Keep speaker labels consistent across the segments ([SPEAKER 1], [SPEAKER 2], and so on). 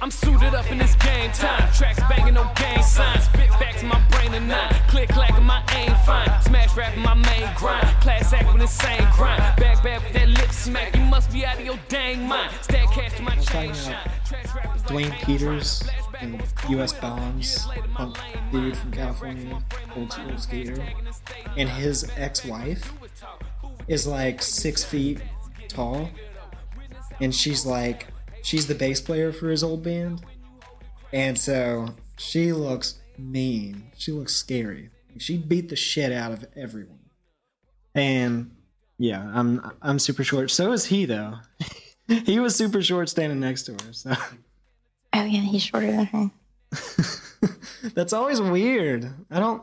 [SPEAKER 1] I'm suited up in this game time. Tracks banging on gang signs. Spit facts in my brain and nine. Click clack in my aim fine. Smash rap in my main grind. Class act with insane grind. Back back with that lip smack. You must be out of your dang mind. Stack cash to my chain shine. Trash rappers like
[SPEAKER 2] Dwayne
[SPEAKER 1] paint
[SPEAKER 2] Peters
[SPEAKER 1] shine.
[SPEAKER 2] and
[SPEAKER 1] Flashback
[SPEAKER 2] U.S. Bombs, punk dude from California, old school skater, and his ex-wife is like six feet tall, and she's like she's the bass player for his old band, and so she looks mean. She looks scary. She beat the shit out of everyone, and yeah, I'm I'm super short. So is he though. he was super short standing next to her. So.
[SPEAKER 3] Oh yeah, he's shorter than her.
[SPEAKER 2] That's always weird. I don't.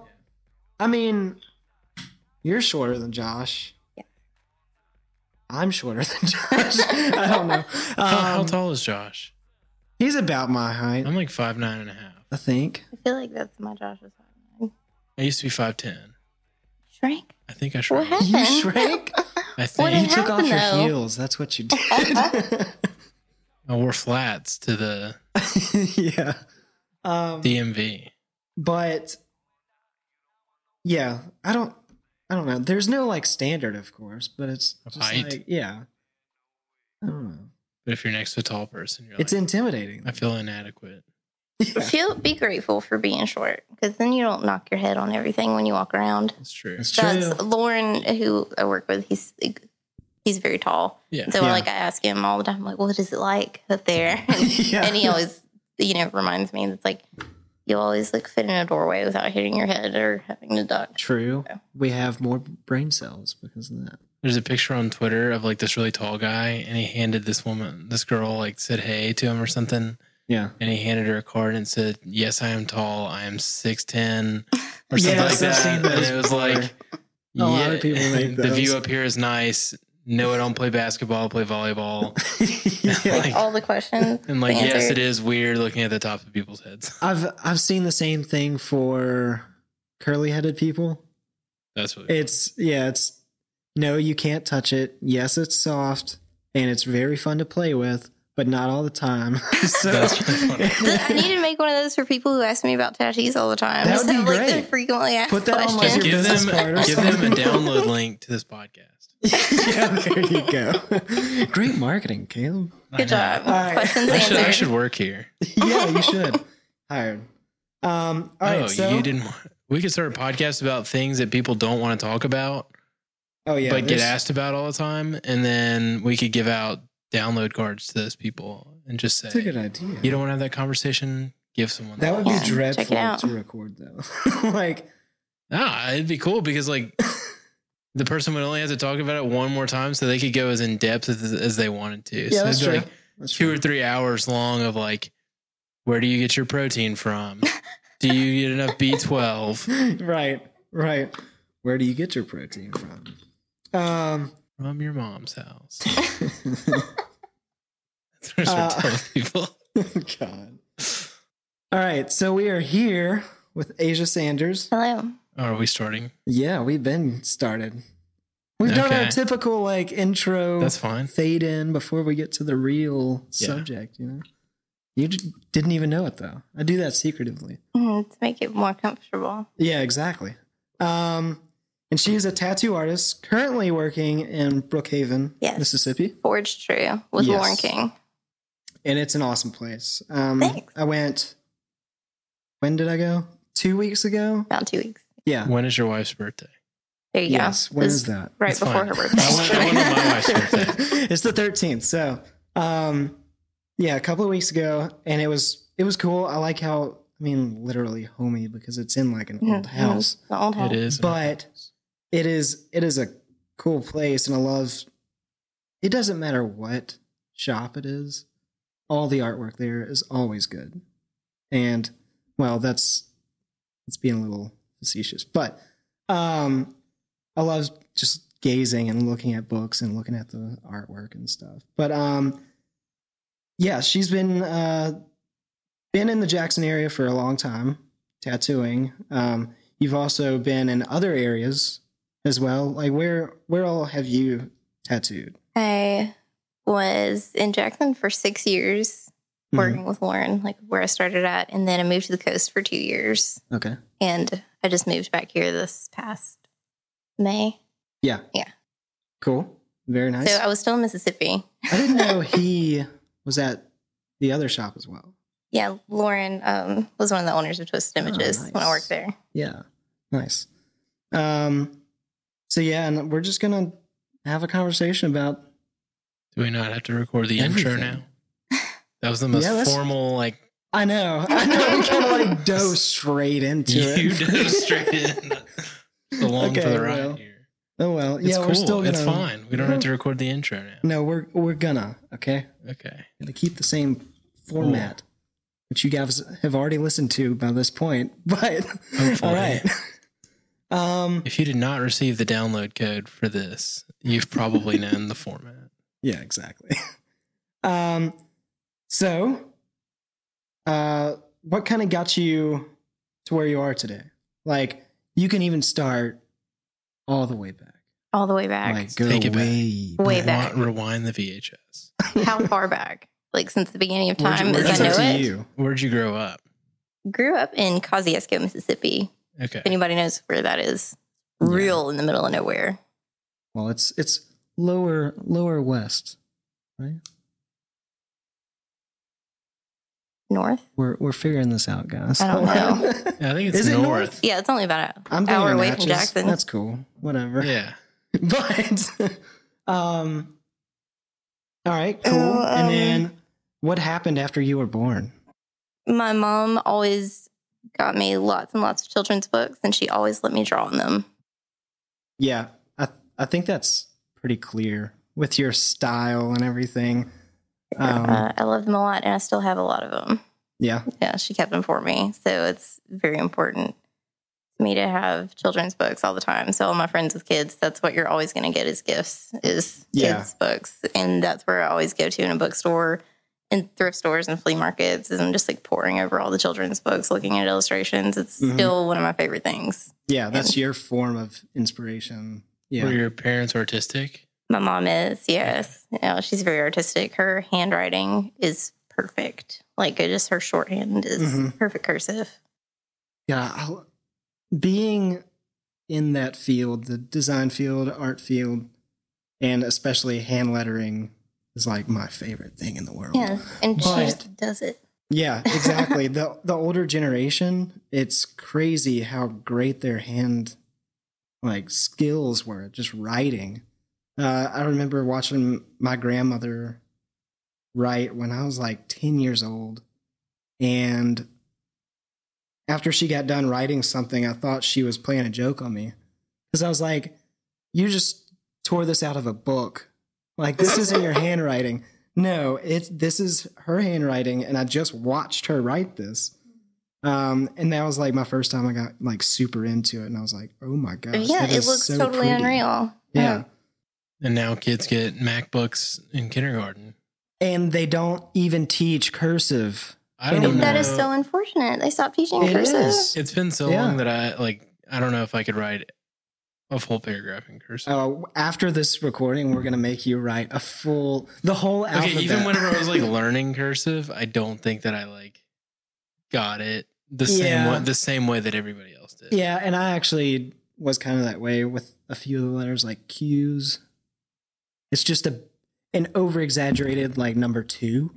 [SPEAKER 2] I mean, you're shorter than Josh.
[SPEAKER 3] Yeah.
[SPEAKER 2] I'm shorter than Josh. I don't know.
[SPEAKER 4] How, Uh, how
[SPEAKER 2] Um,
[SPEAKER 4] tall is Josh?
[SPEAKER 2] he's about my height,
[SPEAKER 4] I'm like five nine and a half.
[SPEAKER 2] I think.
[SPEAKER 3] I feel like that's my Josh's hotline.
[SPEAKER 4] I used to be five ten.
[SPEAKER 3] Shrink?
[SPEAKER 4] I think I
[SPEAKER 3] What
[SPEAKER 4] shrank.
[SPEAKER 3] happened?
[SPEAKER 2] You shrank.
[SPEAKER 4] I
[SPEAKER 3] What
[SPEAKER 2] you
[SPEAKER 4] think
[SPEAKER 2] took off
[SPEAKER 3] happened,
[SPEAKER 2] your
[SPEAKER 3] though?
[SPEAKER 2] heels. That's what you did.
[SPEAKER 4] I wore flats to the
[SPEAKER 2] yeah. Um,
[SPEAKER 4] DMV.
[SPEAKER 2] but yeah, I don't. I don't know. There's no like standard, of course, but it's
[SPEAKER 4] Of
[SPEAKER 2] just
[SPEAKER 4] height?
[SPEAKER 2] like yeah. I don't know.
[SPEAKER 4] But if you're next to a tall person, you're
[SPEAKER 2] It's
[SPEAKER 4] like,
[SPEAKER 2] intimidating.
[SPEAKER 4] I feel inadequate.
[SPEAKER 2] Yeah,
[SPEAKER 3] Feel be grateful for being short, because then you don't knock your head on everything when you walk around.
[SPEAKER 4] That's true.
[SPEAKER 2] That's true.
[SPEAKER 3] That's Lauren, who I work with. He's like, he's very tall,
[SPEAKER 4] Yeah.
[SPEAKER 3] so
[SPEAKER 2] Yeah.
[SPEAKER 3] like I ask him all the time, like, what is it like up there? And,
[SPEAKER 2] yeah.
[SPEAKER 3] and he always, you know, reminds me that's like you always like fit in a doorway without hitting your head or having to dodge.
[SPEAKER 2] True. We have more brain cells because of that.
[SPEAKER 4] There's a picture on Twitter of like this really tall guy, and he handed this woman, this girl, like said hey to him or something,
[SPEAKER 2] Yeah.
[SPEAKER 4] and he handed her a card and said, "Yes, I am tall. I am six ten or something
[SPEAKER 2] Yes,
[SPEAKER 4] like
[SPEAKER 2] I've
[SPEAKER 4] that."
[SPEAKER 2] seen
[SPEAKER 4] and
[SPEAKER 2] those
[SPEAKER 4] it was like,
[SPEAKER 2] A lot of people make
[SPEAKER 4] the view
[SPEAKER 2] those.
[SPEAKER 4] up here is nice. No, I don't play basketball. I play volleyball.
[SPEAKER 2] yeah.
[SPEAKER 3] Like all the questions.
[SPEAKER 4] And like,
[SPEAKER 3] answered.
[SPEAKER 4] yes, it is weird looking at the tops of people's heads.
[SPEAKER 2] I've I've seen the same thing for curly headed people.
[SPEAKER 4] That's what.
[SPEAKER 2] It's yeah, it's no, you can't touch it. Yes, it's soft and it's very fun to play with, but not all the time. so
[SPEAKER 4] That's really
[SPEAKER 3] Th- I need to make one of those for people who ask me about tattoos all the time.
[SPEAKER 2] That would be
[SPEAKER 3] So, like,
[SPEAKER 2] great.
[SPEAKER 3] they're frequently asked
[SPEAKER 2] Put that on, like,
[SPEAKER 3] questions.
[SPEAKER 2] your
[SPEAKER 4] give them,
[SPEAKER 2] business card or
[SPEAKER 4] give them
[SPEAKER 2] something.
[SPEAKER 4] a download link to this podcast.
[SPEAKER 2] yeah, there you go. Great marketing, Caleb.
[SPEAKER 3] Good
[SPEAKER 4] I know.
[SPEAKER 3] job.
[SPEAKER 2] right.
[SPEAKER 3] Questions
[SPEAKER 4] I should,
[SPEAKER 3] answered.
[SPEAKER 4] I should work here.
[SPEAKER 2] Yeah, you should. Hired. Um all right,
[SPEAKER 4] oh,
[SPEAKER 2] so
[SPEAKER 4] you didn't. Want, we could start a podcast about things that people don't want to talk about,
[SPEAKER 2] Oh yeah.
[SPEAKER 4] but get
[SPEAKER 2] there's-
[SPEAKER 4] asked about all the time, and then we could give out download cards to those people and just
[SPEAKER 2] That's a
[SPEAKER 4] say,
[SPEAKER 2] good idea.
[SPEAKER 4] "You don't want to have that conversation? Give someone
[SPEAKER 2] That would be
[SPEAKER 3] Yeah, check it
[SPEAKER 2] dreadful
[SPEAKER 3] out.
[SPEAKER 2] to record, though. like,
[SPEAKER 4] Ah, it'd be cool because like the person would only have to talk about it one more time, so they could go as in depth as, as they wanted to.
[SPEAKER 2] yeah,
[SPEAKER 4] so
[SPEAKER 2] that's
[SPEAKER 4] it'd
[SPEAKER 2] true.
[SPEAKER 4] be like
[SPEAKER 2] That's
[SPEAKER 4] two
[SPEAKER 2] true.
[SPEAKER 4] or three hours long of like, where do you get your protein from? do you get enough B twelve
[SPEAKER 2] right, right. Where do you get your protein from? Um,
[SPEAKER 4] from your mom's house? That's what I
[SPEAKER 2] Uh,
[SPEAKER 4] tell people.
[SPEAKER 2] God. All right, so we are here with Asia Sanders.
[SPEAKER 3] Hello.
[SPEAKER 4] Oh, are we starting?
[SPEAKER 2] Yeah, we've been started. We've done
[SPEAKER 4] Okay.
[SPEAKER 2] our typical like intro
[SPEAKER 4] That's fine.
[SPEAKER 2] fade in before we get to the real
[SPEAKER 4] Yeah.
[SPEAKER 2] subject. You know, you d- didn't even know it though. I do that secretively.
[SPEAKER 3] Mm, to make it more comfortable.
[SPEAKER 2] Yeah, exactly. Um, and she is a tattoo artist currently working in Brookhaven,
[SPEAKER 3] Yes.
[SPEAKER 2] Mississippi,
[SPEAKER 3] Forged True with
[SPEAKER 2] Yes.
[SPEAKER 3] Lauren King.
[SPEAKER 2] and it's an awesome place. Um,
[SPEAKER 3] Thanks.
[SPEAKER 2] I went. When did I go? Two weeks ago.
[SPEAKER 3] About two weeks.
[SPEAKER 2] Yeah.
[SPEAKER 4] When is your wife's birthday?
[SPEAKER 3] There you
[SPEAKER 2] Yes.
[SPEAKER 3] go.
[SPEAKER 2] When
[SPEAKER 3] This
[SPEAKER 2] is that?
[SPEAKER 3] Right
[SPEAKER 4] It's
[SPEAKER 3] before
[SPEAKER 4] fine.
[SPEAKER 3] her
[SPEAKER 4] I went, I went on
[SPEAKER 3] birthday.
[SPEAKER 4] my wife's birthday.
[SPEAKER 2] it's the thirteenth. So, um, yeah, a couple of weeks ago, and it was it was cool. I like how I mean, literally homey because it's in like an
[SPEAKER 3] Yeah,
[SPEAKER 2] old
[SPEAKER 3] yeah.
[SPEAKER 2] house.
[SPEAKER 3] the old house.
[SPEAKER 4] It is,
[SPEAKER 2] Oh, But- It is it is a cool place, and I love. It doesn't matter what shop it is, all the artwork there is always good, and well, that's it's being a little facetious, but um, I love just gazing and looking at books and looking at the artwork and stuff. But um, yeah, she's been uh, been in the Jackson area for a long time, tattooing. Um, you've also been in other areas as well. Like where where all have you tattooed?
[SPEAKER 3] I was in Jackson for six years
[SPEAKER 2] Mhm.
[SPEAKER 3] working with Lauren, like where I started at. And then I moved to the coast for two years.
[SPEAKER 2] Okay.
[SPEAKER 3] And I just moved back here this past May.
[SPEAKER 2] Yeah.
[SPEAKER 3] Yeah.
[SPEAKER 2] Cool. Very nice.
[SPEAKER 3] So I was still in Mississippi.
[SPEAKER 2] I didn't know he was at the other shop as well.
[SPEAKER 3] Yeah, Lauren um, was one of the owners of Twisted
[SPEAKER 2] Oh,
[SPEAKER 3] Images when I
[SPEAKER 2] nice.
[SPEAKER 3] worked there.
[SPEAKER 2] Yeah. Nice. Um so yeah, and we're just gonna have a conversation about
[SPEAKER 4] Do we not have to record the intro
[SPEAKER 2] Everything.
[SPEAKER 4] now? That was the most
[SPEAKER 2] Yeah, that's-
[SPEAKER 4] formal, like
[SPEAKER 2] I know. I know we kinda like dove straight into it.
[SPEAKER 4] you dove straight in. Along for
[SPEAKER 2] Okay,
[SPEAKER 4] the ride
[SPEAKER 2] well,
[SPEAKER 4] here.
[SPEAKER 2] Oh well.
[SPEAKER 4] It's
[SPEAKER 2] yeah,
[SPEAKER 4] cool.
[SPEAKER 2] we're still gonna
[SPEAKER 4] it's fine. We don't have to record the intro now.
[SPEAKER 2] No, we're we're gonna, okay?
[SPEAKER 4] Okay.
[SPEAKER 2] Gonna keep the same format, which you guys have already listened to by this point. But all right. Um
[SPEAKER 4] If you did not receive the download code for this, you've probably known the format.
[SPEAKER 2] Yeah, exactly. Um, so, uh, what kind of got you to where you are today? Like, you can even start all the way back.
[SPEAKER 3] All the way back.
[SPEAKER 2] Like, go
[SPEAKER 4] Take it back.
[SPEAKER 2] way
[SPEAKER 3] Way
[SPEAKER 2] back.
[SPEAKER 3] back.
[SPEAKER 4] Rewi- Rewind the VHS.
[SPEAKER 3] How far back? Like since the beginning of
[SPEAKER 4] Where'd you-
[SPEAKER 3] time,
[SPEAKER 4] where'd
[SPEAKER 3] as
[SPEAKER 2] That's
[SPEAKER 3] I
[SPEAKER 2] up to
[SPEAKER 3] know it.
[SPEAKER 2] you.
[SPEAKER 4] Where'd you grow up?
[SPEAKER 3] Grew up in Kosciuszko, Mississippi.
[SPEAKER 4] Okay.
[SPEAKER 3] If anybody knows where that is,
[SPEAKER 2] Yeah.
[SPEAKER 3] real in the middle of nowhere.
[SPEAKER 2] Well, it's it's lower lower west.
[SPEAKER 3] North?
[SPEAKER 2] We're we're figuring this out, guys.
[SPEAKER 3] I don't know.
[SPEAKER 4] I think it's
[SPEAKER 2] Is it
[SPEAKER 4] north.
[SPEAKER 2] north?
[SPEAKER 3] Yeah, it's only about
[SPEAKER 2] I'm
[SPEAKER 3] an
[SPEAKER 2] thinking
[SPEAKER 3] hour
[SPEAKER 2] of
[SPEAKER 3] away
[SPEAKER 2] Natchez.
[SPEAKER 3] from Jackson.
[SPEAKER 2] That's cool. Whatever.
[SPEAKER 4] Yeah.
[SPEAKER 2] but um all right cool
[SPEAKER 3] Oh,
[SPEAKER 2] and
[SPEAKER 3] um,
[SPEAKER 2] then what happened after you were born
[SPEAKER 3] My mom always got me lots and lots of children's books, and she always let me draw on them.
[SPEAKER 2] yeah i i think that's pretty clear with your style and everything um
[SPEAKER 3] uh, I love them a lot, and I still have a lot of them.
[SPEAKER 2] yeah
[SPEAKER 3] Yeah, she kept them for me. So it's very important to me to have children's books all the time. So all my friends with kids, that's what you're always going to get as gifts is
[SPEAKER 2] Yeah.
[SPEAKER 3] kids books. And that's where I always go to in a bookstore and thrift stores and flea markets is I'm just like pouring over all the children's books, looking at illustrations. It's
[SPEAKER 2] Mhm.
[SPEAKER 3] still one of my favorite things.
[SPEAKER 2] yeah that's your form of inspiration
[SPEAKER 4] Were
[SPEAKER 2] yeah
[SPEAKER 4] your parents artistic?
[SPEAKER 3] My mom is, yes. You know, she's very artistic. Her handwriting is perfect. Like it just her shorthand is
[SPEAKER 2] Mhm.
[SPEAKER 3] perfect cursive.
[SPEAKER 2] yeah I'll- being in that field the design field art field and especially hand lettering is like my favorite thing in the world
[SPEAKER 3] Yeah. And she
[SPEAKER 2] But-
[SPEAKER 3] just does it.
[SPEAKER 2] Yeah, exactly. the the older generation, it's crazy how great their hand like skills were just writing. Uh, I remember watching my grandmother write when I was like 10 years old and after she got done writing something, I thought she was playing a joke on me cuz I was like you just tore this out of a book. Like this isn't your handwriting. No, it's this is her handwriting, and I just watched her write this. Um, and that was like my first time I got like super into it, and I was like, oh my gosh,
[SPEAKER 3] yeah,
[SPEAKER 2] that
[SPEAKER 3] it
[SPEAKER 2] is
[SPEAKER 3] looks
[SPEAKER 2] so
[SPEAKER 3] totally
[SPEAKER 2] pretty.
[SPEAKER 3] unreal.
[SPEAKER 2] Yeah,
[SPEAKER 4] And now kids get MacBooks in kindergarten.
[SPEAKER 2] and they don't even teach cursive.
[SPEAKER 4] I
[SPEAKER 2] And
[SPEAKER 4] don't
[SPEAKER 3] That is
[SPEAKER 4] know.
[SPEAKER 3] so unfortunate. They stopped teaching
[SPEAKER 2] It
[SPEAKER 3] cursive.
[SPEAKER 2] is.
[SPEAKER 4] It's been so
[SPEAKER 2] Yeah.
[SPEAKER 4] long that I like I don't know if I could write a full paragraph in cursive.
[SPEAKER 2] Uh, after this recording, we're gonna make you write a full, the whole
[SPEAKER 4] okay,
[SPEAKER 2] Uh, alphabet.
[SPEAKER 4] even whenever I was like learning cursive, I don't think that I like got it the same
[SPEAKER 2] Yeah.
[SPEAKER 4] way, the same way that everybody else did.
[SPEAKER 2] yeah, and I actually was kind of that way with a few of the letters like Q's. It's just a an over exaggerated like number two.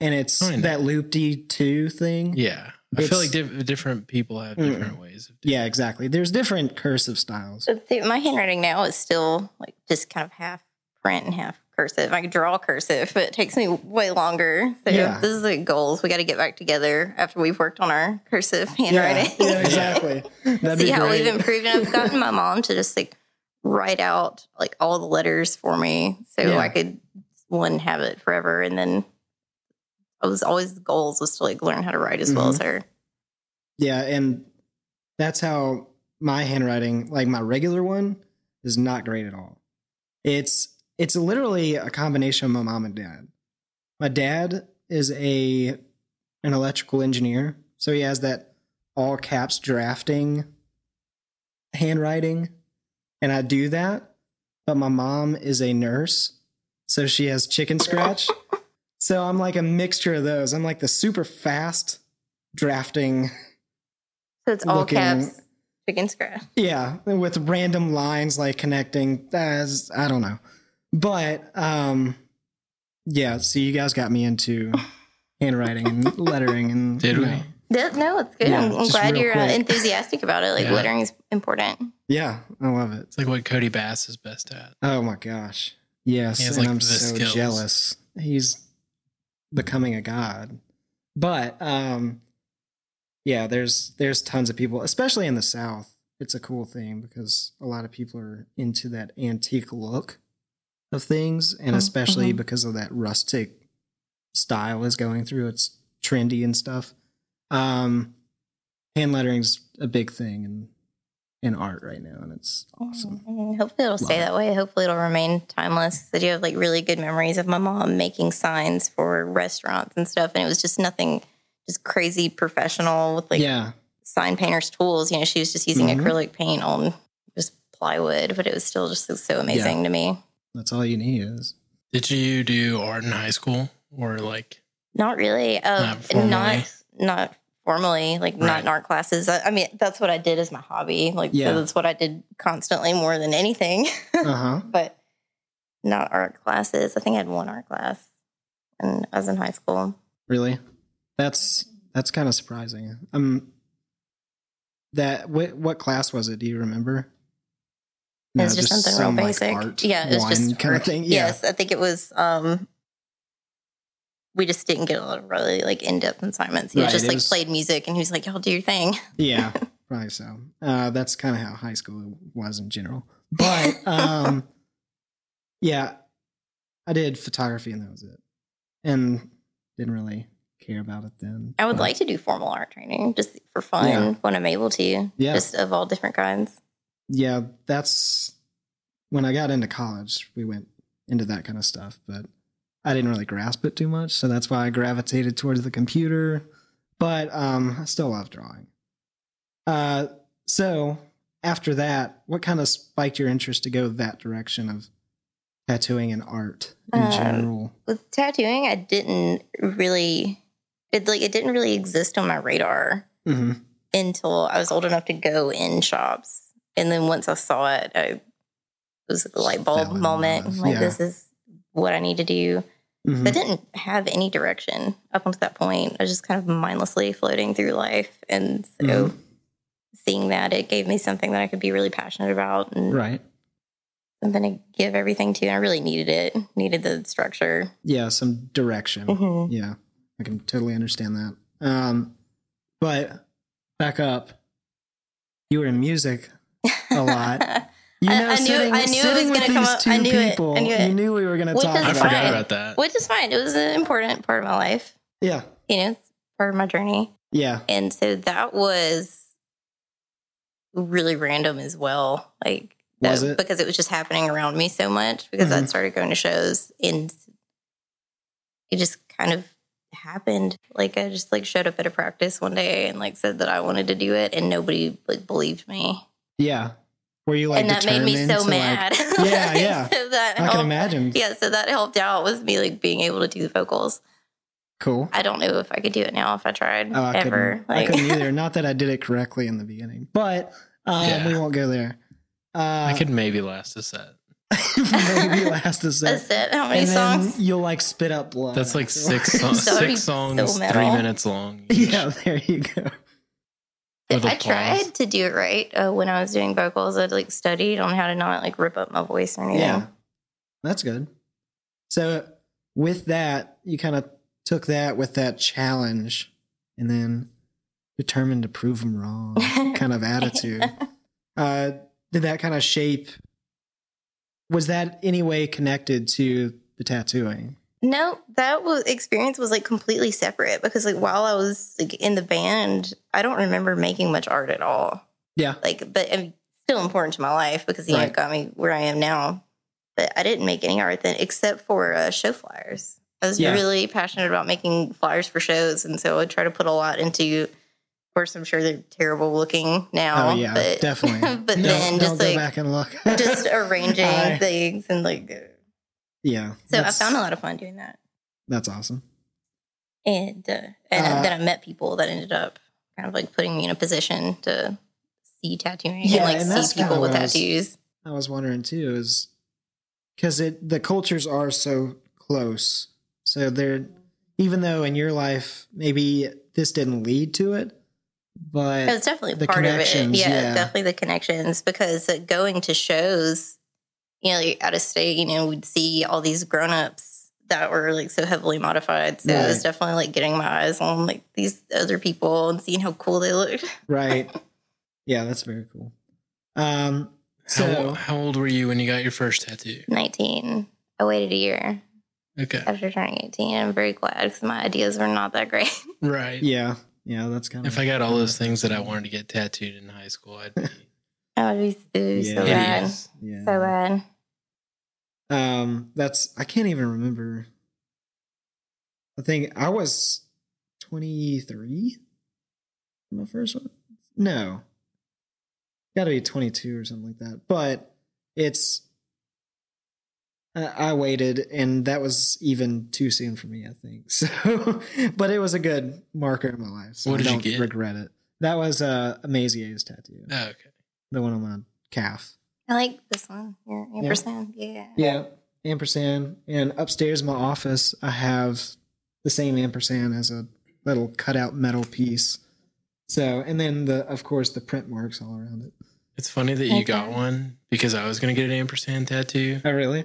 [SPEAKER 2] And it's
[SPEAKER 4] Kinda.
[SPEAKER 2] that loopy two thing.
[SPEAKER 4] Yeah. I feel
[SPEAKER 2] It's-
[SPEAKER 4] like diff- different people have
[SPEAKER 2] Mm.
[SPEAKER 4] different ways of doing
[SPEAKER 2] Yeah, exactly. There's different cursive styles.
[SPEAKER 3] But th- my handwriting now is still like just kind of half print and half cursive. I can draw cursive, but it takes me way longer. So
[SPEAKER 2] Yeah.
[SPEAKER 3] this is a goal. We got to get back together after we've worked on our cursive
[SPEAKER 2] Yeah,
[SPEAKER 3] handwriting.
[SPEAKER 2] yeah, exactly. That'd
[SPEAKER 3] See
[SPEAKER 2] be
[SPEAKER 3] how
[SPEAKER 2] great.
[SPEAKER 3] we've improved. And I've gotten my mom to just like write out like all the letters for me so
[SPEAKER 2] Yeah.
[SPEAKER 3] I could one have it forever. And then I was always the goals was to like learn how to write as well as
[SPEAKER 2] Mm-hmm.
[SPEAKER 3] her.
[SPEAKER 2] Yeah, and that's how my handwriting, like my regular one, is not great at all. It's it's literally a combination of my mom and dad. My dad is a an electrical engineer, so he has that all caps drafting handwriting, and I do that. But my mom is a nurse, so she has chicken scratch. So I'm like a mixture of those. I'm like the super fast drafting.
[SPEAKER 3] So it's all
[SPEAKER 2] Looking-
[SPEAKER 3] caps, chicken scratch.
[SPEAKER 2] Yeah, with random lines like connecting. As I don't know, but um, yeah. So you guys got me into handwriting and lettering and
[SPEAKER 4] Did we?
[SPEAKER 2] yeah.
[SPEAKER 3] That- No, it's good.
[SPEAKER 2] Yeah,
[SPEAKER 3] I'm, I'm
[SPEAKER 2] just
[SPEAKER 3] glad
[SPEAKER 2] real
[SPEAKER 3] you're uh,
[SPEAKER 2] quick.
[SPEAKER 3] enthusiastic about it. Like
[SPEAKER 4] Yeah.
[SPEAKER 3] lettering is important.
[SPEAKER 2] Yeah, I love it.
[SPEAKER 4] It's like what Cody Bass is best at.
[SPEAKER 2] Oh my gosh. Yes,
[SPEAKER 4] He has,
[SPEAKER 2] and
[SPEAKER 4] like,
[SPEAKER 2] I'm
[SPEAKER 4] the
[SPEAKER 2] so
[SPEAKER 4] skills.
[SPEAKER 2] jealous. He's becoming a god. But um yeah, there's there's tons of people, especially in the South. It's a cool thing because a lot of people are into that antique look of things, and
[SPEAKER 4] Uh-huh,
[SPEAKER 3] Mhm,
[SPEAKER 2] especially
[SPEAKER 3] mhm.
[SPEAKER 2] because of that rustic style is going through. It's trendy and stuff. Um hand lettering's a big thing in in art right now, and it's awesome.
[SPEAKER 3] Mm, Hopefully it'll stay
[SPEAKER 2] Love
[SPEAKER 3] that way. Hopefully it'll remain timeless. I do have like really good memories of my mom making signs for restaurants and stuff, and it was just nothing, just crazy professional with like
[SPEAKER 2] yeah.
[SPEAKER 3] sign painter's tools. You know, she was just using
[SPEAKER 2] Mhm.
[SPEAKER 3] acrylic paint on just plywood, but it was still just so amazing to me.
[SPEAKER 2] That's all you need is
[SPEAKER 4] Did you do art in high school or like?
[SPEAKER 3] Not really. Uh,
[SPEAKER 4] Not
[SPEAKER 3] not,
[SPEAKER 4] formally.
[SPEAKER 3] not formally, like not
[SPEAKER 4] Right.
[SPEAKER 3] in art classes. I, I mean, that's what I did as my hobby. Like so
[SPEAKER 2] Yeah.
[SPEAKER 3] that's what I did constantly more than anything.
[SPEAKER 2] uh huh.
[SPEAKER 3] but not art classes. I think I had one art class when I was in high school.
[SPEAKER 2] Really, that's that's kind of surprising. Um, that what what class was it? Do you remember?
[SPEAKER 3] it was just, something real basic. yeah, it was just
[SPEAKER 2] kind
[SPEAKER 3] art.
[SPEAKER 2] of thing. Yeah.
[SPEAKER 3] Yes, I think it was. um We just didn't get a lot of really like in depth assignments. He
[SPEAKER 2] Right,
[SPEAKER 3] just
[SPEAKER 2] it
[SPEAKER 3] like
[SPEAKER 2] was-
[SPEAKER 3] played music and he was like, "Y'all do your thing."
[SPEAKER 2] Yeah, probably so. Uh, that's kind of how high school was in general. But um, yeah, I did photography and that was it, and didn't really care about it then.
[SPEAKER 3] I would
[SPEAKER 2] But
[SPEAKER 3] like to do formal art training just for fun
[SPEAKER 2] Yeah.
[SPEAKER 3] when I'm able to,
[SPEAKER 2] Yeah.
[SPEAKER 3] just of all different kinds.
[SPEAKER 2] yeah, that's when I got into college, we went into that kind of stuff, but I didn't really grasp it too much. So that's why I gravitated towards the computer. But um, I still love drawing. Uh, so after that, what kind of spiked your interest to go that direction of tattooing and art in
[SPEAKER 3] Um,
[SPEAKER 2] general?
[SPEAKER 3] With tattooing, I didn't really, it like it didn't really exist on my radar.
[SPEAKER 2] hmm
[SPEAKER 3] until I was old enough to go in shops. And then once I saw it, I, it was a light bulb
[SPEAKER 2] Fell in
[SPEAKER 3] moment.
[SPEAKER 2] love,
[SPEAKER 3] I'm like,
[SPEAKER 2] yeah.
[SPEAKER 3] this is what I need to do.
[SPEAKER 2] hmm
[SPEAKER 3] I didn't have any direction up until that point. I was just kind of mindlessly floating through life. And so
[SPEAKER 2] Mhm.
[SPEAKER 3] seeing that, it gave me something that I could be really passionate about and
[SPEAKER 2] Right.
[SPEAKER 3] something to give everything to. And I really needed it, needed the structure.
[SPEAKER 2] Yeah, some direction.
[SPEAKER 3] Mhm.
[SPEAKER 2] Yeah, I can totally understand that. Um, but back up, you were in music a lot. You
[SPEAKER 3] I-
[SPEAKER 2] know,
[SPEAKER 3] I knew-
[SPEAKER 2] sitting,
[SPEAKER 3] I knew it
[SPEAKER 2] sitting
[SPEAKER 3] was
[SPEAKER 2] with
[SPEAKER 3] gonna come
[SPEAKER 2] these
[SPEAKER 3] up.
[SPEAKER 2] two
[SPEAKER 3] I knew it. I
[SPEAKER 2] people,
[SPEAKER 3] knew it.
[SPEAKER 2] you knew we were going to
[SPEAKER 3] Which
[SPEAKER 2] talk
[SPEAKER 3] is
[SPEAKER 4] I
[SPEAKER 2] about
[SPEAKER 4] forgot
[SPEAKER 3] fine.
[SPEAKER 4] about that.
[SPEAKER 3] Which is fine. It was an important part of my life.
[SPEAKER 2] Yeah,
[SPEAKER 3] You know, it's part of my journey.
[SPEAKER 2] yeah,
[SPEAKER 3] And so that was really random as well. Like that-
[SPEAKER 2] Was it? Mm-hmm.
[SPEAKER 3] because it was just happening around me so much because I'd started going to shows and it just kind of happened. Like I just like showed up at a practice one day and like said that I wanted to do it and nobody like believed me.
[SPEAKER 2] yeah. Were you like,
[SPEAKER 3] and that made me
[SPEAKER 2] determined
[SPEAKER 3] so
[SPEAKER 2] to, like-
[SPEAKER 3] mad.
[SPEAKER 2] Yeah,
[SPEAKER 3] Like,
[SPEAKER 2] yeah.
[SPEAKER 3] So that
[SPEAKER 2] I can
[SPEAKER 3] helped-
[SPEAKER 2] imagine.
[SPEAKER 3] Yeah, so that helped out with me like being able to do the vocals.
[SPEAKER 2] Cool.
[SPEAKER 3] I don't know if I could do it now if I tried
[SPEAKER 2] Oh, I
[SPEAKER 3] ever.
[SPEAKER 2] couldn't, I couldn't either. Not that I did it correctly in the beginning, but um,
[SPEAKER 4] Yeah.
[SPEAKER 2] we won't go there. Uh,
[SPEAKER 4] I could maybe last a set.
[SPEAKER 2] maybe last a set.
[SPEAKER 3] That's it. How many
[SPEAKER 2] And then
[SPEAKER 3] songs?
[SPEAKER 2] you'll like spit up blood.
[SPEAKER 4] That's like
[SPEAKER 2] afterwards.
[SPEAKER 4] six songs,
[SPEAKER 3] So
[SPEAKER 4] six
[SPEAKER 3] so
[SPEAKER 4] songs, three
[SPEAKER 3] metal.
[SPEAKER 4] minutes long.
[SPEAKER 2] Yeah, there you go.
[SPEAKER 4] with a
[SPEAKER 3] I tried
[SPEAKER 4] pause.
[SPEAKER 3] to do it right uh, when I was doing vocals. I like studied on how to not like rip up my voice or anything.
[SPEAKER 2] Yeah. That's good. So with that, you kind of took that with that challenge and then determined to prove them wrong kind of attitude. Uh, did that kind of shape, was that any way connected to the tattooing?
[SPEAKER 3] No, that was experience was like completely separate because like while I was like in the band, I don't remember making much art at all.
[SPEAKER 2] Yeah.
[SPEAKER 3] Like, but I mean, still important to my life because you know
[SPEAKER 2] Right.
[SPEAKER 3] it got me where I am now. But I didn't make any art then, except for uh, show flyers. I was
[SPEAKER 2] Yeah.
[SPEAKER 3] really passionate about making flyers for shows, and so I would try to put a lot into. Of course, I'm sure they're terrible looking now.
[SPEAKER 2] Oh, yeah,
[SPEAKER 3] but,
[SPEAKER 2] definitely.
[SPEAKER 3] but
[SPEAKER 2] Don't-
[SPEAKER 3] then
[SPEAKER 2] don't
[SPEAKER 3] just
[SPEAKER 2] go
[SPEAKER 3] like
[SPEAKER 2] back and look.
[SPEAKER 3] just arranging
[SPEAKER 2] I-
[SPEAKER 3] things and like.
[SPEAKER 2] yeah.
[SPEAKER 3] So I
[SPEAKER 2] that's-
[SPEAKER 3] found a lot of fun doing that.
[SPEAKER 2] That's awesome.
[SPEAKER 3] and uh, and
[SPEAKER 2] Uh,
[SPEAKER 3] then I met people that ended up kind of like putting me in a position to see tattooing
[SPEAKER 2] Yeah,
[SPEAKER 3] and
[SPEAKER 2] and
[SPEAKER 3] like
[SPEAKER 2] that's
[SPEAKER 3] see
[SPEAKER 2] kinda
[SPEAKER 3] people with
[SPEAKER 2] what I was-
[SPEAKER 3] tattoos.
[SPEAKER 2] I was wondering too is because it the cultures are so close, so they're even though in your life maybe this didn't lead to it, but
[SPEAKER 3] It was definitely
[SPEAKER 2] the
[SPEAKER 3] part of it. Yeah,
[SPEAKER 2] connections, yeah.
[SPEAKER 3] definitely the connections because uh, going to shows, you know, like out of state, you know, we'd see all these grown ups that were like so heavily modified. So it was
[SPEAKER 2] Right.
[SPEAKER 3] definitely like getting my eyes on like these other people and seeing how cool they looked.
[SPEAKER 2] right, yeah, that's very cool. Um, so
[SPEAKER 4] how, how old were you when you got your first tattoo?
[SPEAKER 3] 19. I waited a year
[SPEAKER 4] Okay.
[SPEAKER 3] after turning 18. I'm very glad because my ideas were not that great.
[SPEAKER 4] Right.
[SPEAKER 2] yeah, yeah, that's kind of
[SPEAKER 4] If I got all those things that I wanted to get tattooed in high school, I'd be
[SPEAKER 3] I would be so, so
[SPEAKER 2] Yeah.
[SPEAKER 3] bad.
[SPEAKER 4] hideous.
[SPEAKER 2] yeah.
[SPEAKER 3] So bad.
[SPEAKER 2] Um, that's I can't even remember. I think I was twenty three. My first one, no, got to be twenty two or something like that. But it's I, I waited, and that was even too soon for me, I think. So, but it was a good marker in my life. So
[SPEAKER 4] What did
[SPEAKER 2] I
[SPEAKER 4] you
[SPEAKER 2] don't
[SPEAKER 4] get?
[SPEAKER 2] regret it. That was uh, a Mazier's tattoo,
[SPEAKER 4] Oh, okay.
[SPEAKER 2] the one on my calf.
[SPEAKER 3] I like this one. Your ampersand. Yeah.
[SPEAKER 2] Yeah, ampersand. And upstairs in my office, I have the same ampersand as a little cutout metal piece. So, and then the, of course, the print marks all around it.
[SPEAKER 4] It's funny that you got
[SPEAKER 3] Okay.
[SPEAKER 4] one because I was gonna get an ampersand tattoo.
[SPEAKER 2] Oh, really?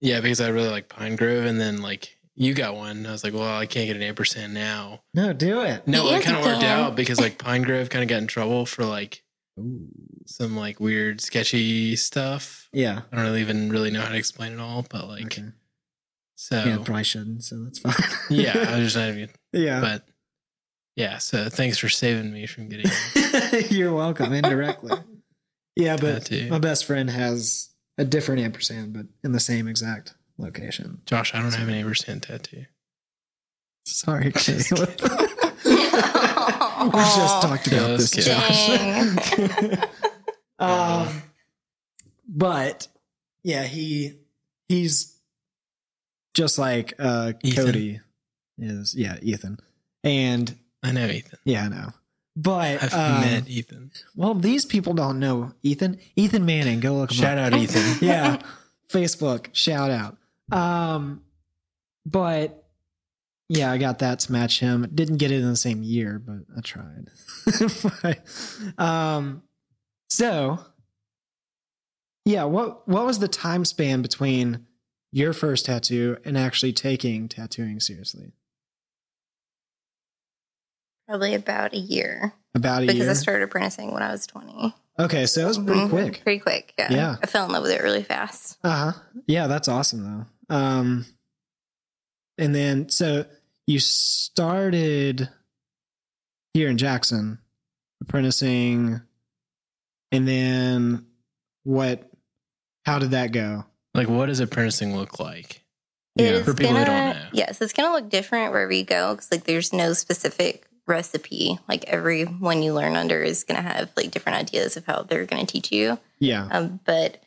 [SPEAKER 4] Yeah, because I really like Pine Grove, and then like you got one. I was like, well, I can't get an ampersand now.
[SPEAKER 2] No, do it.
[SPEAKER 4] No,
[SPEAKER 3] Yeah,
[SPEAKER 4] it kind of
[SPEAKER 3] you
[SPEAKER 4] worked
[SPEAKER 3] can.
[SPEAKER 4] out because like Pine Grove kind of got in trouble for like some like weird sketchy stuff.
[SPEAKER 2] Yeah.
[SPEAKER 4] I don't really even really know how to explain it all, but like
[SPEAKER 2] okay.
[SPEAKER 4] so
[SPEAKER 2] Yeah, probably shouldn't. So that's fine.
[SPEAKER 4] yeah, I was just not even,
[SPEAKER 2] yeah.
[SPEAKER 4] but yeah. So thanks for saving me from getting.
[SPEAKER 2] You're welcome, indirectly. Yeah, but
[SPEAKER 4] Tattoo.
[SPEAKER 2] my best friend has a different ampersand, but in the same exact location.
[SPEAKER 4] Josh, I don't have an ampersand tattoo.
[SPEAKER 2] Sorry,
[SPEAKER 4] Just
[SPEAKER 2] Caleb. we just talked about
[SPEAKER 4] Just
[SPEAKER 2] this, Josh. um, but yeah, he he's just like uh,
[SPEAKER 4] Ethan.
[SPEAKER 2] Cody is. Yeah, Ethan, and
[SPEAKER 4] I know Ethan.
[SPEAKER 2] yeah, I know. But
[SPEAKER 4] I've
[SPEAKER 2] um,
[SPEAKER 4] met Ethan.
[SPEAKER 2] well, these people don't know Ethan. Ethan Manning, go look him up
[SPEAKER 4] Shout out Ethan.
[SPEAKER 2] yeah. Facebook shout out. Um, but yeah, I got that to match him. Didn't get it in the same year, but I tried. But, um, so yeah, what what was the time span between your first tattoo and actually taking tattooing seriously?
[SPEAKER 3] Probably about a year
[SPEAKER 2] About a
[SPEAKER 3] because
[SPEAKER 2] year.
[SPEAKER 3] I started apprenticing when I was 20.
[SPEAKER 2] okay, so it was pretty
[SPEAKER 3] Mhm.
[SPEAKER 2] quick.
[SPEAKER 3] Pretty quick. Yeah.
[SPEAKER 2] Yeah.
[SPEAKER 3] I fell in love with it really fast.
[SPEAKER 2] Uh huh. Yeah, that's awesome though. Um, and then so you started here in Jackson, apprenticing, and then what? How did that go?
[SPEAKER 4] Like, what does apprenticing look like?
[SPEAKER 3] It
[SPEAKER 4] Yeah.
[SPEAKER 3] is
[SPEAKER 4] For people
[SPEAKER 3] gonna,
[SPEAKER 4] that don't know.
[SPEAKER 3] Yes, it's going to look different wherever you go because, like, there's no specific recipe. Like, everyone you learn under is going to have, like, different ideas of how they're going to teach you.
[SPEAKER 2] Yeah.
[SPEAKER 3] um, but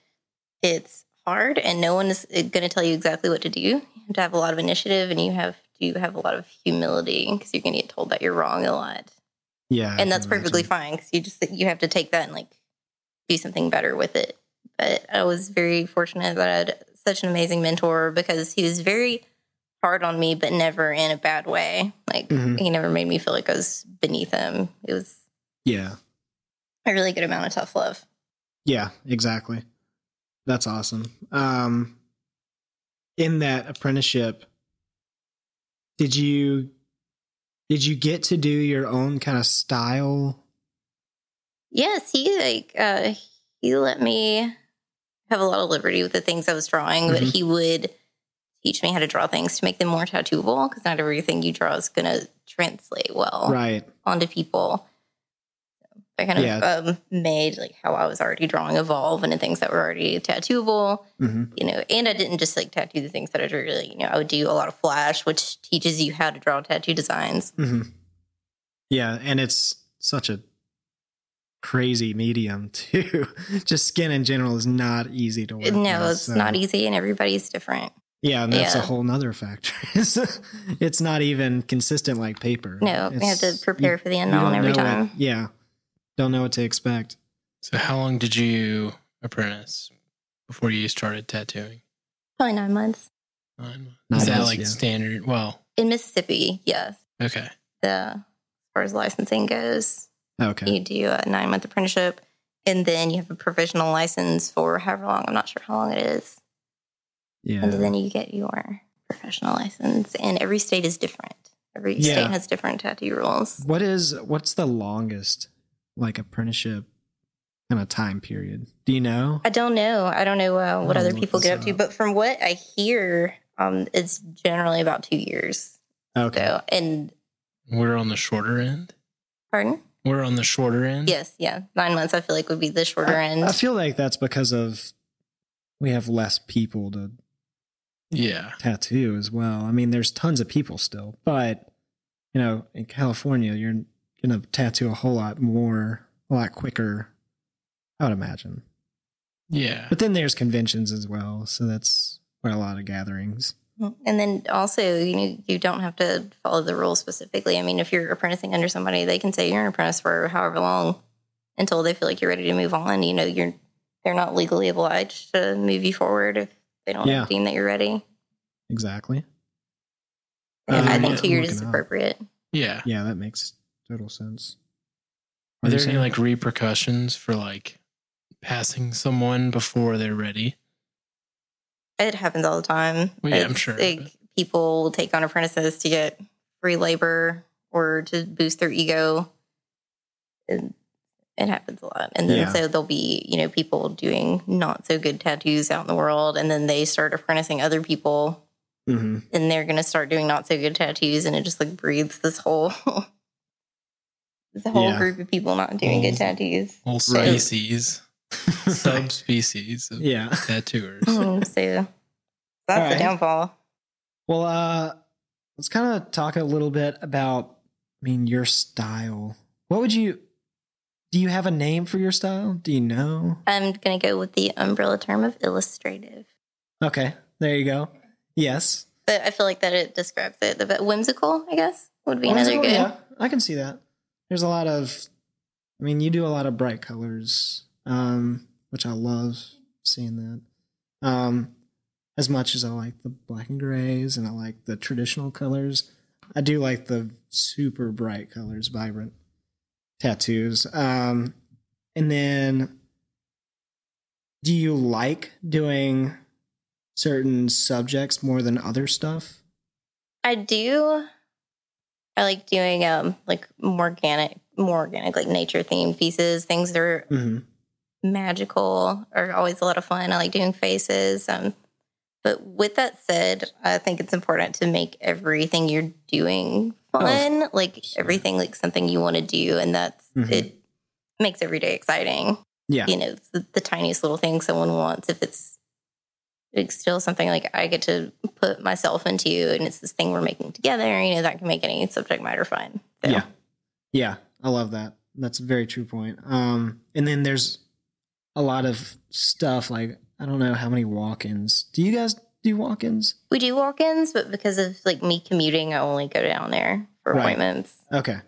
[SPEAKER 3] it's hard and no one is going to tell you exactly what to do you have to have a lot of initiative and you have to have a lot of humility because you're going to get told that you're wrong a lot
[SPEAKER 2] Yeah. I
[SPEAKER 3] and that's
[SPEAKER 2] can imagine.
[SPEAKER 3] perfectly fine because you just you have to take that and like do something better with it but i was very fortunate that i had such an amazing mentor because he was very hard on me but never in a bad way like
[SPEAKER 2] Mhm.
[SPEAKER 3] he never made me feel like i was beneath him it was
[SPEAKER 2] Yeah.
[SPEAKER 3] a really good amount of tough love
[SPEAKER 2] Yeah. Exactly. That's awesome. Um, in that apprenticeship, did you did you get to do your own kind of style
[SPEAKER 3] Yes, he like uh he let me have a lot of liberty with the things I was drawing, but
[SPEAKER 2] Mhm.
[SPEAKER 3] he would teach me how to draw things to make them more tattooable because not everything you draw is gonna translate well
[SPEAKER 2] Right.
[SPEAKER 3] onto people. I kind of
[SPEAKER 2] Yeah.
[SPEAKER 3] um, made like how I was already drawing evolve into things that were already tattooable,
[SPEAKER 2] hmm
[SPEAKER 3] you know. And I didn't just like tattoo the things that I drew. Really, you know, I would do a lot of flash, which teaches you how to draw tattoo designs.
[SPEAKER 2] hmm Yeah, and it's such a crazy medium too. Just skin in general is not easy to work.
[SPEAKER 3] no,
[SPEAKER 2] with,
[SPEAKER 3] it's
[SPEAKER 2] so-
[SPEAKER 3] not easy, and everybody's different.
[SPEAKER 2] Yeah, and that's a
[SPEAKER 3] Yeah.
[SPEAKER 2] whole nother factor. it's, it's not even consistent like paper.
[SPEAKER 3] No, you have
[SPEAKER 2] It's-
[SPEAKER 3] to prepare for the
[SPEAKER 2] you don't
[SPEAKER 3] unknown every
[SPEAKER 2] know what-
[SPEAKER 3] time.
[SPEAKER 2] yeah, don't know what to expect.
[SPEAKER 4] So how long did you apprentice before you started tattooing?
[SPEAKER 3] Probably nine months.
[SPEAKER 4] Nine months.
[SPEAKER 2] Nine
[SPEAKER 4] Is that
[SPEAKER 2] months,
[SPEAKER 4] like
[SPEAKER 2] yeah.
[SPEAKER 4] standard? Well,
[SPEAKER 3] In Mississippi, yes.
[SPEAKER 4] okay.
[SPEAKER 3] The, as far as licensing goes,
[SPEAKER 2] Okay,
[SPEAKER 3] you do a nine month apprenticeship and then you have a professional license for however long. I'm not sure how long it is. And
[SPEAKER 2] yeah,
[SPEAKER 3] then you get your professional license. And every state is different. Every
[SPEAKER 2] Yeah.
[SPEAKER 3] state has different tattoo rules.
[SPEAKER 2] what is what's the longest like apprenticeship kind of time period? Do you know?
[SPEAKER 3] I don't know. I don't know uh, what
[SPEAKER 2] I'll
[SPEAKER 3] other
[SPEAKER 2] look
[SPEAKER 3] people
[SPEAKER 2] this
[SPEAKER 3] get up to,
[SPEAKER 2] up.
[SPEAKER 3] but from what I hear, um, it's generally about two years.
[SPEAKER 2] Okay,
[SPEAKER 3] So, and
[SPEAKER 4] We're on the shorter end.
[SPEAKER 3] pardon?
[SPEAKER 4] We're on the shorter end.
[SPEAKER 3] Yes, yeah. Nine months, I feel like, would be the shorter end.
[SPEAKER 2] Mm. I, I feel like that's because of we have less people to
[SPEAKER 4] Yeah.
[SPEAKER 2] tattoo as well. I mean, there's tons of people still, but you know, in California, you're gonna tattoo a whole lot more, a lot quicker. I would imagine.
[SPEAKER 4] Yeah.
[SPEAKER 2] But then there's conventions as well, so that's quite a lot of gatherings.
[SPEAKER 3] Mm-hmm. And then also, you know, you don't have to follow the rules specifically. I mean, if you're apprenticing under somebody, they can say you're an apprentice for however long until they feel like you're ready to move on. You know, you're they're not legally obliged to move you forward if they don't
[SPEAKER 2] Yeah.
[SPEAKER 3] deem that you're ready.
[SPEAKER 2] Exactly.
[SPEAKER 3] And
[SPEAKER 4] Uh,
[SPEAKER 3] I
[SPEAKER 4] I'm
[SPEAKER 3] think two years is
[SPEAKER 2] Um, looking up.
[SPEAKER 3] appropriate.
[SPEAKER 4] Yeah.
[SPEAKER 2] Yeah, that makes total sense.
[SPEAKER 4] Are
[SPEAKER 2] you
[SPEAKER 4] there any
[SPEAKER 2] saying?
[SPEAKER 4] like repercussions for like passing someone before they're ready?
[SPEAKER 3] It happens all the time.
[SPEAKER 4] Well, yeah, I'm
[SPEAKER 3] It's
[SPEAKER 4] sure,
[SPEAKER 3] Like
[SPEAKER 4] but-
[SPEAKER 3] people will take on apprentices to get free labor or to boost their ego. And it happens a lot. And then
[SPEAKER 2] Yeah.
[SPEAKER 3] so there'll be, you know, people doing not so good tattoos out in the world. And then they start apprenticing other people
[SPEAKER 2] Mhm.
[SPEAKER 3] and they're going to start doing not so good tattoos. And it just like breeds this whole, the whole
[SPEAKER 2] Yeah. Mm.
[SPEAKER 3] group of people not doing good
[SPEAKER 4] Mhm.
[SPEAKER 3] tattoos.
[SPEAKER 4] Whole
[SPEAKER 2] Right.
[SPEAKER 4] species, subspecies of
[SPEAKER 2] Yeah. Oh.
[SPEAKER 4] tattooers.
[SPEAKER 3] Mhm, so
[SPEAKER 2] All
[SPEAKER 3] that's
[SPEAKER 2] right.
[SPEAKER 3] the downfall.
[SPEAKER 2] Well, uh, let's kind of talk a little bit about, I mean, your style. What would you, do you have a name for your style? Do you know?
[SPEAKER 3] I'm going to go with the umbrella term of illustrative.
[SPEAKER 2] Okay, there you go. Yes.
[SPEAKER 3] But I feel like that it describes it the best. Whimsical, I guess, would be another
[SPEAKER 2] Oh,
[SPEAKER 3] good.
[SPEAKER 2] yeah, I can see that. There's a lot of, I mean, you do a lot of bright colors, um, which I love seeing that. Um, as much as I like the black and grays and I like the traditional colors, I do like the super bright colors, vibrant tattoos. Um, and then, do you like doing certain subjects more than other stuff?
[SPEAKER 3] I do. I like doing um like more organic, more organic, like nature themed pieces. Things that are
[SPEAKER 2] Mm-hmm.
[SPEAKER 3] magical are always a lot of fun. I like doing faces. Um, but with that said, I think it's important to make everything you're doing
[SPEAKER 2] Oh, of
[SPEAKER 3] fun, like
[SPEAKER 2] course, yeah.
[SPEAKER 3] everything like something you want to do, and that's
[SPEAKER 2] Mhm.
[SPEAKER 3] it makes every day exciting.
[SPEAKER 2] Yeah.
[SPEAKER 3] you know the, the tiniest little thing someone wants if it's it's still something like i get to put myself into and it's this thing we're making together you know that can make any subject matter fun So,
[SPEAKER 2] Yeah. Yeah. I love that. That's a very true point. Um, and then there's a lot of stuff like I don't know how many walk ins. Do you guys do walk ins?
[SPEAKER 3] we do walk-ins but because of like me commuting i only go down there for
[SPEAKER 2] Right.
[SPEAKER 3] appointments
[SPEAKER 2] Okay.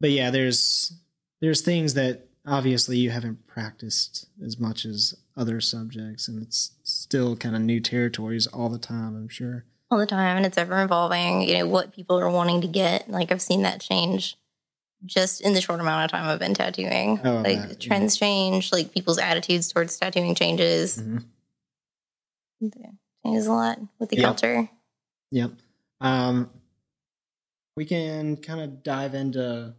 [SPEAKER 2] But yeah, there's there's things that obviously you haven't practiced as much as other subjects and it's still kind of new territories all the time, I'm sure.
[SPEAKER 3] all the time and it's ever evolving you know what people are wanting to get like i've seen that change just in the short amount of time i've been tattooing
[SPEAKER 2] Oh, I
[SPEAKER 3] like
[SPEAKER 2] bet, yeah.
[SPEAKER 3] trends change like people's attitudes towards tattooing changes
[SPEAKER 2] Mhm.
[SPEAKER 3] Yeah, changes a lot with the
[SPEAKER 2] Mm-hmm. Yeah.
[SPEAKER 3] culture
[SPEAKER 2] Yep. Um, we can kind of dive into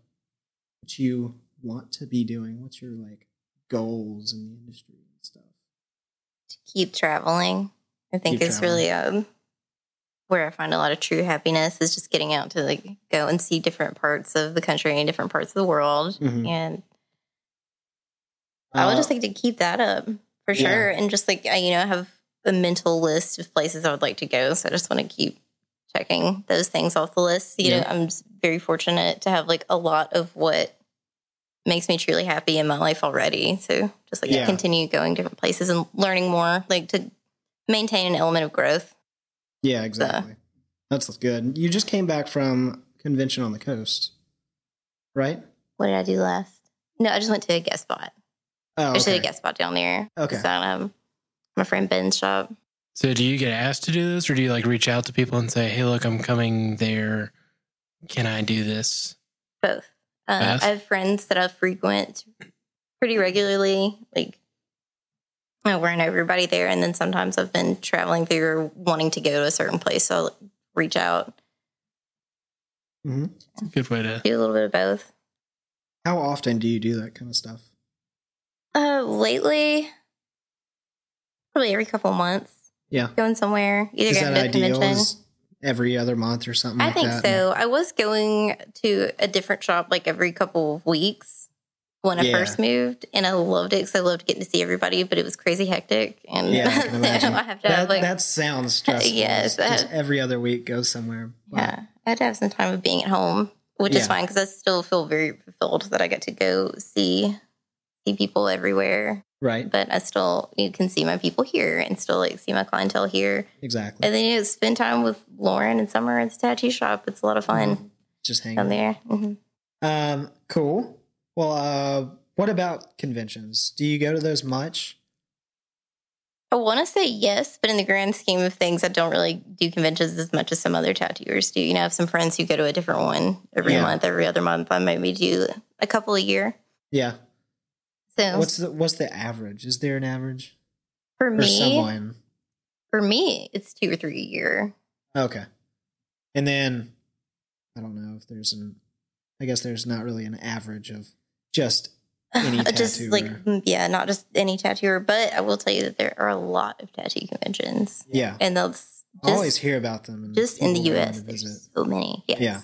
[SPEAKER 2] what you want to be doing. What's your like goals in the industry and stuff?
[SPEAKER 3] keep traveling i think
[SPEAKER 2] Keep
[SPEAKER 3] is really um where i find a lot of true happiness is just getting out to like go and see different parts of the country and different parts of the world
[SPEAKER 2] Mhm.
[SPEAKER 3] and I would just like to keep that up for
[SPEAKER 2] Uh, yeah.
[SPEAKER 3] sure. And just like, I, you know, have a mental list of places I would like to go. So I just want to keep checking those things off the list. You know,
[SPEAKER 2] Yeah.
[SPEAKER 3] I'm s- very fortunate to have like a lot of what makes me truly happy in my life already. So just like
[SPEAKER 2] Yeah.
[SPEAKER 3] to continue going different places and learning more, like to maintain an element of growth.
[SPEAKER 2] Yeah, exactly. That's good. You just came back from convention on the coast, right?
[SPEAKER 3] What did I do last? No, I just went to a guest spot.
[SPEAKER 2] Oh,
[SPEAKER 3] I just did
[SPEAKER 2] okay.
[SPEAKER 3] a guest spot down there.
[SPEAKER 2] Okay.
[SPEAKER 3] It's at um, my friend Ben's shop.
[SPEAKER 4] So do you get asked to do this or do you like reach out to people and say, Hey, look, I'm coming there. Can I do this?
[SPEAKER 3] Both. Um,
[SPEAKER 4] Yes.
[SPEAKER 3] I have friends that I frequent pretty regularly. Like, I run everybody there. And then sometimes I've been traveling through or wanting to go to a certain place. So I'll like, reach out,
[SPEAKER 4] It's a good way to
[SPEAKER 3] do a little bit of both.
[SPEAKER 2] Mm-hmm. How often do you do that kind of stuff?
[SPEAKER 3] Uh, lately, probably every couple months,
[SPEAKER 2] Yeah.
[SPEAKER 3] going somewhere, either
[SPEAKER 2] Is
[SPEAKER 3] going
[SPEAKER 2] that
[SPEAKER 3] to a
[SPEAKER 2] ideal?
[SPEAKER 3] convention.
[SPEAKER 2] Is every other month or something?
[SPEAKER 3] I
[SPEAKER 2] like
[SPEAKER 3] think
[SPEAKER 2] that?
[SPEAKER 3] so. I was going to a different shop like every couple of weeks when I
[SPEAKER 2] Yeah.
[SPEAKER 3] first moved, and I loved it because I loved getting to see everybody. But it was crazy hectic, and
[SPEAKER 2] Yeah, I can
[SPEAKER 3] so
[SPEAKER 2] imagine.
[SPEAKER 3] I have to
[SPEAKER 2] That,
[SPEAKER 3] have like
[SPEAKER 2] that sounds stressful.
[SPEAKER 3] Yes,
[SPEAKER 2] It's just
[SPEAKER 3] that-
[SPEAKER 2] every other week go somewhere. Wow.
[SPEAKER 3] yeah, I had to have some time of being at home, which
[SPEAKER 2] Yeah.
[SPEAKER 3] is fine because I still feel very fulfilled that I get to go see see people everywhere.
[SPEAKER 2] Right.
[SPEAKER 3] But I still you can see my people here and still like see my clientele here,
[SPEAKER 2] Exactly.
[SPEAKER 3] and then you know, spend time with Lauren and Summer at the tattoo shop. It's a lot of
[SPEAKER 2] Mm-hmm.
[SPEAKER 3] fun
[SPEAKER 2] Just hang
[SPEAKER 3] down there. Mhm.
[SPEAKER 2] Um, cool. Well, uh, what about conventions? Do you go to those much?
[SPEAKER 3] I want to say yes, but in the grand scheme of things, I don't really do conventions as much as some other tattooers do. You know, I have some friends who go to a different one every
[SPEAKER 2] Yeah.
[SPEAKER 3] month, every other month. I maybe do a couple a year.
[SPEAKER 2] Yeah.
[SPEAKER 3] So
[SPEAKER 2] What's the what's the average? Is there an average
[SPEAKER 3] for
[SPEAKER 2] or
[SPEAKER 3] me,
[SPEAKER 2] someone?
[SPEAKER 3] for me, it's two or three a year.
[SPEAKER 2] Okay. And then I don't know if there's an I guess there's not really an average of just Any
[SPEAKER 3] just like mm,
[SPEAKER 2] tattooer.
[SPEAKER 3] yeah, not just any tattooer, but I will tell you that there are a lot of tattoo conventions,
[SPEAKER 2] yeah.
[SPEAKER 3] and that's
[SPEAKER 2] I always
[SPEAKER 3] just
[SPEAKER 2] hear about them and
[SPEAKER 3] just in the
[SPEAKER 2] people going
[SPEAKER 3] U.S.
[SPEAKER 2] to visit.
[SPEAKER 3] There's so many. Yes.
[SPEAKER 2] Yeah.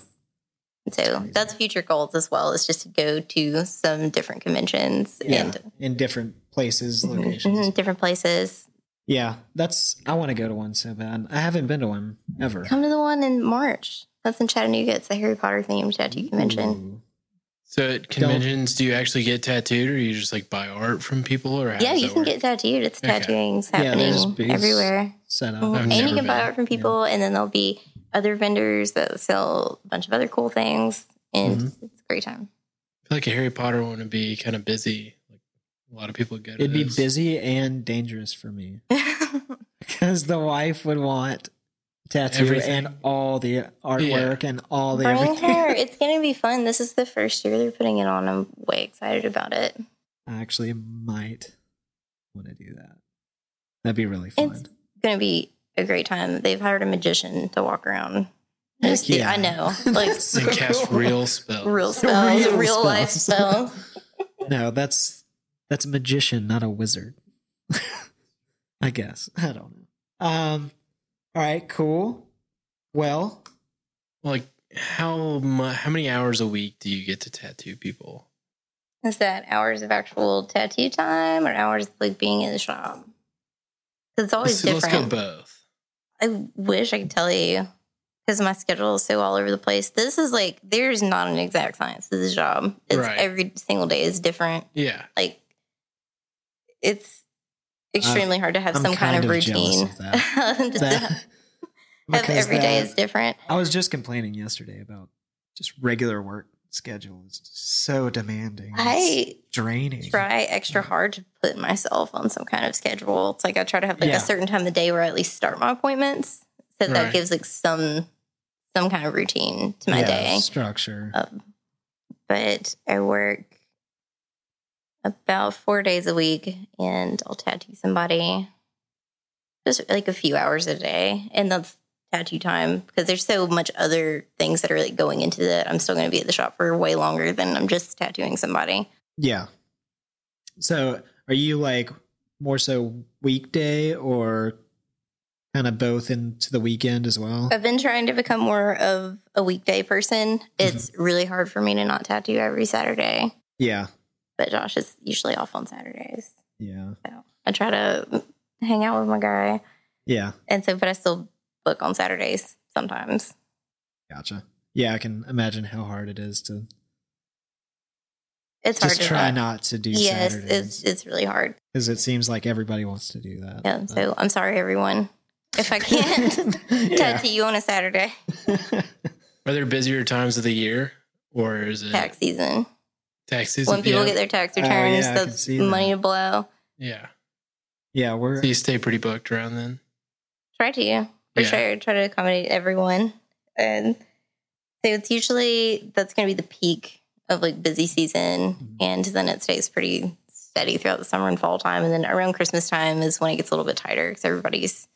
[SPEAKER 3] And So
[SPEAKER 2] crazy.
[SPEAKER 3] that's future goals as well. Is just to go to some different conventions
[SPEAKER 2] Yeah.
[SPEAKER 3] and
[SPEAKER 2] In different places,
[SPEAKER 3] Mhm,
[SPEAKER 2] locations.
[SPEAKER 3] mhm, different places.
[SPEAKER 2] Yeah. That's I want to go to one so bad. I haven't been to one ever.
[SPEAKER 3] Come to the one in March. That's in Chattanooga. It's a Harry Potter themed tattoo convention.
[SPEAKER 2] Ooh.
[SPEAKER 4] So at conventions, do you actually get tattooed or you just like buy art from people or how
[SPEAKER 3] yeah,
[SPEAKER 4] does
[SPEAKER 3] you
[SPEAKER 4] that
[SPEAKER 3] can
[SPEAKER 4] work?
[SPEAKER 3] get tattooed. It's
[SPEAKER 4] Okay.
[SPEAKER 3] tattooings
[SPEAKER 2] Yeah, there's
[SPEAKER 3] happening
[SPEAKER 2] booths.
[SPEAKER 3] everywhere.
[SPEAKER 2] Set up.
[SPEAKER 3] Mhm.
[SPEAKER 4] I've
[SPEAKER 3] And
[SPEAKER 4] never
[SPEAKER 3] you can buy
[SPEAKER 4] been.
[SPEAKER 3] art from people, and then there'll be other vendors that sell a bunch of other cool things. And
[SPEAKER 2] Mm-hmm.
[SPEAKER 3] it's a great time.
[SPEAKER 4] I feel like a Harry Potter one would be kind of busy. Like a lot of people go to
[SPEAKER 2] It'd be
[SPEAKER 4] those.
[SPEAKER 2] busy and dangerous for me
[SPEAKER 3] yeah,
[SPEAKER 2] because the wife would want tattoo
[SPEAKER 4] Everything.
[SPEAKER 2] and all the artwork and all the
[SPEAKER 3] bring
[SPEAKER 2] everything.
[SPEAKER 3] her. It's going to be fun. This is the first year they're putting it on. I'm way excited about it.
[SPEAKER 2] I actually might want to do that. That'd be really fun.
[SPEAKER 3] It's going to be a great time. They've hired a magician to walk around.
[SPEAKER 2] Heck
[SPEAKER 3] Just the-
[SPEAKER 2] yeah.
[SPEAKER 3] I know. Like,
[SPEAKER 2] That's
[SPEAKER 4] and
[SPEAKER 2] so
[SPEAKER 4] cast
[SPEAKER 2] cool.
[SPEAKER 4] real spells.
[SPEAKER 3] real spells,
[SPEAKER 2] Real
[SPEAKER 3] real, life
[SPEAKER 2] spells.
[SPEAKER 3] spells.
[SPEAKER 2] No, that's that's a magician, not a wizard. I guess I don't know. Um. All right. Cool. Well,
[SPEAKER 4] Like how mu- how many hours a week do you get to tattoo people?
[SPEAKER 3] Is that hours of actual tattoo time or hours of like being in the shop? 'Cause It's always
[SPEAKER 4] Let's, let's go
[SPEAKER 3] different.
[SPEAKER 4] both.
[SPEAKER 3] I wish I could tell you because my schedule is so all over the place. This is like there's not an exact science to this job. It's
[SPEAKER 4] Right.
[SPEAKER 3] every single day is different.
[SPEAKER 4] Yeah.
[SPEAKER 3] Like it's extremely hard to have
[SPEAKER 2] I'm
[SPEAKER 3] some kind,
[SPEAKER 2] kind
[SPEAKER 3] of
[SPEAKER 2] of jealous
[SPEAKER 3] routine.
[SPEAKER 2] of that.
[SPEAKER 3] Just to
[SPEAKER 2] that-
[SPEAKER 3] have every day
[SPEAKER 2] that-
[SPEAKER 3] is different.
[SPEAKER 2] I was just complaining yesterday about just regular work schedule is just so demanding. It's
[SPEAKER 3] I
[SPEAKER 2] draining.
[SPEAKER 3] try extra hard to put myself on some kind of schedule. It's like I try to have like
[SPEAKER 2] Yeah.
[SPEAKER 3] a certain time of the day where I at least start my appointments. So that
[SPEAKER 4] Right.
[SPEAKER 3] gives like some some kind of routine to my
[SPEAKER 2] Yeah,
[SPEAKER 3] day.
[SPEAKER 2] structure.
[SPEAKER 3] Um, but I work about four days a week and I'll tattoo somebody just like a few hours a day. And that's tattoo time because there's so much other things that are like going into that. I'm still going to be at the shop for way longer than I'm just tattooing somebody.
[SPEAKER 2] yeah. So, are you like more so weekday or kind of both into the weekend as well?
[SPEAKER 3] I've been trying to become more of a weekday person.
[SPEAKER 2] Mm-hmm.
[SPEAKER 3] It's really hard for me to not tattoo every Saturday,
[SPEAKER 2] Yeah.
[SPEAKER 3] but Josh is usually off on Saturdays.
[SPEAKER 2] Yeah.
[SPEAKER 3] I try to hang out with my guy.
[SPEAKER 2] Yeah.
[SPEAKER 3] And so, but I still book on Saturdays sometimes.
[SPEAKER 2] Gotcha. Yeah, I can imagine how hard it is to
[SPEAKER 3] It's hard
[SPEAKER 2] just
[SPEAKER 3] to
[SPEAKER 2] try not to do
[SPEAKER 3] yes,
[SPEAKER 2] Saturdays.
[SPEAKER 3] it's it's really hard.
[SPEAKER 2] because it seems like everybody wants to do that.
[SPEAKER 3] Yeah.
[SPEAKER 2] but-
[SPEAKER 3] So I'm sorry, everyone. if I can't tattoo you on a Saturday,
[SPEAKER 4] Are there busier times of the year, or is it
[SPEAKER 3] tax season.
[SPEAKER 4] tax season?
[SPEAKER 3] When people
[SPEAKER 4] yeah.
[SPEAKER 3] get their tax
[SPEAKER 2] Oh, yeah,
[SPEAKER 3] returns,
[SPEAKER 2] I can
[SPEAKER 3] that's
[SPEAKER 2] see that.
[SPEAKER 3] money to blow.
[SPEAKER 4] yeah,
[SPEAKER 2] yeah, we're
[SPEAKER 4] so you stay pretty booked around then.
[SPEAKER 3] Try to, for
[SPEAKER 4] Yeah.
[SPEAKER 3] sure. Try to accommodate everyone. And so it's usually that's going to be the peak of like busy season.
[SPEAKER 2] Mm-hmm.
[SPEAKER 3] And then it stays pretty steady throughout the summer and fall time. And then around Christmas time is when it gets a little bit tighter because everybody's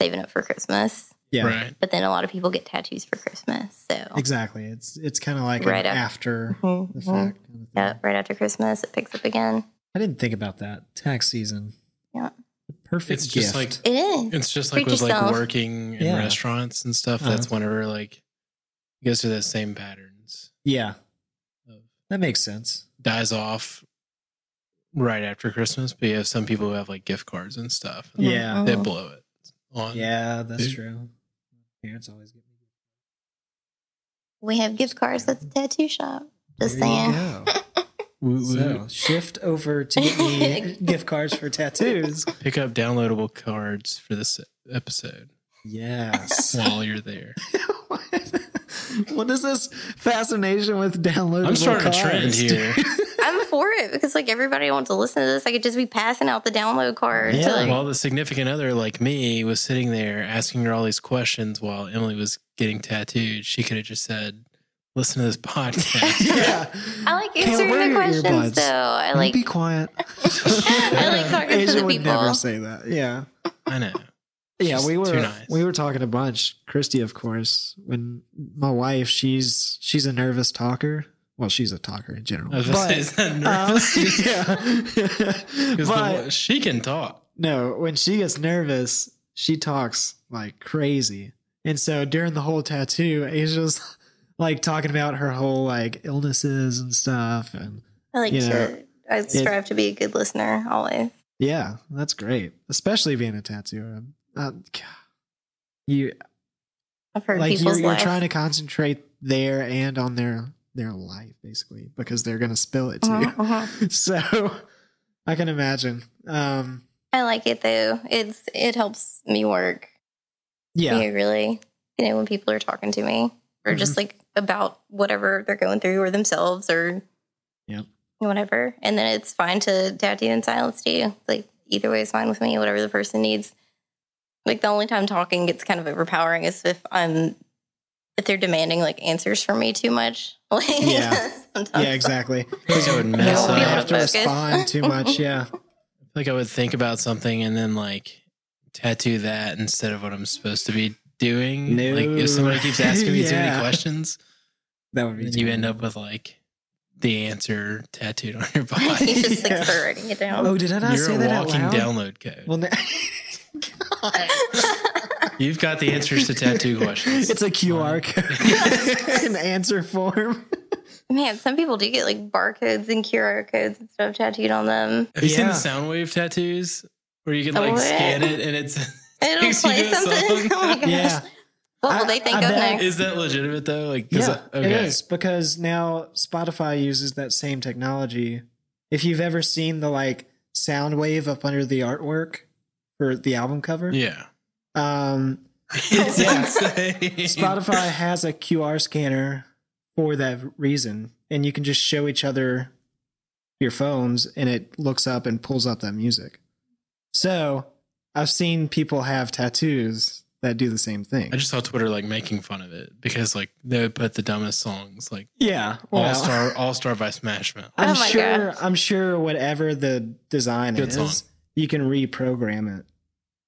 [SPEAKER 3] saving up for Christmas.
[SPEAKER 2] yeah,
[SPEAKER 4] Right.
[SPEAKER 3] But then a lot of people get tattoos for Christmas. So,
[SPEAKER 2] exactly. It's it's kind of like
[SPEAKER 3] Right
[SPEAKER 2] an
[SPEAKER 3] up.
[SPEAKER 2] after
[SPEAKER 3] Mhm,
[SPEAKER 2] the
[SPEAKER 3] mhm.
[SPEAKER 2] fact. kind of thing.
[SPEAKER 3] yeah, right after Christmas, it picks up again.
[SPEAKER 2] I didn't think about that tax season.
[SPEAKER 3] Yeah.
[SPEAKER 2] the perfect
[SPEAKER 4] It's
[SPEAKER 2] gift.
[SPEAKER 4] just like
[SPEAKER 3] It is.
[SPEAKER 4] It's just
[SPEAKER 3] Treat
[SPEAKER 4] like with like
[SPEAKER 3] yourself.
[SPEAKER 4] working in
[SPEAKER 2] Yeah.
[SPEAKER 4] restaurants and stuff.
[SPEAKER 2] Uh-huh.
[SPEAKER 4] That's whenever like it goes through the same patterns.
[SPEAKER 2] yeah,
[SPEAKER 4] Of
[SPEAKER 2] that makes sense.
[SPEAKER 4] dies off right after Christmas, but you have some people who have like gift cards and stuff. And
[SPEAKER 2] Yeah.
[SPEAKER 3] Mm-hmm.
[SPEAKER 4] They blow it on.
[SPEAKER 2] Yeah, that's
[SPEAKER 4] Dude.
[SPEAKER 2] true. Parents always get me.
[SPEAKER 3] We have gift cards at the tattoo shop. Just
[SPEAKER 2] There you
[SPEAKER 3] saying.
[SPEAKER 2] go.
[SPEAKER 4] Woo, woo.
[SPEAKER 2] So shift over to get me gift cards for tattoos.
[SPEAKER 4] Pick up downloadable cards for this episode
[SPEAKER 2] Yes.
[SPEAKER 4] while you're there.
[SPEAKER 2] what is this fascination with downloadable?
[SPEAKER 4] I'm starting
[SPEAKER 2] cards,
[SPEAKER 4] a trend
[SPEAKER 2] dude?
[SPEAKER 4] here.
[SPEAKER 3] I'm for it because like everybody wants to listen to this. I could just be passing out the download card.
[SPEAKER 2] Yeah.
[SPEAKER 3] To, like,
[SPEAKER 4] While the significant other, like me, was sitting there asking her all these questions while Emily was getting tattooed, she could have just said, "Listen to this podcast."
[SPEAKER 2] yeah.
[SPEAKER 3] I like
[SPEAKER 2] Kayla,
[SPEAKER 3] answering
[SPEAKER 2] where are
[SPEAKER 3] the
[SPEAKER 2] your
[SPEAKER 3] questions
[SPEAKER 2] earbuds?
[SPEAKER 3] though. I
[SPEAKER 2] Like,
[SPEAKER 3] like
[SPEAKER 2] be quiet.
[SPEAKER 3] I like talking to
[SPEAKER 2] Asia
[SPEAKER 3] the
[SPEAKER 2] would never
[SPEAKER 3] people.
[SPEAKER 2] say that. Yeah.
[SPEAKER 4] I know.
[SPEAKER 2] Yeah,
[SPEAKER 4] She's
[SPEAKER 2] we
[SPEAKER 4] too
[SPEAKER 2] were
[SPEAKER 4] nice.
[SPEAKER 2] we were talking a bunch. Christy, of course, when my wife, she's she's a nervous talker. Well, she's a talker in general.
[SPEAKER 4] I was
[SPEAKER 2] but,
[SPEAKER 4] gonna say, is that
[SPEAKER 2] um,
[SPEAKER 4] nervous?
[SPEAKER 2] yeah.
[SPEAKER 4] 'Cause the
[SPEAKER 2] but
[SPEAKER 4] wo- she can talk.
[SPEAKER 2] no, when she gets nervous, she talks like crazy. And so during the whole tattoo, Asia's like talking about her whole like illnesses and stuff and
[SPEAKER 3] I like
[SPEAKER 2] you know,
[SPEAKER 3] to. I strive to be a good listener always.
[SPEAKER 2] Yeah, that's great. Especially being a tattooer. Uh, God. you
[SPEAKER 3] I've heard
[SPEAKER 2] like you're,
[SPEAKER 3] people's
[SPEAKER 2] you're
[SPEAKER 3] life.
[SPEAKER 2] trying to concentrate there and on their their life basically because they're gonna spill it to
[SPEAKER 3] Mhm, mhm.
[SPEAKER 2] you. So I can imagine. Um,
[SPEAKER 3] I like it though. It's it helps me work.
[SPEAKER 2] yeah, Mm-hmm.
[SPEAKER 3] Me really. You know when people are talking to me or just like about whatever they're going through or themselves or
[SPEAKER 2] Yep.
[SPEAKER 3] whatever. And then it's fine to tattoo in silence too. Like either way is fine with me. Whatever the person needs. Like the only time talking gets kind of overpowering is if I'm if they're demanding like answers from me too much. Like
[SPEAKER 2] Yeah.
[SPEAKER 3] sometimes
[SPEAKER 2] yeah, exactly.
[SPEAKER 4] I think I would mess
[SPEAKER 3] won't be
[SPEAKER 2] you
[SPEAKER 3] able
[SPEAKER 4] up.
[SPEAKER 2] have
[SPEAKER 4] I
[SPEAKER 2] to
[SPEAKER 4] feel
[SPEAKER 3] focus.
[SPEAKER 2] respond too much. Yeah,
[SPEAKER 4] like I would think about something and then like tattoo that instead of what I'm supposed to be doing.
[SPEAKER 2] No.
[SPEAKER 4] Like if somebody keeps asking me too
[SPEAKER 2] Yeah.
[SPEAKER 4] many questions,
[SPEAKER 2] that would be.
[SPEAKER 4] then you end
[SPEAKER 2] terrible.
[SPEAKER 4] up with like the answer tattooed on your
[SPEAKER 3] He's
[SPEAKER 4] body.
[SPEAKER 3] just like
[SPEAKER 2] Yeah.
[SPEAKER 3] writing it down.
[SPEAKER 2] Oh, did I not
[SPEAKER 4] You're
[SPEAKER 2] say
[SPEAKER 4] a
[SPEAKER 2] that out
[SPEAKER 4] walking
[SPEAKER 2] loud?
[SPEAKER 4] download code.
[SPEAKER 2] Well, now-
[SPEAKER 4] You've got the answers to tattoo questions.
[SPEAKER 2] It's a QR code, an answer form. Oh.
[SPEAKER 3] Man, some people do get like barcodes and QR codes and stuff tattooed on them.
[SPEAKER 4] Have you seen the
[SPEAKER 2] Yeah.
[SPEAKER 4] Soundwave tattoos where you can like
[SPEAKER 3] What?
[SPEAKER 4] scan it and it's
[SPEAKER 3] It'll
[SPEAKER 4] Makes you
[SPEAKER 3] play
[SPEAKER 4] do a song.
[SPEAKER 3] something. Oh my gosh.
[SPEAKER 2] Yeah.
[SPEAKER 3] What
[SPEAKER 2] I-
[SPEAKER 3] will Oh, they think
[SPEAKER 2] I
[SPEAKER 3] of
[SPEAKER 2] bet-
[SPEAKER 3] next?
[SPEAKER 4] is that legitimate though? Like 'cause
[SPEAKER 2] Yeah,
[SPEAKER 4] I- okay.
[SPEAKER 2] it is because now Spotify uses that same technology. If you've ever seen the like sound wave up under the artwork for the album cover,
[SPEAKER 4] Yeah.
[SPEAKER 2] um,
[SPEAKER 4] It's
[SPEAKER 2] Yeah.
[SPEAKER 4] insane.
[SPEAKER 2] Spotify has a QR scanner for that reason, and you can just show each other your phones, and it looks up and pulls up that music. So I've seen people have tattoos that do the same thing.
[SPEAKER 4] I just saw Twitter like making fun of it because like they would put the dumbest songs like
[SPEAKER 2] yeah,
[SPEAKER 4] All
[SPEAKER 2] well.
[SPEAKER 4] Star All Star by Smash Mouth.
[SPEAKER 2] I'm
[SPEAKER 3] Oh my
[SPEAKER 2] sure.
[SPEAKER 3] gosh.
[SPEAKER 2] I'm sure. Whatever the design
[SPEAKER 4] Good
[SPEAKER 2] is,
[SPEAKER 4] song.
[SPEAKER 2] you can reprogram it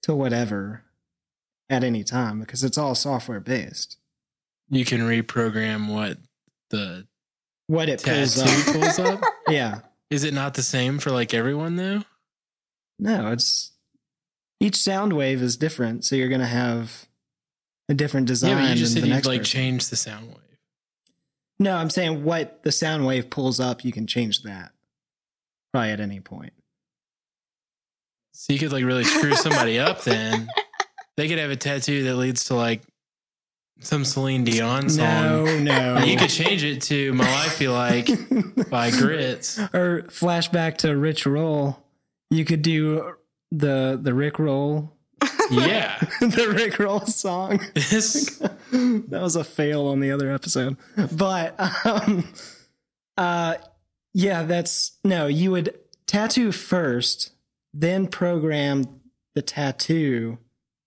[SPEAKER 2] to whatever at any time because it's all software based.
[SPEAKER 4] You can reprogram what the
[SPEAKER 2] What it pulls
[SPEAKER 4] tattoo
[SPEAKER 2] up,
[SPEAKER 4] pulls up.
[SPEAKER 2] yeah.
[SPEAKER 4] Is it not the same for like everyone though?
[SPEAKER 2] No, it's each sound wave is different, so you're gonna have a different design.
[SPEAKER 4] Yeah, but you just
[SPEAKER 2] than
[SPEAKER 4] said
[SPEAKER 2] the
[SPEAKER 4] you
[SPEAKER 2] next
[SPEAKER 4] would like
[SPEAKER 2] person.
[SPEAKER 4] change the sound wave.
[SPEAKER 2] No, I'm saying what the sound wave pulls up, you can change that probably at any point.
[SPEAKER 4] So you could like really screw somebody up then. They could have a tattoo that leads to like some Celine Dion song.
[SPEAKER 2] No, no,
[SPEAKER 4] And you could change it to My Life Be Like by Grits.
[SPEAKER 2] or flashback to Rich Roll, you could do the the Rick Roll
[SPEAKER 4] yeah.
[SPEAKER 2] the Rick Roll song.
[SPEAKER 4] This
[SPEAKER 2] that was a fail on the other episode. But um uh yeah, that's no, you would tattoo first, then program the tattoo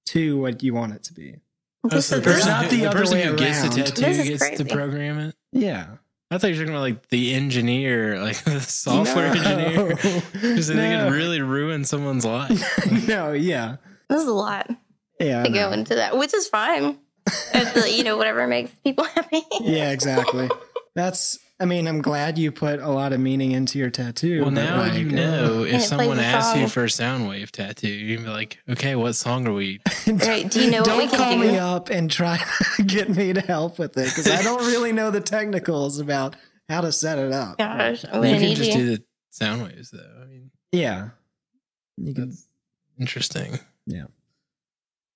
[SPEAKER 2] to what you want it to be.
[SPEAKER 3] This
[SPEAKER 4] the
[SPEAKER 3] is-
[SPEAKER 2] there's
[SPEAKER 4] person,
[SPEAKER 2] not
[SPEAKER 4] who,
[SPEAKER 2] the
[SPEAKER 4] the
[SPEAKER 2] other
[SPEAKER 4] person
[SPEAKER 2] way
[SPEAKER 4] who gets the
[SPEAKER 2] around.
[SPEAKER 3] This
[SPEAKER 4] tattoo
[SPEAKER 3] is
[SPEAKER 4] gets to
[SPEAKER 3] crazy.
[SPEAKER 4] program it.
[SPEAKER 2] Yeah.
[SPEAKER 4] I thought you were talking about like the engineer, like the
[SPEAKER 2] No.
[SPEAKER 4] software engineer. Because they
[SPEAKER 2] no.
[SPEAKER 4] could really ruin someone's life.
[SPEAKER 2] no, yeah.
[SPEAKER 3] this is a lot
[SPEAKER 2] Yeah. I
[SPEAKER 3] to go
[SPEAKER 2] know.
[SPEAKER 3] into that, which is fine. If the- you know, whatever makes people happy.
[SPEAKER 2] Yeah, exactly. That's I mean, I'm glad you put a lot of meaning into your tattoo.
[SPEAKER 4] Well,
[SPEAKER 2] but,
[SPEAKER 4] now
[SPEAKER 2] like,
[SPEAKER 4] you
[SPEAKER 2] uh,
[SPEAKER 4] know
[SPEAKER 3] it
[SPEAKER 4] if
[SPEAKER 3] plays
[SPEAKER 4] someone
[SPEAKER 3] the
[SPEAKER 4] asks you
[SPEAKER 3] song.
[SPEAKER 4] for a sound wave tattoo, you can be like, okay, what song are we?
[SPEAKER 3] Right? Do you know what
[SPEAKER 2] don't
[SPEAKER 3] we
[SPEAKER 2] call
[SPEAKER 3] can
[SPEAKER 2] me
[SPEAKER 3] do?
[SPEAKER 2] up and try to get me to help with it because I don't really know the technicals about how to set it up.
[SPEAKER 3] Gosh, I'm
[SPEAKER 4] you
[SPEAKER 3] gonna
[SPEAKER 4] can
[SPEAKER 3] need
[SPEAKER 4] just
[SPEAKER 3] you.
[SPEAKER 4] do the sound waves, though. I mean,
[SPEAKER 2] Yeah. You can,
[SPEAKER 4] that's interesting.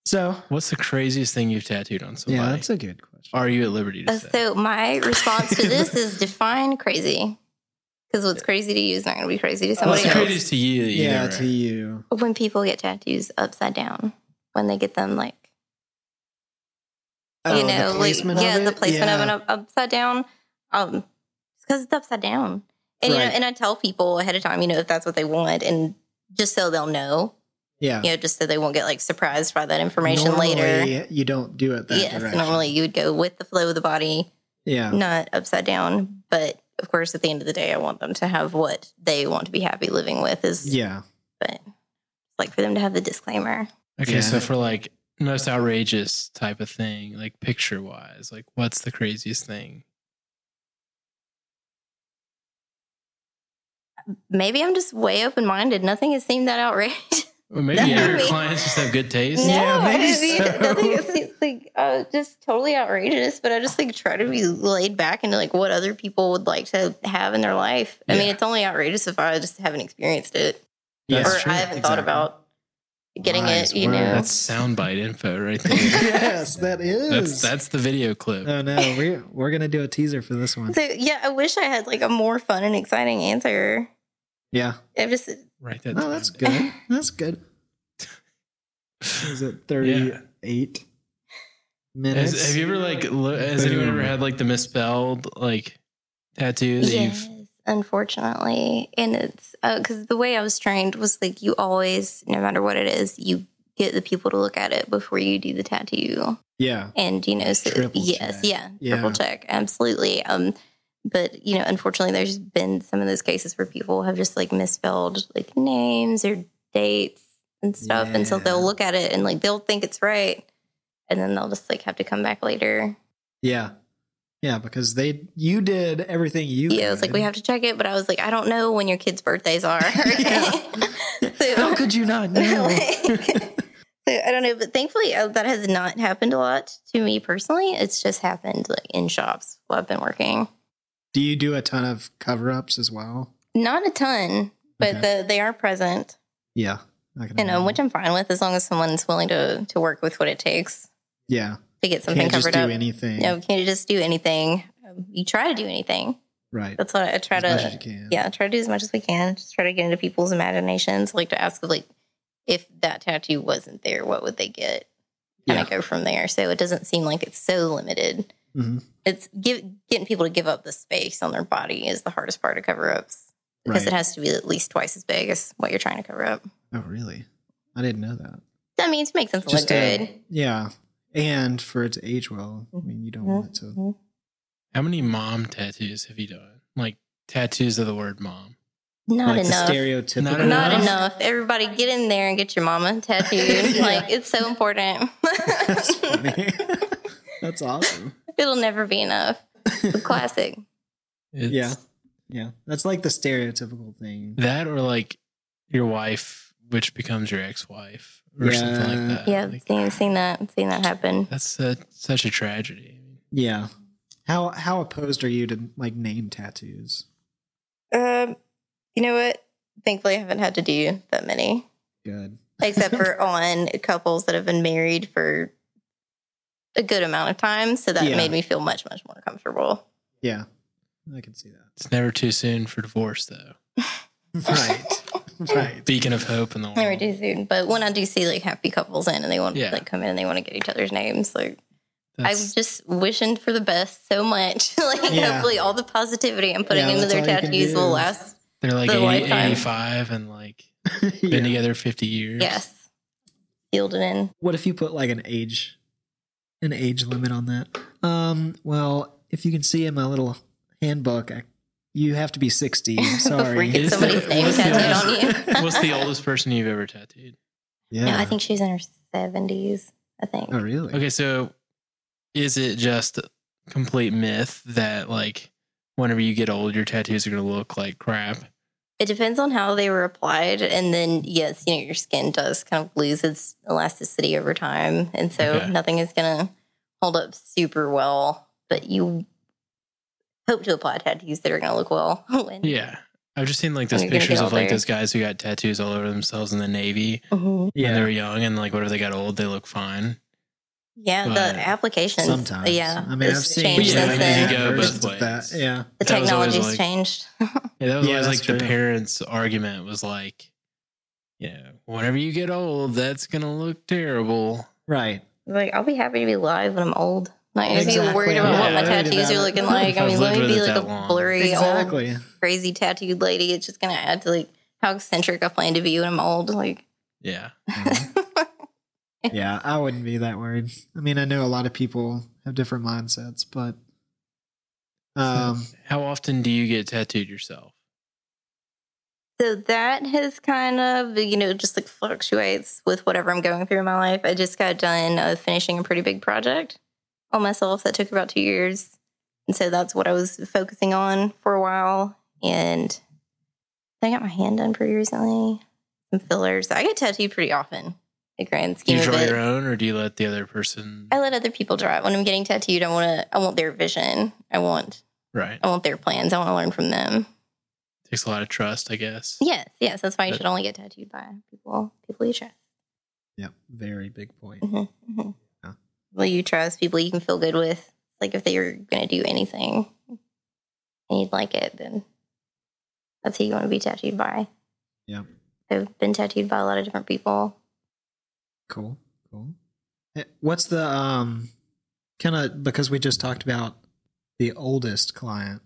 [SPEAKER 2] so,
[SPEAKER 4] What's the craziest thing you've tattooed on somebody?
[SPEAKER 2] yeah, that's a good question.
[SPEAKER 4] Are you at liberty to
[SPEAKER 3] Uh,
[SPEAKER 4] say?
[SPEAKER 3] so my response to this is define crazy, because what's crazy to you is not going to be crazy to somebody
[SPEAKER 4] What's
[SPEAKER 2] Well,
[SPEAKER 3] else.
[SPEAKER 4] craziest to you? That you
[SPEAKER 2] Yeah,
[SPEAKER 4] never-
[SPEAKER 2] to you.
[SPEAKER 3] When people get tattoos upside down, when they get them like
[SPEAKER 2] Oh,
[SPEAKER 3] you know, like yeah, the placement of an up- upside down, um, because it's upside down, and you
[SPEAKER 2] Right.
[SPEAKER 3] know, and I tell people ahead of time, you know, if that's what they want, and just so they'll know,
[SPEAKER 2] Yeah.
[SPEAKER 3] you know, just so they won't get like surprised by that information
[SPEAKER 2] Normally,
[SPEAKER 3] later.
[SPEAKER 2] You don't do it that
[SPEAKER 3] Yes,
[SPEAKER 2] direction.
[SPEAKER 3] normally you would go with the flow of the body,
[SPEAKER 2] Yeah.
[SPEAKER 3] not upside down. But of course, at the end of the day, I want them to have what they want to be happy living with. Is
[SPEAKER 2] Yeah.
[SPEAKER 3] but like for them to have the disclaimer.
[SPEAKER 4] Okay,
[SPEAKER 2] Yeah.
[SPEAKER 4] so for like most outrageous type of thing, like picture wise, like what's the craziest thing?
[SPEAKER 3] Maybe I'm just way open minded. Nothing has seemed that outrageous.
[SPEAKER 4] Or maybe
[SPEAKER 3] That
[SPEAKER 4] your
[SPEAKER 3] would be-
[SPEAKER 4] clients just have good taste.
[SPEAKER 3] No,
[SPEAKER 2] Yeah, maybe
[SPEAKER 3] I mean,
[SPEAKER 2] so.
[SPEAKER 3] nothing. It seems like uh, just totally outrageous, but I just like try to be laid back into like what other people would like to have in their life. I mean,
[SPEAKER 4] Yeah.
[SPEAKER 3] it's only outrageous if I just haven't experienced it
[SPEAKER 2] That's
[SPEAKER 3] or
[SPEAKER 2] true,
[SPEAKER 3] I haven't
[SPEAKER 2] exactly.
[SPEAKER 3] thought about getting
[SPEAKER 2] Wise
[SPEAKER 3] it. You
[SPEAKER 2] words.
[SPEAKER 3] know,
[SPEAKER 4] That's soundbite info right there.
[SPEAKER 2] yes, that is.
[SPEAKER 4] that's that's the video clip.
[SPEAKER 2] Oh, no. We're, we're going to do a teaser for this one.
[SPEAKER 3] so yeah, I wish I had like a more fun and exciting answer.
[SPEAKER 2] Yeah.
[SPEAKER 3] I've just
[SPEAKER 4] Right. That
[SPEAKER 2] No,
[SPEAKER 4] down.
[SPEAKER 2] that's good. That's good. Is it 38 minutes?
[SPEAKER 4] Has, have you ever like? Lo- has anyone ever
[SPEAKER 2] Boom.
[SPEAKER 4] had like the misspelled like tattoo that
[SPEAKER 3] Yes,
[SPEAKER 4] you've?
[SPEAKER 3] unfortunately. And it's because the way I was trained was like you always, no matter what it is, you get the people to look at it before you do the tattoo.
[SPEAKER 2] yeah.
[SPEAKER 3] And, you know, so
[SPEAKER 2] Triple
[SPEAKER 3] yes,
[SPEAKER 2] check.
[SPEAKER 3] yeah,
[SPEAKER 2] Yeah.
[SPEAKER 3] triple check. Absolutely. Um, but you know, unfortunately, there's been some of those cases where people have just like misspelled like names or dates and stuff, and so
[SPEAKER 2] Yeah.
[SPEAKER 3] they'll look at it and like they'll think it's right, and then they'll just like have to come back later.
[SPEAKER 2] Yeah. Yeah, because they you did everything you
[SPEAKER 3] yeah, it was like,
[SPEAKER 2] could.
[SPEAKER 3] we have to check it, but I was like, I don't know when your kids' birthdays are.
[SPEAKER 2] Yeah.
[SPEAKER 3] so,
[SPEAKER 2] How could you not know?
[SPEAKER 3] Like- so I don't know, but thankfully uh, that has not happened a lot to me personally. It's just happened like in shops where I've been working.
[SPEAKER 2] do you do a ton of cover ups as well?
[SPEAKER 3] Not a ton, but
[SPEAKER 2] Okay. Mm-hmm.
[SPEAKER 3] the, they are present,
[SPEAKER 2] Yeah. I can
[SPEAKER 3] and um,
[SPEAKER 2] imagine.
[SPEAKER 3] which I'm fine with as long as someone's willing to to work with what it takes
[SPEAKER 2] yeah.
[SPEAKER 3] to get something
[SPEAKER 2] Can't just
[SPEAKER 3] covered
[SPEAKER 2] do
[SPEAKER 3] up.
[SPEAKER 2] anything.
[SPEAKER 3] No, can't just do anything. Um, you try to do anything.
[SPEAKER 2] Right.
[SPEAKER 3] That's what I try
[SPEAKER 2] As
[SPEAKER 3] to.
[SPEAKER 2] much as you can.
[SPEAKER 3] yeah, try to do as much as we can. Just try to get into people's imaginations. Like to ask like if that tattoo wasn't there, what would they get? Kind of go from there. So it doesn't seem like it's so limited.
[SPEAKER 2] Mhm.
[SPEAKER 3] It's give, getting people to give up the space on their body is the hardest part of cover ups because
[SPEAKER 2] Right.
[SPEAKER 3] it has to be at least twice as big as what you're trying to cover up.
[SPEAKER 2] Oh, really? I didn't know that.
[SPEAKER 3] I mean, to make something
[SPEAKER 2] Just
[SPEAKER 3] look
[SPEAKER 2] to-
[SPEAKER 3] good.
[SPEAKER 2] yeah. And for it to age well, I mean, you don't
[SPEAKER 3] Mm-hmm.
[SPEAKER 2] want it to.
[SPEAKER 4] How many mom tattoos have you done? Like tattoos of the word mom.
[SPEAKER 3] Not
[SPEAKER 2] like
[SPEAKER 3] enough.
[SPEAKER 2] The stereotypical.
[SPEAKER 4] Not
[SPEAKER 3] Not
[SPEAKER 4] enough.
[SPEAKER 3] enough. Everybody get in there and get your mama tattooed.
[SPEAKER 2] Yeah.
[SPEAKER 3] Like it's so important.
[SPEAKER 2] That's funny. That's awesome.
[SPEAKER 3] It'll never be enough. The classic.
[SPEAKER 4] It's
[SPEAKER 2] Yeah. Yeah. That's like the stereotypical thing.
[SPEAKER 4] That or like your wife, which becomes your ex-wife or something
[SPEAKER 2] Yeah.
[SPEAKER 4] like that.
[SPEAKER 3] Yeah,
[SPEAKER 4] Like,
[SPEAKER 3] seen, seen that, seen that happen.
[SPEAKER 4] that's uh, such a tragedy.
[SPEAKER 2] Yeah. How how opposed are you to like name tattoos?
[SPEAKER 3] Um, you know what? Thankfully, I haven't had to do that many,
[SPEAKER 2] Good.
[SPEAKER 3] except for on couples that have been married for a good amount of time. So that
[SPEAKER 2] Yeah.
[SPEAKER 3] made me feel much, much more comfortable.
[SPEAKER 2] Yeah. I can see that.
[SPEAKER 4] It's never too soon for divorce, though.
[SPEAKER 2] Right. right.
[SPEAKER 4] beacon of hope in the world.
[SPEAKER 3] Never do soon. But when I do see like happy couples in and they want
[SPEAKER 4] Yeah.
[SPEAKER 3] to like come in and they want to get each other's names, like I'm
[SPEAKER 4] That's-
[SPEAKER 3] just wishing for the best so much. like
[SPEAKER 2] Yeah.
[SPEAKER 3] hopefully all the positivity I'm putting
[SPEAKER 2] Yeah,
[SPEAKER 3] into
[SPEAKER 2] that's
[SPEAKER 3] their
[SPEAKER 2] all you can
[SPEAKER 3] tattoos
[SPEAKER 2] do.
[SPEAKER 3] will last.
[SPEAKER 4] they're like
[SPEAKER 3] the
[SPEAKER 4] 80,
[SPEAKER 3] lifetime.
[SPEAKER 4] 85 and like
[SPEAKER 2] Yeah.
[SPEAKER 4] been together 50 years.
[SPEAKER 3] Yes. Sealed it in.
[SPEAKER 2] What if you put like an age, an age limit on that? Um, well, if you can see in my little handbook, I, you have to be sixty. I'm
[SPEAKER 3] Before
[SPEAKER 2] sorry.
[SPEAKER 3] you get
[SPEAKER 4] Is
[SPEAKER 3] somebody's
[SPEAKER 4] there-
[SPEAKER 3] name
[SPEAKER 4] what's the-
[SPEAKER 3] tattooed on you.
[SPEAKER 4] What's the oldest person you've ever tattooed?
[SPEAKER 2] yeah.
[SPEAKER 3] No, I think she's in her seventies, I think.
[SPEAKER 2] Oh, really?
[SPEAKER 4] Okay, so is it just complete myth that like whenever you get old, your tattoos are gonna look like crap?
[SPEAKER 3] It depends on how they were applied. And then, yes, you know, your skin does kind of lose its elasticity over time. And so
[SPEAKER 4] Okay.
[SPEAKER 3] nothing is going to hold up super well. But you hope to apply tattoos that are going to look well. when-
[SPEAKER 4] Yeah, I've just seen like those
[SPEAKER 3] You're gonna
[SPEAKER 4] pictures
[SPEAKER 3] get
[SPEAKER 4] of like
[SPEAKER 3] older.
[SPEAKER 4] those guys who got tattoos all over themselves in the navy
[SPEAKER 3] Mhm.
[SPEAKER 4] when they were
[SPEAKER 2] Yeah.
[SPEAKER 4] young, and like whatever they got old, they look fine.
[SPEAKER 3] Yeah.
[SPEAKER 4] But
[SPEAKER 3] the applications.
[SPEAKER 2] Sometimes.
[SPEAKER 3] Yeah.
[SPEAKER 2] I mean, I've
[SPEAKER 3] it's
[SPEAKER 2] seen
[SPEAKER 3] changed
[SPEAKER 4] Yeah,
[SPEAKER 3] since
[SPEAKER 4] I
[SPEAKER 3] then.
[SPEAKER 4] think you go both
[SPEAKER 2] versions of that.
[SPEAKER 4] ways.
[SPEAKER 2] Yeah.
[SPEAKER 3] The
[SPEAKER 4] that was always,
[SPEAKER 3] technology's
[SPEAKER 4] like-
[SPEAKER 3] changed.
[SPEAKER 4] Yeah, that was
[SPEAKER 2] Yeah,
[SPEAKER 4] always
[SPEAKER 2] that's
[SPEAKER 4] like the
[SPEAKER 2] true.
[SPEAKER 4] parents' argument was like, you know, whenever you get old, that's gonna look terrible.
[SPEAKER 2] Right.
[SPEAKER 3] like, I'll be happy to be alive when I'm old. Not going to be
[SPEAKER 2] Exactly.
[SPEAKER 3] worried about
[SPEAKER 4] I'm
[SPEAKER 3] what my
[SPEAKER 4] not
[SPEAKER 2] worried
[SPEAKER 3] tattoos
[SPEAKER 2] about
[SPEAKER 3] are
[SPEAKER 2] it.
[SPEAKER 3] looking like.
[SPEAKER 4] If
[SPEAKER 3] I
[SPEAKER 4] I've
[SPEAKER 3] mean, let
[SPEAKER 4] lived
[SPEAKER 3] me
[SPEAKER 4] with
[SPEAKER 3] be
[SPEAKER 4] it
[SPEAKER 3] like
[SPEAKER 4] that
[SPEAKER 3] a
[SPEAKER 4] long.
[SPEAKER 3] blurry old
[SPEAKER 2] Exactly.
[SPEAKER 3] crazy tattooed lady. It's just gonna add to like how eccentric I plan to be when I'm old. Like
[SPEAKER 4] Yeah,
[SPEAKER 2] yeah, I wouldn't be that worried. I mean, I know a lot of people have different mindsets, but um,
[SPEAKER 4] how often do you get tattooed yourself?
[SPEAKER 3] so that has kind of you know just like fluctuates with whatever I'm going through in my life. I just got done uh, finishing a pretty big project on myself that took about two years, and so that's what I was focusing on for a while. And I got my hand done pretty recently. Some fillers. I get tattooed pretty often. The grand
[SPEAKER 4] Do
[SPEAKER 3] scheme
[SPEAKER 4] you
[SPEAKER 3] of
[SPEAKER 4] draw
[SPEAKER 3] it.
[SPEAKER 4] your own, or do you let the other person?
[SPEAKER 3] I let other people draw it. When I'm getting tattooed, I want to. I want their vision. I want.
[SPEAKER 4] Right,
[SPEAKER 3] I want their plans. I want to learn from them.
[SPEAKER 4] takes a lot of trust, I guess.
[SPEAKER 3] Yes, yes. That's why you
[SPEAKER 4] But-
[SPEAKER 3] should only get tattooed by people people you trust.
[SPEAKER 2] yeah, very big point.
[SPEAKER 3] Mhm, mhm.
[SPEAKER 2] Yeah.
[SPEAKER 3] People you trust, people you can feel good with. Like if they were going to do anything and you'd like it, then that's who you want to be tattooed by.
[SPEAKER 2] Yeah.
[SPEAKER 3] I've been tattooed by a lot of different people.
[SPEAKER 2] Cool, cool. Eh, What's the um kind of because we just talked about the oldest client?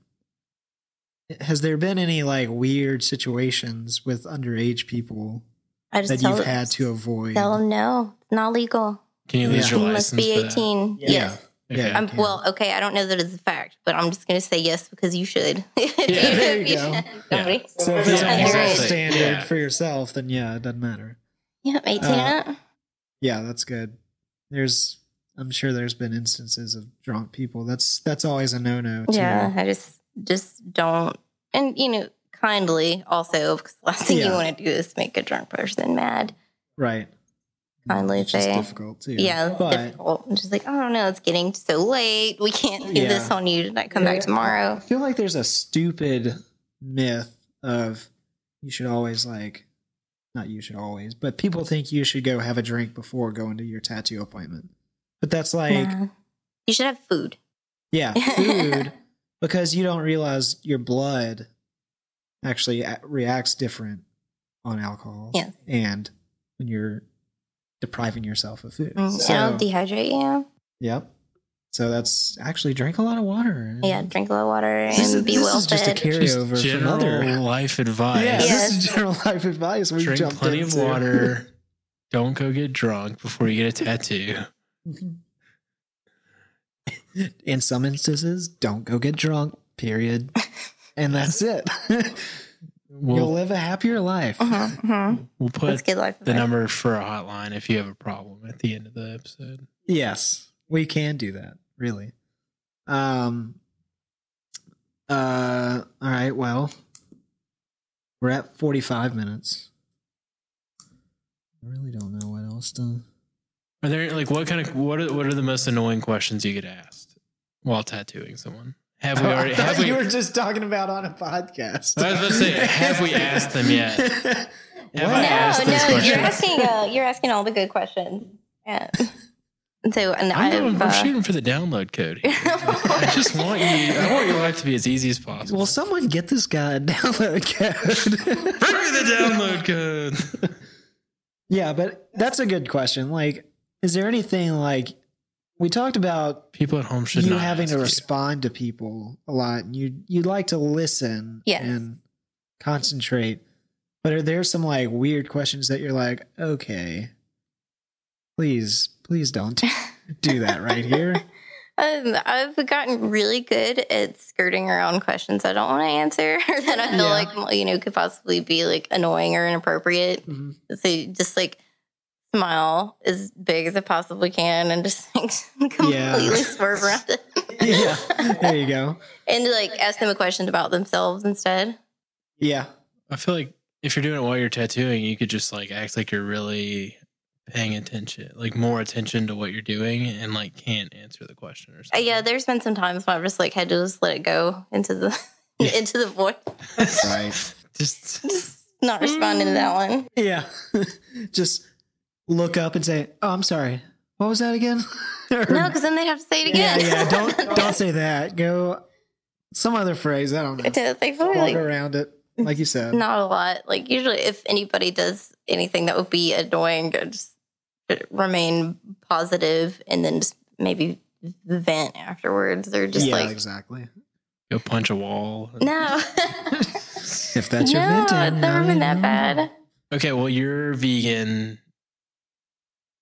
[SPEAKER 2] eh, Has there been any like weird situations with underage people
[SPEAKER 3] I just
[SPEAKER 2] that
[SPEAKER 3] tell
[SPEAKER 2] you've
[SPEAKER 3] them,
[SPEAKER 2] had to avoid?
[SPEAKER 3] tell them no, it's not legal.
[SPEAKER 4] Can you lose
[SPEAKER 2] Yeah.
[SPEAKER 3] You
[SPEAKER 4] your
[SPEAKER 3] must
[SPEAKER 4] license?
[SPEAKER 3] be
[SPEAKER 4] for that?
[SPEAKER 3] 18.
[SPEAKER 2] Yeah.
[SPEAKER 3] Yes.
[SPEAKER 4] Okay.
[SPEAKER 2] Yeah.
[SPEAKER 3] I'm, well, okay, I don't know that it's a fact, but I'm just going to say yes because you should.
[SPEAKER 4] There
[SPEAKER 2] you go.
[SPEAKER 3] should. Nobody-
[SPEAKER 2] So if it's
[SPEAKER 3] Yeah,
[SPEAKER 2] a moral
[SPEAKER 3] exactly.
[SPEAKER 2] standard
[SPEAKER 4] Yeah.
[SPEAKER 2] for yourself, then yeah, it doesn't matter.
[SPEAKER 3] Yeah, 18 and up.
[SPEAKER 2] Yeah, that's good. There's, I'm sure there's been instances of drunk people. That's that's always a no no.
[SPEAKER 3] Yeah, I just just don't, and you know, kindly also because the last thing you
[SPEAKER 2] Yeah.
[SPEAKER 3] want to do is make a drunk person mad.
[SPEAKER 2] right.
[SPEAKER 3] Kindly
[SPEAKER 2] Which is
[SPEAKER 3] say.
[SPEAKER 2] difficult too.
[SPEAKER 3] Yeah, it's
[SPEAKER 2] but
[SPEAKER 3] difficult. I'm just like, oh no, it's getting so late. We can't do
[SPEAKER 2] Yeah.
[SPEAKER 3] this on you tonight. Come
[SPEAKER 2] Yeah.
[SPEAKER 3] back
[SPEAKER 2] I
[SPEAKER 3] tomorrow.
[SPEAKER 2] feel like there's a stupid myth of you should always like not you should always, but people think you should go have a drink before going to your tattoo appointment. But that's like
[SPEAKER 3] Nah. You should have food.
[SPEAKER 2] yeah, food because you don't realize your blood actually a- reacts different on alcohol.
[SPEAKER 3] Yes.
[SPEAKER 2] And when you're depriving yourself of food.
[SPEAKER 3] Mm, That'll dehydrate you.
[SPEAKER 2] yep. So that's actually drink a lot of water. and-
[SPEAKER 3] Yeah, drink a lot of water and
[SPEAKER 2] Mm-hmm. This is,
[SPEAKER 3] be
[SPEAKER 2] this
[SPEAKER 3] well
[SPEAKER 2] is just a
[SPEAKER 3] fed.
[SPEAKER 4] Just
[SPEAKER 2] carryover from
[SPEAKER 4] general
[SPEAKER 2] other
[SPEAKER 4] life advice.
[SPEAKER 2] Yeah,
[SPEAKER 3] Yes.
[SPEAKER 2] this is general life advice. We
[SPEAKER 4] Drink
[SPEAKER 2] jumped
[SPEAKER 4] plenty
[SPEAKER 2] into.
[SPEAKER 4] of water. Don't go get drunk before you get a tattoo.
[SPEAKER 2] In some instances, don't go get drunk. Period. And that's it. You'll
[SPEAKER 4] We'll
[SPEAKER 2] live a happier life.
[SPEAKER 3] Uh-huh, uh-huh.
[SPEAKER 4] we'll
[SPEAKER 3] That's
[SPEAKER 4] put
[SPEAKER 3] good life.
[SPEAKER 4] the
[SPEAKER 3] advice.
[SPEAKER 4] number for a hotline if you have a problem at the end of the episode.
[SPEAKER 2] Yes, we can do that. Really. Um. Uh. All right. Well, we're at forty-five minutes. I really don't know what else to.
[SPEAKER 4] Are there like what kind of what are what are the most annoying questions you get asked while tattooing someone? Have we
[SPEAKER 2] I
[SPEAKER 4] already
[SPEAKER 2] thought
[SPEAKER 4] have we
[SPEAKER 2] you were just talking about on a podcast.
[SPEAKER 4] I was about to say, have we asked them yet?
[SPEAKER 2] What?
[SPEAKER 4] I asked
[SPEAKER 3] no,
[SPEAKER 4] those
[SPEAKER 3] no, you're
[SPEAKER 4] questions?
[SPEAKER 3] asking. Uh, you're asking all the good questions. Yeah. And so, and
[SPEAKER 4] I'm,
[SPEAKER 3] I've,
[SPEAKER 4] going, I'm
[SPEAKER 3] uh,
[SPEAKER 4] shooting for the download code. here. I just want you. I want your life to be as easy as possible.
[SPEAKER 2] Will someone get this guy a download code?
[SPEAKER 4] Bring me the download code.
[SPEAKER 2] yeah, but that's a good question. Like, is there anything like we talked about
[SPEAKER 4] People at home should
[SPEAKER 2] you
[SPEAKER 4] not
[SPEAKER 2] having
[SPEAKER 4] ask
[SPEAKER 2] to
[SPEAKER 4] you.
[SPEAKER 2] respond to people a lot and you you like to listen
[SPEAKER 3] Yes.
[SPEAKER 2] and concentrate but are there some like weird questions that you're like okay please please don't do that right here
[SPEAKER 3] Um, I've gotten really good at skirting around questions I don't want to answer that I feel
[SPEAKER 2] Yeah.
[SPEAKER 3] like you know could possibly be like annoying or inappropriate.
[SPEAKER 2] Mhm.
[SPEAKER 4] Mm-hmm.
[SPEAKER 3] So just like smile as big as I possibly can and just like completely
[SPEAKER 2] Yeah.
[SPEAKER 3] swerve around it.
[SPEAKER 2] yeah there you go
[SPEAKER 3] and like ask them a question about themselves instead.
[SPEAKER 2] yeah
[SPEAKER 4] I feel like if you're doing it while you're tattooing, you could just like act like you're really paying attention, like more attention to what you're doing, and like can't answer the question or
[SPEAKER 3] Uh,
[SPEAKER 4] something.
[SPEAKER 3] yeah, there's been some times when I've just like had to just let it go into the
[SPEAKER 4] Yeah.
[SPEAKER 3] into the void.
[SPEAKER 2] Right.
[SPEAKER 4] just
[SPEAKER 3] Just not responding to
[SPEAKER 4] Mm.
[SPEAKER 3] that one.
[SPEAKER 2] yeah just look up and say oh i'm sorry what was that again Or-
[SPEAKER 3] No, because then they'd have to say it
[SPEAKER 2] yeah
[SPEAKER 3] again.
[SPEAKER 2] yeah don't don't say that go some other phrase i don't know
[SPEAKER 3] like,
[SPEAKER 2] walk
[SPEAKER 3] like
[SPEAKER 2] around it like you said
[SPEAKER 3] not a lot. Like usually, if anybody does anything that would be annoying, I just remain positive and then just maybe vent afterwards or just
[SPEAKER 2] yeah
[SPEAKER 3] like
[SPEAKER 2] exactly
[SPEAKER 4] go punch a wall.
[SPEAKER 3] no,
[SPEAKER 2] If that's your
[SPEAKER 3] no,
[SPEAKER 2] venting,
[SPEAKER 3] it's never
[SPEAKER 2] I
[SPEAKER 3] been that
[SPEAKER 2] don't know.
[SPEAKER 3] bad.
[SPEAKER 4] Okay, well, you're vegan.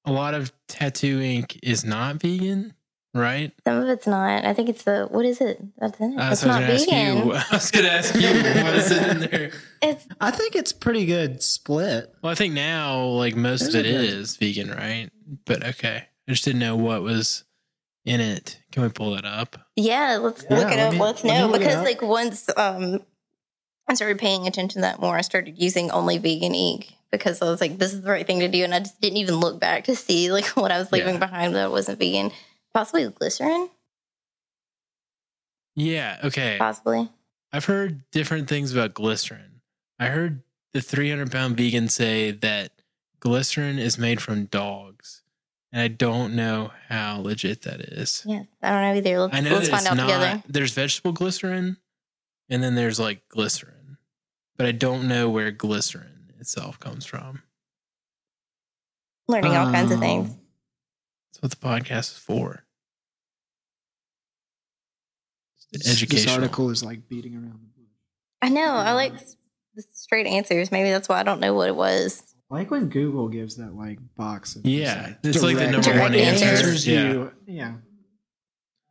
[SPEAKER 4] A lot of tattoo ink is not vegan, right?
[SPEAKER 3] Some of it's not. I think it's the what is it? That's in it.
[SPEAKER 4] Uh,
[SPEAKER 3] it's
[SPEAKER 4] so I
[SPEAKER 3] not
[SPEAKER 4] was gonna ask you. uh,
[SPEAKER 3] vegan.
[SPEAKER 4] I was gonna ask you what is it in there.
[SPEAKER 3] It's
[SPEAKER 2] I think it's pretty good split.
[SPEAKER 4] Well, I think now like most of
[SPEAKER 2] There's
[SPEAKER 4] it
[SPEAKER 2] a good-
[SPEAKER 4] is vegan, right? But okay, I just didn't know what was in it. Can we pull that up?
[SPEAKER 3] Yeah, let's
[SPEAKER 2] Yeah,
[SPEAKER 3] look it
[SPEAKER 2] let
[SPEAKER 3] up.
[SPEAKER 2] me-
[SPEAKER 3] let's
[SPEAKER 2] let me
[SPEAKER 3] know
[SPEAKER 2] look it
[SPEAKER 3] because
[SPEAKER 2] up.
[SPEAKER 3] like once um I started paying attention to that more, I started using only vegan ink because I was like, this is the right thing to do, and I just didn't even look back to see like what I was leaving
[SPEAKER 4] Yeah.
[SPEAKER 3] behind that wasn't vegan. Possibly glycerin,
[SPEAKER 4] Yeah. Okay.
[SPEAKER 3] possibly.
[SPEAKER 4] I've heard different things about glycerin. I heard the 300 pound vegan say that glycerin is made from dogs, and I don't know how legit that is.
[SPEAKER 3] Yes, I don't know either. Let's,
[SPEAKER 4] I know
[SPEAKER 3] let's
[SPEAKER 4] that
[SPEAKER 3] find
[SPEAKER 4] it's
[SPEAKER 3] out
[SPEAKER 4] not.
[SPEAKER 3] together.
[SPEAKER 4] There's vegetable glycerin, and then there's like glycerin, but I don't know where glycerin itself comes from.
[SPEAKER 3] Learning all kinds of things.
[SPEAKER 2] Um,
[SPEAKER 4] That's what the podcast is for.
[SPEAKER 2] this- This
[SPEAKER 4] Educational.
[SPEAKER 2] article is like beating around the bush.
[SPEAKER 3] I know. I like s- the straight answers. Maybe that's why I don't know what it was.
[SPEAKER 2] Like when Google gives that like box of
[SPEAKER 4] Yeah,
[SPEAKER 2] just,
[SPEAKER 4] it's like the
[SPEAKER 2] direct-
[SPEAKER 4] number
[SPEAKER 3] one
[SPEAKER 2] direct
[SPEAKER 3] answer.
[SPEAKER 2] answers
[SPEAKER 4] Yeah.
[SPEAKER 2] you. Yeah.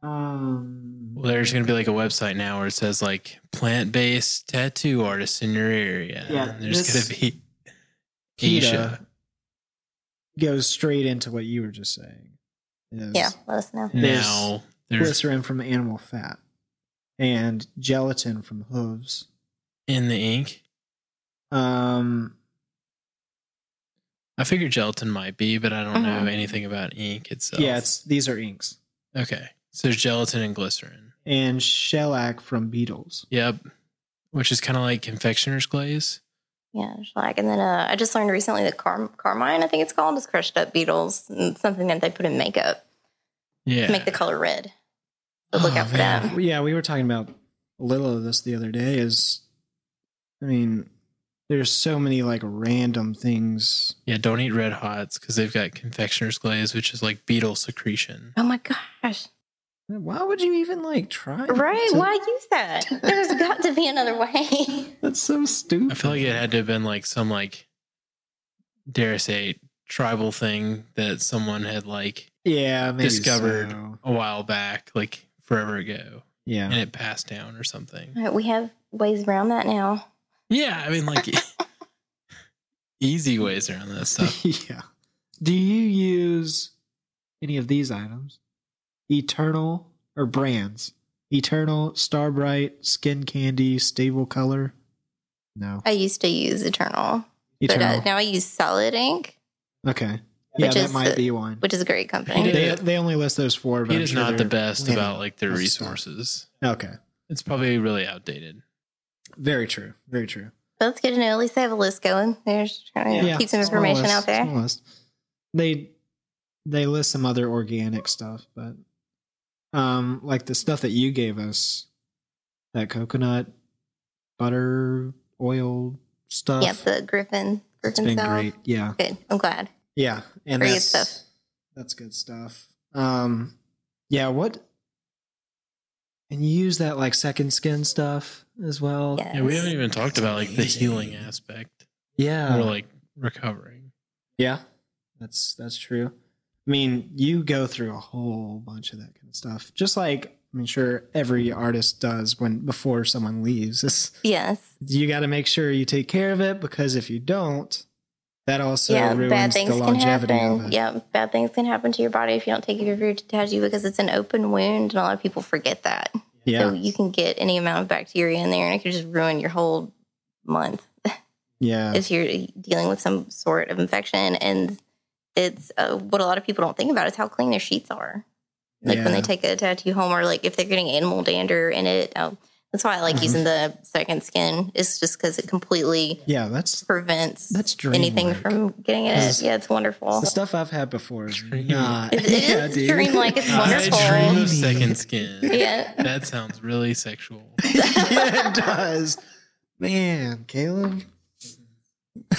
[SPEAKER 2] Um.
[SPEAKER 4] Well, there's going to be like a website now where it says like plant based tattoo artists in your area.
[SPEAKER 2] Yeah,
[SPEAKER 4] And there's going
[SPEAKER 2] this-
[SPEAKER 4] to be.
[SPEAKER 2] PETA
[SPEAKER 4] Asia.
[SPEAKER 2] goes straight into what you were just saying. Is
[SPEAKER 3] Yeah, let us know.
[SPEAKER 2] There's
[SPEAKER 4] now there's
[SPEAKER 2] Glycerin from animal fat and gelatin from hooves.
[SPEAKER 4] in the ink.
[SPEAKER 2] Um.
[SPEAKER 4] I figure gelatin might be, but I don't know
[SPEAKER 3] Mhm.
[SPEAKER 4] anything about ink itself.
[SPEAKER 2] Uh-huh. Yeah, it's these are inks
[SPEAKER 4] okay. So there's gelatin and glycerin.
[SPEAKER 2] and shellac from beetles.
[SPEAKER 4] Yep. Which is kind of like confectioner's glaze.
[SPEAKER 3] Yeah, shellac. And then uh, I just learned recently that car- carmine, I think it's called, is crushed up beetles. And it's something that they put in makeup
[SPEAKER 4] Yeah.
[SPEAKER 3] to make the color red. So look
[SPEAKER 4] Oh,
[SPEAKER 3] out for
[SPEAKER 4] man.
[SPEAKER 3] that.
[SPEAKER 2] yeah, we were talking about a little of this the other day. Is I mean, there's so many like random things.
[SPEAKER 4] yeah. Don't eat red hots because they've got confectioner's glaze, which is like beetle secretion.
[SPEAKER 3] Oh my gosh.
[SPEAKER 2] Why would you even like try?
[SPEAKER 3] Right?
[SPEAKER 2] to-
[SPEAKER 3] Why use that? There's got to be another way.
[SPEAKER 2] That's so stupid.
[SPEAKER 4] I feel like it had to have been like some like dare I say tribal thing that someone had like
[SPEAKER 2] yeah, maybe
[SPEAKER 4] discovered.
[SPEAKER 2] so.
[SPEAKER 4] a while back, like forever ago,
[SPEAKER 2] Yeah,
[SPEAKER 4] and it passed down or something.
[SPEAKER 3] All right, we have ways around that now.
[SPEAKER 4] Yeah, I mean like easy ways around that stuff.
[SPEAKER 2] yeah. Do you use any of these items? Eternal or brands? Eternal, Starbright, Skin Candy, Stable Color. No,
[SPEAKER 3] I used to use Eternal,
[SPEAKER 2] Eternal.
[SPEAKER 3] but uh, now I use Solid Ink,
[SPEAKER 2] okay, yeah,
[SPEAKER 3] Which
[SPEAKER 2] that
[SPEAKER 3] is
[SPEAKER 2] might
[SPEAKER 3] the-
[SPEAKER 2] be one.
[SPEAKER 3] which is a great
[SPEAKER 4] He
[SPEAKER 3] company.
[SPEAKER 4] did-
[SPEAKER 2] They, they only list those four. But
[SPEAKER 4] It
[SPEAKER 2] I'm
[SPEAKER 4] is
[SPEAKER 2] sure
[SPEAKER 4] not the
[SPEAKER 2] they're
[SPEAKER 4] best
[SPEAKER 2] planning
[SPEAKER 4] about like their
[SPEAKER 2] on stuff.
[SPEAKER 4] resources.
[SPEAKER 2] Okay,
[SPEAKER 4] It's probably really outdated.
[SPEAKER 2] very true. Very true.
[SPEAKER 3] But it's good to know. At least they have a list going. They're just trying to keep some
[SPEAKER 2] small
[SPEAKER 3] information
[SPEAKER 2] list,
[SPEAKER 3] out there.
[SPEAKER 2] small list. They they list some other organic stuff, but um, like the stuff that you gave us, that coconut butter oil stuff.
[SPEAKER 3] yeah, the Griffin.
[SPEAKER 2] it's
[SPEAKER 3] Griffin
[SPEAKER 2] been
[SPEAKER 3] salad.
[SPEAKER 2] great. Yeah,
[SPEAKER 3] Good. I'm glad.
[SPEAKER 2] yeah, and
[SPEAKER 3] Great
[SPEAKER 2] that's
[SPEAKER 3] stuff.
[SPEAKER 2] that's good stuff. Um, yeah, what? And you use that like second skin stuff as well.
[SPEAKER 3] Yes.
[SPEAKER 4] Yeah, we haven't even talked about like the healing aspect
[SPEAKER 2] Yeah.
[SPEAKER 4] or like recovering.
[SPEAKER 2] Yeah, that's that's true. I mean, you go through a whole bunch of that kind of stuff, just like I'm sure every artist does when before someone leaves. It's,
[SPEAKER 3] Yes.
[SPEAKER 2] you got to make sure you take care of it because if you don't, that also
[SPEAKER 3] yeah,
[SPEAKER 2] ruins
[SPEAKER 3] bad things
[SPEAKER 2] the
[SPEAKER 3] can
[SPEAKER 2] longevity of
[SPEAKER 3] happen.
[SPEAKER 2] it.
[SPEAKER 3] Yeah, bad things can happen to your body if you don't take care of your tattoo because it's an open wound, and a lot of people forget that. So
[SPEAKER 2] yeah,
[SPEAKER 3] you can get any amount of bacteria in there, and it could just ruin your whole month
[SPEAKER 2] yeah.
[SPEAKER 3] if you're dealing with some sort of infection. And it's uh, what a lot of people don't think about is how clean their sheets are. Like when
[SPEAKER 2] Yeah.
[SPEAKER 3] they take a tattoo home, or like if they're getting animal dander in it. Um, that's why I like
[SPEAKER 2] Mhm.
[SPEAKER 3] using the second skin. It's just because it completely
[SPEAKER 2] yeah, that's
[SPEAKER 3] prevents
[SPEAKER 2] that's dream
[SPEAKER 3] anything
[SPEAKER 2] work.
[SPEAKER 3] from getting it.
[SPEAKER 2] That's-
[SPEAKER 3] Yeah, it's wonderful.
[SPEAKER 2] the stuff I've had before is
[SPEAKER 4] Dream.
[SPEAKER 2] not.
[SPEAKER 3] It- it
[SPEAKER 2] yeah,
[SPEAKER 3] is
[SPEAKER 2] dude.
[SPEAKER 3] dream-like, it's
[SPEAKER 4] I dream
[SPEAKER 3] wonderful.
[SPEAKER 4] of second skin.
[SPEAKER 3] Yeah.
[SPEAKER 4] that sounds really sexual.
[SPEAKER 2] yeah, it does. Man, Caleb.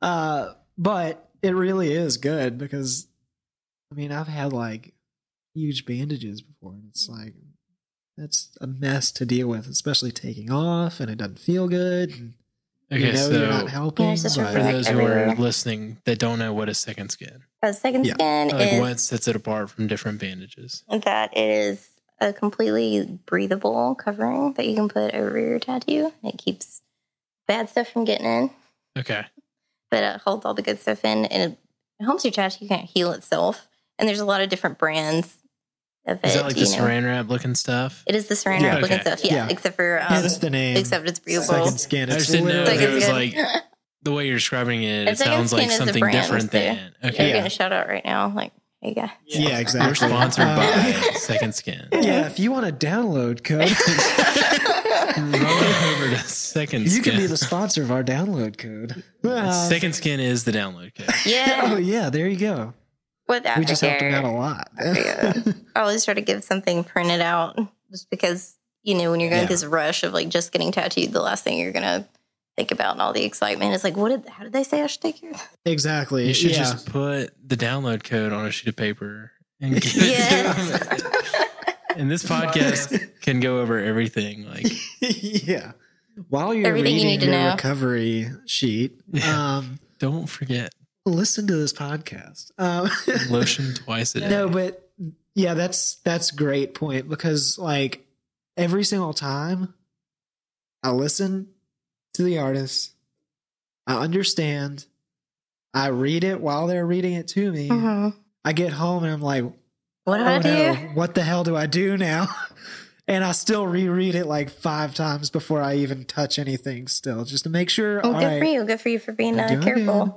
[SPEAKER 2] uh, but it really is good because, I mean, I've had like huge bandages before, and it's like that's a mess to deal with, especially taking off, and it doesn't feel good. And
[SPEAKER 4] Okay,
[SPEAKER 2] you know you're not
[SPEAKER 4] so
[SPEAKER 2] helping.
[SPEAKER 3] Yeah, it's just
[SPEAKER 2] but-
[SPEAKER 4] for those who are
[SPEAKER 3] Everywhere.
[SPEAKER 4] listening that don't know what is second skin,
[SPEAKER 3] A second
[SPEAKER 2] Yeah.
[SPEAKER 3] skin
[SPEAKER 4] like
[SPEAKER 3] is
[SPEAKER 4] what sets it apart from different bandages.
[SPEAKER 3] that it is a completely breathable covering that you can put over your tattoo. It keeps bad stuff from getting in,
[SPEAKER 4] Okay,
[SPEAKER 3] but it holds all the good stuff in, and it helps your tattoo kind of heal itself. And there's a lot of different brands of it.
[SPEAKER 4] is that like the
[SPEAKER 3] you know.
[SPEAKER 4] saran wrap looking stuff?
[SPEAKER 3] It is the saran
[SPEAKER 2] Yeah.
[SPEAKER 3] wrap looking
[SPEAKER 4] Okay.
[SPEAKER 3] stuff, yeah,
[SPEAKER 2] Yeah.
[SPEAKER 3] Except for um,
[SPEAKER 2] Hence the name.
[SPEAKER 3] except it's breathable.
[SPEAKER 2] second skin.
[SPEAKER 4] I
[SPEAKER 2] It's
[SPEAKER 4] just didn't know
[SPEAKER 3] Second
[SPEAKER 4] if it was
[SPEAKER 3] skin.
[SPEAKER 4] like the way you're describing it.
[SPEAKER 3] And
[SPEAKER 4] It
[SPEAKER 3] second
[SPEAKER 4] sounds
[SPEAKER 3] skin
[SPEAKER 4] like
[SPEAKER 3] is a
[SPEAKER 4] something
[SPEAKER 3] brand,
[SPEAKER 4] different
[SPEAKER 3] so-
[SPEAKER 4] than
[SPEAKER 3] You're
[SPEAKER 4] okay.
[SPEAKER 3] gonna shout out right now, like there you go.
[SPEAKER 2] yeah, exactly.
[SPEAKER 4] We're sponsored
[SPEAKER 2] Uh,
[SPEAKER 4] by Second Skin.
[SPEAKER 2] Yeah, if you want a download code.
[SPEAKER 4] Run over to Second Skin.
[SPEAKER 2] You can be the sponsor of our download code. Uh,
[SPEAKER 4] Second Skin is the download code.
[SPEAKER 2] oh
[SPEAKER 3] Yeah,
[SPEAKER 2] yeah, there you go.
[SPEAKER 3] with that
[SPEAKER 2] We just helped him out a lot.
[SPEAKER 3] Yeah. I always try to give something printed out just because, you know, when you're going
[SPEAKER 2] Yeah.
[SPEAKER 3] through this rush of like just getting tattooed, the last thing you're going to think about and all the excitement is like, what did, how did they say I should take care of that?
[SPEAKER 2] exactly.
[SPEAKER 4] You should
[SPEAKER 2] yeah.
[SPEAKER 4] just put the download code on a sheet of paper and give it to them. And this podcast can go over everything. Like
[SPEAKER 2] yeah. While you're
[SPEAKER 3] Everything you
[SPEAKER 2] reading
[SPEAKER 3] need to
[SPEAKER 2] your
[SPEAKER 3] know.
[SPEAKER 2] recovery sheet,
[SPEAKER 4] Yeah.
[SPEAKER 2] um,
[SPEAKER 4] don't forget
[SPEAKER 2] listen to this podcast. Um,
[SPEAKER 4] lotion twice a day.
[SPEAKER 2] no, but yeah, that's that's great point because like every single time I listen to the artist, I understand, I read it while they're reading it to me.
[SPEAKER 3] Mhm.
[SPEAKER 2] I get home and I'm like,
[SPEAKER 3] What did
[SPEAKER 2] oh
[SPEAKER 3] I do?
[SPEAKER 2] no, what the hell do I do now? And I still reread it like five times before I even touch anything, still, just to make sure.
[SPEAKER 3] Well,
[SPEAKER 2] all
[SPEAKER 3] Oh, good
[SPEAKER 2] right,
[SPEAKER 3] for you. Good for you for being
[SPEAKER 2] I'm
[SPEAKER 3] uh,
[SPEAKER 2] doing
[SPEAKER 3] careful.
[SPEAKER 2] good.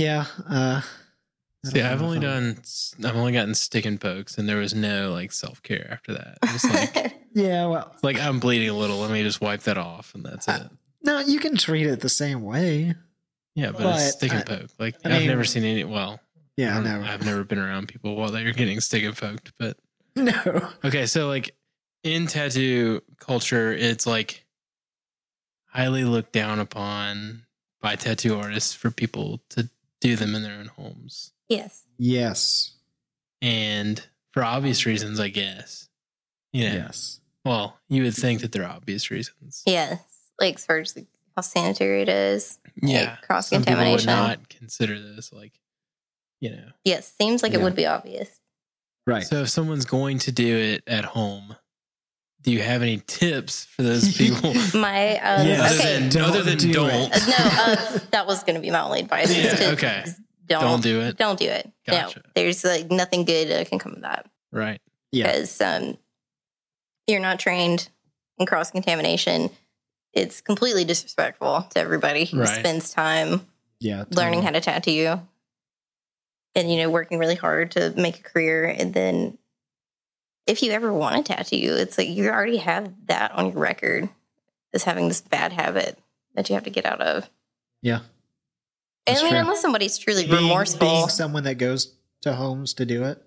[SPEAKER 2] Yeah. Uh, I
[SPEAKER 4] See,
[SPEAKER 2] don't
[SPEAKER 4] I've
[SPEAKER 2] know
[SPEAKER 4] only
[SPEAKER 2] if I'm-
[SPEAKER 4] done I've only gotten stick and pokes and there was no like self care after that. It was like
[SPEAKER 2] Yeah. Well,
[SPEAKER 4] like I'm bleeding a little, let me just wipe that off and that's it.
[SPEAKER 2] no, you can treat it the same way.
[SPEAKER 4] Yeah, but,
[SPEAKER 2] But
[SPEAKER 4] it's stick and
[SPEAKER 2] I-
[SPEAKER 4] poke. Like
[SPEAKER 2] I
[SPEAKER 4] I have
[SPEAKER 2] mean-
[SPEAKER 4] never seen any well
[SPEAKER 2] Yeah.
[SPEAKER 4] I
[SPEAKER 2] No.
[SPEAKER 4] have never been around people while they were getting stick and poked, but
[SPEAKER 2] No.
[SPEAKER 4] Okay, so like in tattoo culture, it's like highly looked down upon by tattoo artists for people to do them in their own homes.
[SPEAKER 3] yes.
[SPEAKER 2] Yes.
[SPEAKER 4] And for obvious reasons, I guess. You know,
[SPEAKER 2] Yes.
[SPEAKER 4] well, you would think that they're obvious reasons.
[SPEAKER 3] Yes. Like, as far as like, how sanitary it is.
[SPEAKER 4] Yeah.
[SPEAKER 3] Like, cross
[SPEAKER 4] Some people would
[SPEAKER 3] contamination.
[SPEAKER 4] not consider this like, you know.
[SPEAKER 3] Yes. Seems like
[SPEAKER 2] Yeah.
[SPEAKER 3] it would be obvious.
[SPEAKER 2] Right.
[SPEAKER 4] So if someone's going to do it at home, do you have any tips for those people?
[SPEAKER 3] My, um,
[SPEAKER 2] Yes.
[SPEAKER 3] okay.
[SPEAKER 4] Other than,
[SPEAKER 2] Don't
[SPEAKER 4] other than
[SPEAKER 2] do it.
[SPEAKER 4] don't.
[SPEAKER 3] Uh, no, uh, that was going to be my only advice. is
[SPEAKER 4] Yeah,
[SPEAKER 3] to
[SPEAKER 4] okay.
[SPEAKER 3] just Don't,
[SPEAKER 4] Don't do it.
[SPEAKER 3] Don't do it.
[SPEAKER 4] Gotcha.
[SPEAKER 3] No, there's like nothing good that can come of that
[SPEAKER 4] Right.
[SPEAKER 2] Yeah.
[SPEAKER 3] because um, you're not trained in cross contamination. It's completely disrespectful to everybody who
[SPEAKER 4] Right.
[SPEAKER 3] spends time
[SPEAKER 2] Yeah.
[SPEAKER 3] learning how to tattoo and you know working really hard to make a career. And then, if you ever want to tattoo, it's like you already have that on your record as having this bad habit that you have to get out of.
[SPEAKER 2] Yeah.
[SPEAKER 3] I
[SPEAKER 2] That's
[SPEAKER 3] mean,
[SPEAKER 2] true.
[SPEAKER 3] unless somebody's truly
[SPEAKER 2] Being-
[SPEAKER 3] remorseful
[SPEAKER 2] being someone that goes to homes to do it.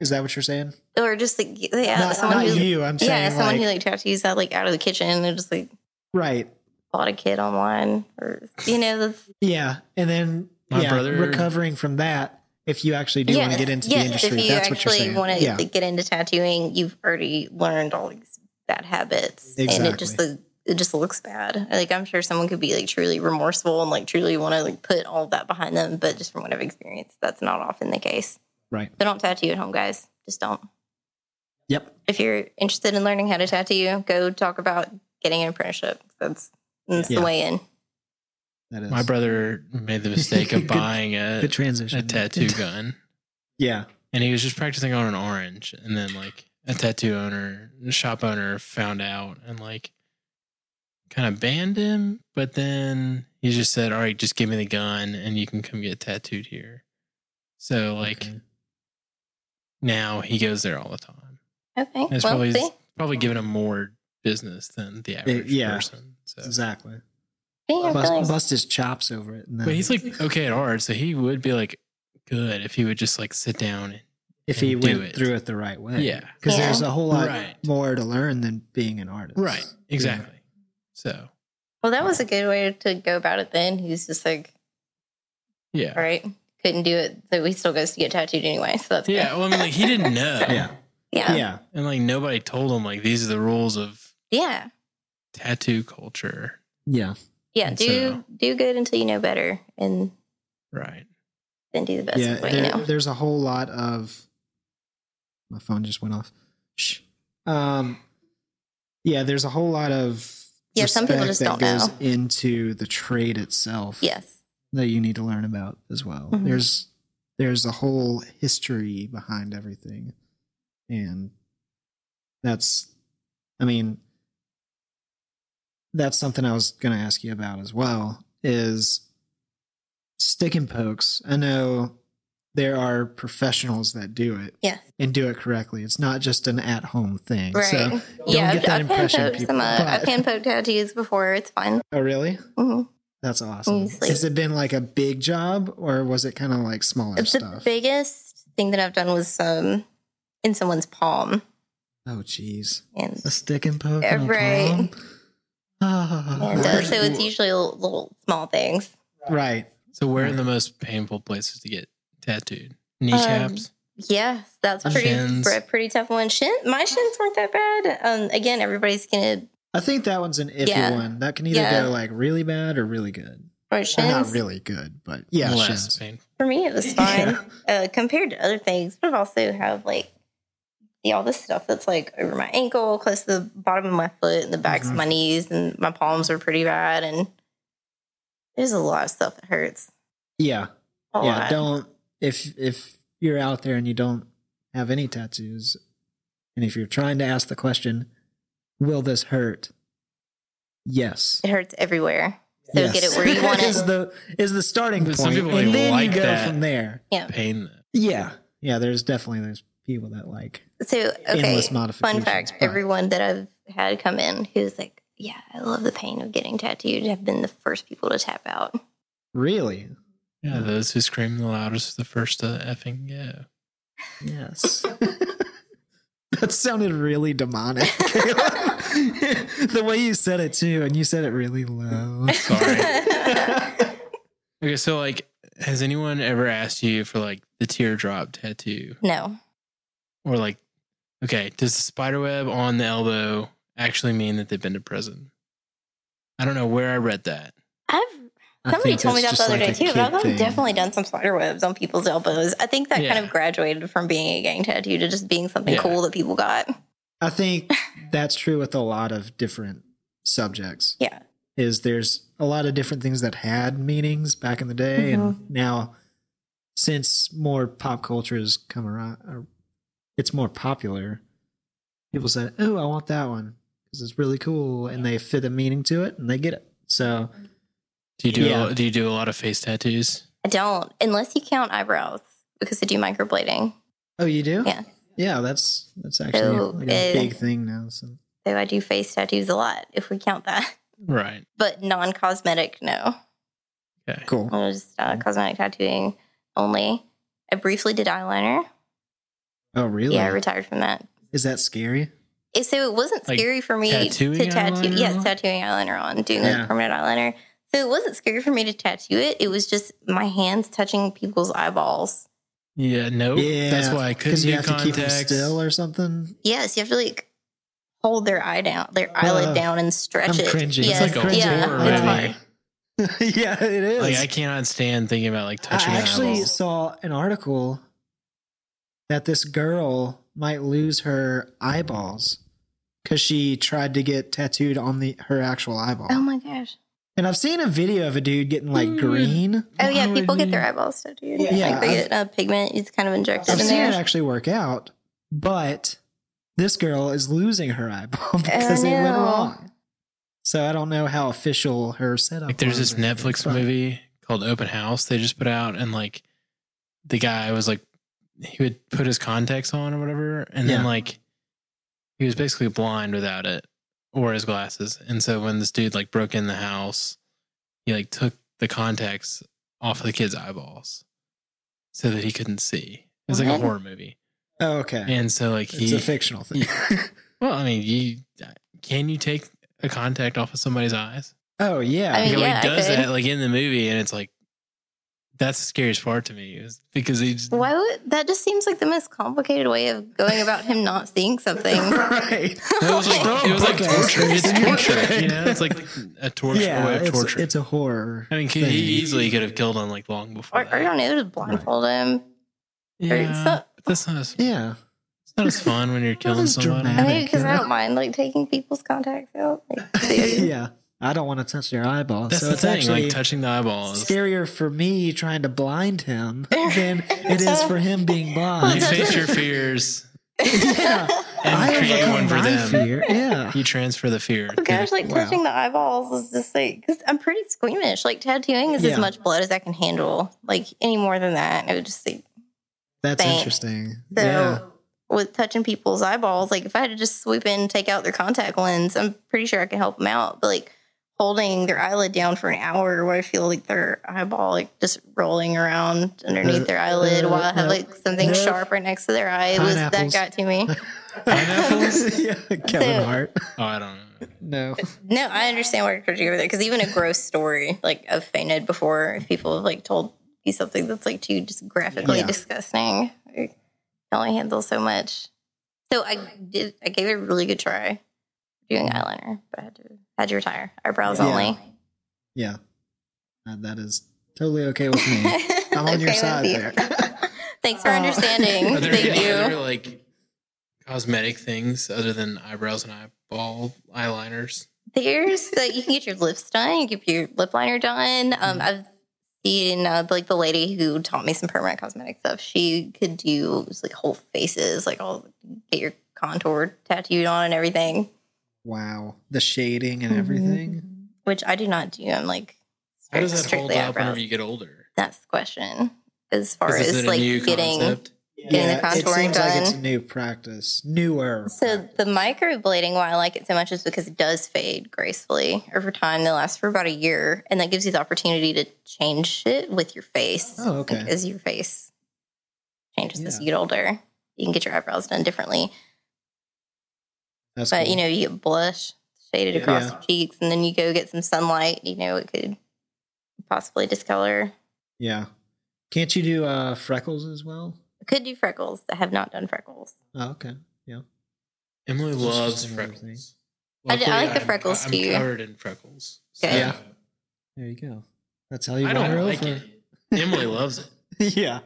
[SPEAKER 2] Is that what you're saying?
[SPEAKER 3] or just like yeah,
[SPEAKER 2] not
[SPEAKER 3] someone
[SPEAKER 2] not
[SPEAKER 3] who
[SPEAKER 2] you. I'm saying
[SPEAKER 3] yeah, someone
[SPEAKER 2] like
[SPEAKER 3] who like tattoos that like out of the kitchen and just like
[SPEAKER 2] right.
[SPEAKER 3] bought a kid online or you know the
[SPEAKER 2] Yeah, and then
[SPEAKER 4] My
[SPEAKER 2] yeah,
[SPEAKER 4] brother-
[SPEAKER 2] recovering from that. If you actually do want to get into the industry,
[SPEAKER 3] If you
[SPEAKER 2] that's what you're
[SPEAKER 3] actually
[SPEAKER 2] saying.
[SPEAKER 3] want to
[SPEAKER 2] yeah,
[SPEAKER 3] get into tattooing, you've already learned all these bad habits, and it just
[SPEAKER 2] Exactly.
[SPEAKER 3] like, it just looks bad. Like I'm sure someone could be like truly remorseful and like truly want to like put all that behind them, but just from what I've experienced, that's not often the case.
[SPEAKER 2] right.
[SPEAKER 3] So don't tattoo at home, guys. Just don't.
[SPEAKER 2] Yep.
[SPEAKER 3] If you're interested in learning how to tattoo, go talk about getting an apprenticeship. That's that's
[SPEAKER 2] Yeah.
[SPEAKER 3] the way in.
[SPEAKER 2] That is
[SPEAKER 4] My brother made the mistake of
[SPEAKER 2] Good-
[SPEAKER 4] buying a,
[SPEAKER 2] Good transition.
[SPEAKER 4] a tattoo gun,
[SPEAKER 2] yeah.
[SPEAKER 4] and he was just practicing on an orange, and then like a tattoo owner, shop owner found out and like kind of banned him. But then he just said, "All right, just give me the gun, and you can come get tattooed here." So like
[SPEAKER 2] Okay.
[SPEAKER 4] now he goes there all the time.
[SPEAKER 3] Okay.
[SPEAKER 4] And it's
[SPEAKER 3] Oh, well,
[SPEAKER 4] probably
[SPEAKER 3] see,
[SPEAKER 4] probably giving him more business than the average
[SPEAKER 2] yeah.
[SPEAKER 4] person. So.
[SPEAKER 2] exactly.
[SPEAKER 3] see, I feel like-
[SPEAKER 2] Bust, bust his chops over it. And then
[SPEAKER 4] But he's like okay at art, so he would be like good if he would just like sit down and
[SPEAKER 2] if he
[SPEAKER 4] and do
[SPEAKER 2] went
[SPEAKER 4] it.
[SPEAKER 2] through it the right way.
[SPEAKER 4] Yeah.
[SPEAKER 2] Because
[SPEAKER 3] Yeah.
[SPEAKER 2] there's a whole lot
[SPEAKER 4] Right.
[SPEAKER 2] more to learn than being an artist.
[SPEAKER 4] Right. Exactly. So
[SPEAKER 3] well, that was a good way to go about it. Then he's just like.
[SPEAKER 4] yeah.
[SPEAKER 3] right? Couldn't do it, so he still goes to get tattooed anyway. So that's
[SPEAKER 4] Yeah.
[SPEAKER 3] good.
[SPEAKER 4] Well I mean like he didn't know.
[SPEAKER 2] Yeah.
[SPEAKER 3] yeah,
[SPEAKER 2] Yeah.
[SPEAKER 3] yeah,
[SPEAKER 4] And like nobody told him like these are the rules of
[SPEAKER 3] yeah,
[SPEAKER 4] tattoo culture.
[SPEAKER 2] Yeah.
[SPEAKER 3] yeah.
[SPEAKER 4] And
[SPEAKER 3] Do
[SPEAKER 4] so-
[SPEAKER 3] do good until you know better, and
[SPEAKER 4] Right.
[SPEAKER 3] then do the best
[SPEAKER 2] yeah.
[SPEAKER 3] with what
[SPEAKER 2] there-
[SPEAKER 3] you know.
[SPEAKER 2] There's a whole lot of. My phone just went off. Shh. Um, yeah. There's a whole lot of.
[SPEAKER 3] Yeah, some people
[SPEAKER 2] respect
[SPEAKER 3] just
[SPEAKER 2] that
[SPEAKER 3] don't
[SPEAKER 2] goes
[SPEAKER 3] know.
[SPEAKER 2] into the trade itself.
[SPEAKER 3] Yes,
[SPEAKER 2] That you need to learn about as well.
[SPEAKER 3] Mhm.
[SPEAKER 2] There's there's a whole history behind everything, and that's, I mean, that's something I was going to ask you about as well is stick and pokes. I know there are professionals that do it
[SPEAKER 3] Yeah.
[SPEAKER 2] and do it correctly. It's not just an at home thing.
[SPEAKER 3] right.
[SPEAKER 2] So,
[SPEAKER 3] yeah,
[SPEAKER 2] get that
[SPEAKER 3] I've, I've hand
[SPEAKER 2] impression,
[SPEAKER 3] poked
[SPEAKER 2] people,
[SPEAKER 3] some. Uh, I've
[SPEAKER 2] but-
[SPEAKER 3] hand poked tattoos before. It's fine.
[SPEAKER 2] oh, really?
[SPEAKER 3] hmm
[SPEAKER 2] That's awesome.
[SPEAKER 3] Easily.
[SPEAKER 2] Has it been like a big job or was it kind of like smaller
[SPEAKER 3] The
[SPEAKER 2] stuff?
[SPEAKER 3] biggest thing that I've done was um in someone's palm,
[SPEAKER 2] oh, jeez.
[SPEAKER 3] and
[SPEAKER 2] A stick and poke.
[SPEAKER 3] Yeah,
[SPEAKER 2] on a
[SPEAKER 3] right.
[SPEAKER 2] palm? Ah,
[SPEAKER 3] and uh,
[SPEAKER 4] Right.
[SPEAKER 3] so it's usually little, little small things.
[SPEAKER 2] right.
[SPEAKER 4] So where are the most painful places to get tattooed?
[SPEAKER 2] Um,
[SPEAKER 4] Kneecaps?
[SPEAKER 3] Yes, that's pretty
[SPEAKER 4] Shins.
[SPEAKER 3] pre- pretty tough one. Shin, my shins weren't that bad. Um, again, everybody's gonna
[SPEAKER 2] I think that one's an iffy
[SPEAKER 3] Yeah.
[SPEAKER 2] one. That can either
[SPEAKER 3] Yeah.
[SPEAKER 2] go like really bad or really good.
[SPEAKER 3] or
[SPEAKER 2] Or
[SPEAKER 3] shins.
[SPEAKER 2] not really good, but yeah,
[SPEAKER 4] Less
[SPEAKER 2] shins.
[SPEAKER 4] painful.
[SPEAKER 3] For me, it was fine uh, compared to other things. But I also have like the, all this stuff that's like over my ankle, close to the bottom of my foot, and the backs
[SPEAKER 2] Mhm.
[SPEAKER 3] of my knees, and my palms are pretty bad. And there's a lot of stuff that hurts.
[SPEAKER 2] Yeah,
[SPEAKER 3] A
[SPEAKER 2] yeah.
[SPEAKER 3] lot.
[SPEAKER 2] Don't if if you're out there and you don't have any tattoos, and if you're trying to ask the question, will this hurt? Yes.
[SPEAKER 3] It hurts everywhere. So
[SPEAKER 2] Yes.
[SPEAKER 3] get it where you want
[SPEAKER 2] is
[SPEAKER 3] it.
[SPEAKER 2] the is the starting
[SPEAKER 4] But
[SPEAKER 2] point,
[SPEAKER 4] some people,
[SPEAKER 2] and
[SPEAKER 4] like,
[SPEAKER 2] then
[SPEAKER 4] like
[SPEAKER 2] you go
[SPEAKER 4] that.
[SPEAKER 2] from there.
[SPEAKER 4] Pain though.
[SPEAKER 2] Yeah, yeah. There's definitely there's people that like
[SPEAKER 3] So okay,
[SPEAKER 2] endless
[SPEAKER 3] fun
[SPEAKER 2] modifications.
[SPEAKER 3] fact:
[SPEAKER 2] but-
[SPEAKER 3] everyone that I've had come in who's like, "Yeah, I love the pain of getting tattooed," have been the first people to tap out.
[SPEAKER 2] Really?
[SPEAKER 4] Yeah, those who scream the loudest are the first to effing go.
[SPEAKER 2] Yes. that sounded really demonic. the way you said it too, and you said it really low.
[SPEAKER 4] Sorry. Okay, so like, has anyone ever asked you for like the teardrop tattoo,
[SPEAKER 3] no.
[SPEAKER 4] or like, okay, does the spider web on the elbow actually mean that they've been to prison? I don't know where I read that.
[SPEAKER 3] I've
[SPEAKER 2] I
[SPEAKER 3] somebody
[SPEAKER 2] think
[SPEAKER 3] told me that
[SPEAKER 2] that's
[SPEAKER 3] the
[SPEAKER 2] just
[SPEAKER 3] other
[SPEAKER 2] like
[SPEAKER 3] day
[SPEAKER 2] a
[SPEAKER 3] too,
[SPEAKER 2] kid
[SPEAKER 3] but I've
[SPEAKER 2] thing.
[SPEAKER 3] definitely done some spider webs on people's elbows. I think that kind
[SPEAKER 4] Yeah.
[SPEAKER 3] of graduated from being a gang tattoo to just being something
[SPEAKER 4] Yeah.
[SPEAKER 3] cool that people got.
[SPEAKER 2] I think that's true with a lot of different subjects.
[SPEAKER 3] Yeah.
[SPEAKER 2] Is there's a lot of different things that had meanings back in the day,
[SPEAKER 3] Mm-hmm.
[SPEAKER 2] and now since more pop culture has come around, or it's more popular. People said, "Oh, I want that one because it's really cool," and they fit a meaning to it, and they get it. So
[SPEAKER 4] Do you do?
[SPEAKER 2] Yeah.
[SPEAKER 4] A, do you do a lot of face tattoos?
[SPEAKER 3] I don't, unless you count eyebrows because I do microblading.
[SPEAKER 2] Oh, you do?
[SPEAKER 3] Yeah.
[SPEAKER 2] Yeah, that's that's actually
[SPEAKER 3] So,
[SPEAKER 2] like a
[SPEAKER 3] uh,
[SPEAKER 2] big thing now. So
[SPEAKER 3] So I do face tattoos a lot if we count that,
[SPEAKER 4] Right.
[SPEAKER 3] but non cosmetic, no.
[SPEAKER 4] Okay.
[SPEAKER 2] Cool.
[SPEAKER 3] It was uh, cosmetic tattooing only. I briefly did eyeliner.
[SPEAKER 2] Oh, really?
[SPEAKER 3] Yeah, I retired from that.
[SPEAKER 2] Is that scary?
[SPEAKER 3] It- So it wasn't
[SPEAKER 4] Like
[SPEAKER 3] scary for me
[SPEAKER 4] tattooing
[SPEAKER 3] to tattoo.
[SPEAKER 4] eyeliner on?
[SPEAKER 3] Yes, tattooing eyeliner on, doing
[SPEAKER 2] Yeah.
[SPEAKER 3] like permanent eyeliner. So it wasn't scary for me to tattoo it. It was just my hands touching people's eyeballs.
[SPEAKER 4] Yeah, no.
[SPEAKER 2] Yeah,
[SPEAKER 4] Oh, that's why I couldn't
[SPEAKER 2] Because
[SPEAKER 4] do
[SPEAKER 2] you have to keep them
[SPEAKER 4] contacts.
[SPEAKER 2] still or something.
[SPEAKER 3] Yes, you have to like hold their eye down, their eyelid
[SPEAKER 2] Ugh.
[SPEAKER 3] down, and stretch
[SPEAKER 2] I'm
[SPEAKER 3] it.
[SPEAKER 2] cringing.
[SPEAKER 3] Yes,
[SPEAKER 4] It's like a
[SPEAKER 3] yeah,
[SPEAKER 4] horror
[SPEAKER 3] it's
[SPEAKER 4] movie.
[SPEAKER 3] hard.
[SPEAKER 2] yeah, it is.
[SPEAKER 4] like I cannot stand thinking about like touching.
[SPEAKER 2] I actually
[SPEAKER 4] eyeballs.
[SPEAKER 2] saw an article that this girl might lose her eyeballs because she tried to get tattooed on the her actual eyeball.
[SPEAKER 3] Oh my gosh!
[SPEAKER 2] and I've seen a video of a dude getting like
[SPEAKER 4] Mm.
[SPEAKER 2] green.
[SPEAKER 3] Oh yeah,
[SPEAKER 4] Why
[SPEAKER 3] people
[SPEAKER 4] would
[SPEAKER 3] get
[SPEAKER 4] you-
[SPEAKER 3] their eyeballs tattooed.
[SPEAKER 2] Yeah,
[SPEAKER 3] like they
[SPEAKER 2] I've-
[SPEAKER 3] get uh, pigment. It's kind of injected
[SPEAKER 2] I've
[SPEAKER 3] in
[SPEAKER 2] seen it
[SPEAKER 3] there.
[SPEAKER 2] actually work out, but this girl is losing her eyeball because it went
[SPEAKER 3] Oh, no.
[SPEAKER 2] wrong. So I don't know how official her setup.
[SPEAKER 4] Like there's
[SPEAKER 2] was
[SPEAKER 4] this
[SPEAKER 2] or anything,
[SPEAKER 4] Netflix
[SPEAKER 2] but-
[SPEAKER 4] movie called Open House they just put out and like the guy was like he would put his contacts on or whatever and
[SPEAKER 2] Yeah.
[SPEAKER 4] then like he was basically blind without it or his glasses. And so when this dude like broke in the house, he like took the contacts off of the kid's eyeballs so that he couldn't see. It was like a
[SPEAKER 3] What?
[SPEAKER 4] horror movie.
[SPEAKER 2] Oh, okay,
[SPEAKER 4] And so like
[SPEAKER 2] it's
[SPEAKER 4] he
[SPEAKER 2] a fictional thing.
[SPEAKER 4] Well, I mean, you can you take a contact off of somebody's eyes?
[SPEAKER 2] oh yeah,
[SPEAKER 3] I mean,
[SPEAKER 4] Like,
[SPEAKER 3] yeah,
[SPEAKER 4] he does
[SPEAKER 3] could.
[SPEAKER 4] that like in the movie, and it's like that's the scariest part to me is because he just,
[SPEAKER 3] Why would that just seems like the most complicated way of going about him not seeing something?
[SPEAKER 2] right.
[SPEAKER 4] it was like, it was like
[SPEAKER 2] Don't put
[SPEAKER 4] torture.
[SPEAKER 2] that
[SPEAKER 4] It's
[SPEAKER 2] in your
[SPEAKER 4] torture.
[SPEAKER 2] head.
[SPEAKER 4] You know, it's like a torture
[SPEAKER 2] yeah,
[SPEAKER 4] way of
[SPEAKER 2] it's,
[SPEAKER 4] torture.
[SPEAKER 2] it's a horror.
[SPEAKER 4] I mean, he
[SPEAKER 2] thing.
[SPEAKER 4] easily could have killed him like long before.
[SPEAKER 3] Or, or I
[SPEAKER 4] that.
[SPEAKER 3] don't know, just blindfold him.
[SPEAKER 4] Yeah,
[SPEAKER 3] so-
[SPEAKER 4] but that's not as,
[SPEAKER 2] Yeah,
[SPEAKER 4] it's not as fun when you're killing
[SPEAKER 2] as
[SPEAKER 4] somebody.
[SPEAKER 3] I
[SPEAKER 2] dramatic.
[SPEAKER 3] mean, because I
[SPEAKER 2] yeah.
[SPEAKER 3] don't mind like taking people's contacts out. Like, dude.
[SPEAKER 2] yeah. I don't want to touch their eyeball.
[SPEAKER 4] That's
[SPEAKER 2] so
[SPEAKER 4] the
[SPEAKER 2] it's
[SPEAKER 4] thing,
[SPEAKER 2] actually
[SPEAKER 4] like touching the eyeballs.
[SPEAKER 2] scarier for me trying to blind him than it is for him being
[SPEAKER 4] You
[SPEAKER 2] blind.
[SPEAKER 4] face your fears
[SPEAKER 2] yeah,
[SPEAKER 4] and
[SPEAKER 2] I
[SPEAKER 4] create
[SPEAKER 2] overcome
[SPEAKER 4] one for
[SPEAKER 2] my
[SPEAKER 4] them.
[SPEAKER 2] fear. Yeah,
[SPEAKER 4] You transfer the fear.
[SPEAKER 3] Oh gosh, like
[SPEAKER 2] Wow.
[SPEAKER 3] touching the eyeballs is just like because I'm pretty squeamish. Like tattooing is
[SPEAKER 2] Yeah.
[SPEAKER 3] as much blood as I can handle. Like any more than that, it would just like
[SPEAKER 2] that's
[SPEAKER 3] Thanks.
[SPEAKER 2] interesting.
[SPEAKER 3] so.
[SPEAKER 2] yeah,
[SPEAKER 3] With touching people's eyeballs, like if I had to just swoop in, and take out their contact lens, I'm pretty sure I can help them out. But like holding their eyelid down for an hour, where I feel like their eyeball like just rolling around underneath
[SPEAKER 2] Uh,
[SPEAKER 3] their eyelid,
[SPEAKER 2] uh,
[SPEAKER 3] while I have
[SPEAKER 2] no.
[SPEAKER 3] like something
[SPEAKER 2] No.
[SPEAKER 3] sharp right next to their eye, it was that
[SPEAKER 2] Pineapples.
[SPEAKER 3] got to me.
[SPEAKER 4] Pineapples?
[SPEAKER 2] yeah, Kevin
[SPEAKER 3] So-
[SPEAKER 2] Hart.
[SPEAKER 4] Oh, I don't
[SPEAKER 2] No,
[SPEAKER 4] know.
[SPEAKER 3] No, I understand why you're trying to go there because even a gross story like I've fainted before. If people have like told me something that's like too just graphically
[SPEAKER 2] Yeah.
[SPEAKER 3] disgusting, I can only handle so much. So I did. I gave it a really good try doing eyeliner, but I had to had to retire. Eyebrows
[SPEAKER 2] Mm. Yeah.
[SPEAKER 3] only.
[SPEAKER 2] yeah, Uh, that is totally okay with me. I'm on your
[SPEAKER 3] with
[SPEAKER 2] side
[SPEAKER 3] you.
[SPEAKER 2] there.
[SPEAKER 3] Thanks for
[SPEAKER 2] Uh,
[SPEAKER 3] understanding.
[SPEAKER 4] Are there
[SPEAKER 3] Thank
[SPEAKER 4] any
[SPEAKER 3] you.
[SPEAKER 4] other like cosmetic things other than eyebrows and eyeball eyeliners?
[SPEAKER 3] There's uh, you can get your lips done, you can get your lip liner done.
[SPEAKER 4] Mm-hmm.
[SPEAKER 3] Um, I've seen uh, like the lady who taught me some permanent cosmetic stuff. She could do just, like whole faces, like all get your contour tattooed on and everything,
[SPEAKER 2] Wow, the shading and everything.
[SPEAKER 3] which I do not do. I'm like
[SPEAKER 4] How does that hold
[SPEAKER 3] strictly
[SPEAKER 4] up
[SPEAKER 3] eyebrows.
[SPEAKER 4] whenever you get older?
[SPEAKER 3] That's the question. As far
[SPEAKER 4] Is
[SPEAKER 3] as
[SPEAKER 4] it a
[SPEAKER 3] like
[SPEAKER 4] new
[SPEAKER 3] getting
[SPEAKER 4] concept?
[SPEAKER 3] Getting the
[SPEAKER 2] it
[SPEAKER 3] contouring
[SPEAKER 2] seems like it's
[SPEAKER 3] done.
[SPEAKER 2] new practice, newer.
[SPEAKER 3] So the microblading, why I like it so much is because it does fade gracefully over time. They last for about a year, and that gives you the opportunity to change it with your face.
[SPEAKER 2] Oh, okay.
[SPEAKER 3] Like, as your face changes as
[SPEAKER 2] Yeah.
[SPEAKER 3] you get older, you can get your eyebrows done differently.
[SPEAKER 2] That's
[SPEAKER 3] but
[SPEAKER 2] cool.
[SPEAKER 3] you know, you get blush shaded
[SPEAKER 2] Yeah.
[SPEAKER 3] across the cheeks, and then you go get some sunlight. You know, it could possibly discolor.
[SPEAKER 2] yeah. Can't you do uh, freckles as well?
[SPEAKER 3] I could do freckles. I have not done freckles.
[SPEAKER 2] Oh, okay.
[SPEAKER 4] Emily
[SPEAKER 2] It's
[SPEAKER 4] loves
[SPEAKER 2] just another thing.
[SPEAKER 4] freckles.
[SPEAKER 3] I d- I
[SPEAKER 4] Luckily,
[SPEAKER 3] like the freckles
[SPEAKER 4] I'm,
[SPEAKER 3] too.
[SPEAKER 4] I'm covered in freckles.
[SPEAKER 3] Good.
[SPEAKER 2] Yeah. There you go. That's how you
[SPEAKER 4] I
[SPEAKER 2] won
[SPEAKER 4] don't
[SPEAKER 2] her
[SPEAKER 4] like
[SPEAKER 2] over.
[SPEAKER 4] it. Emily loves it.
[SPEAKER 2] yeah.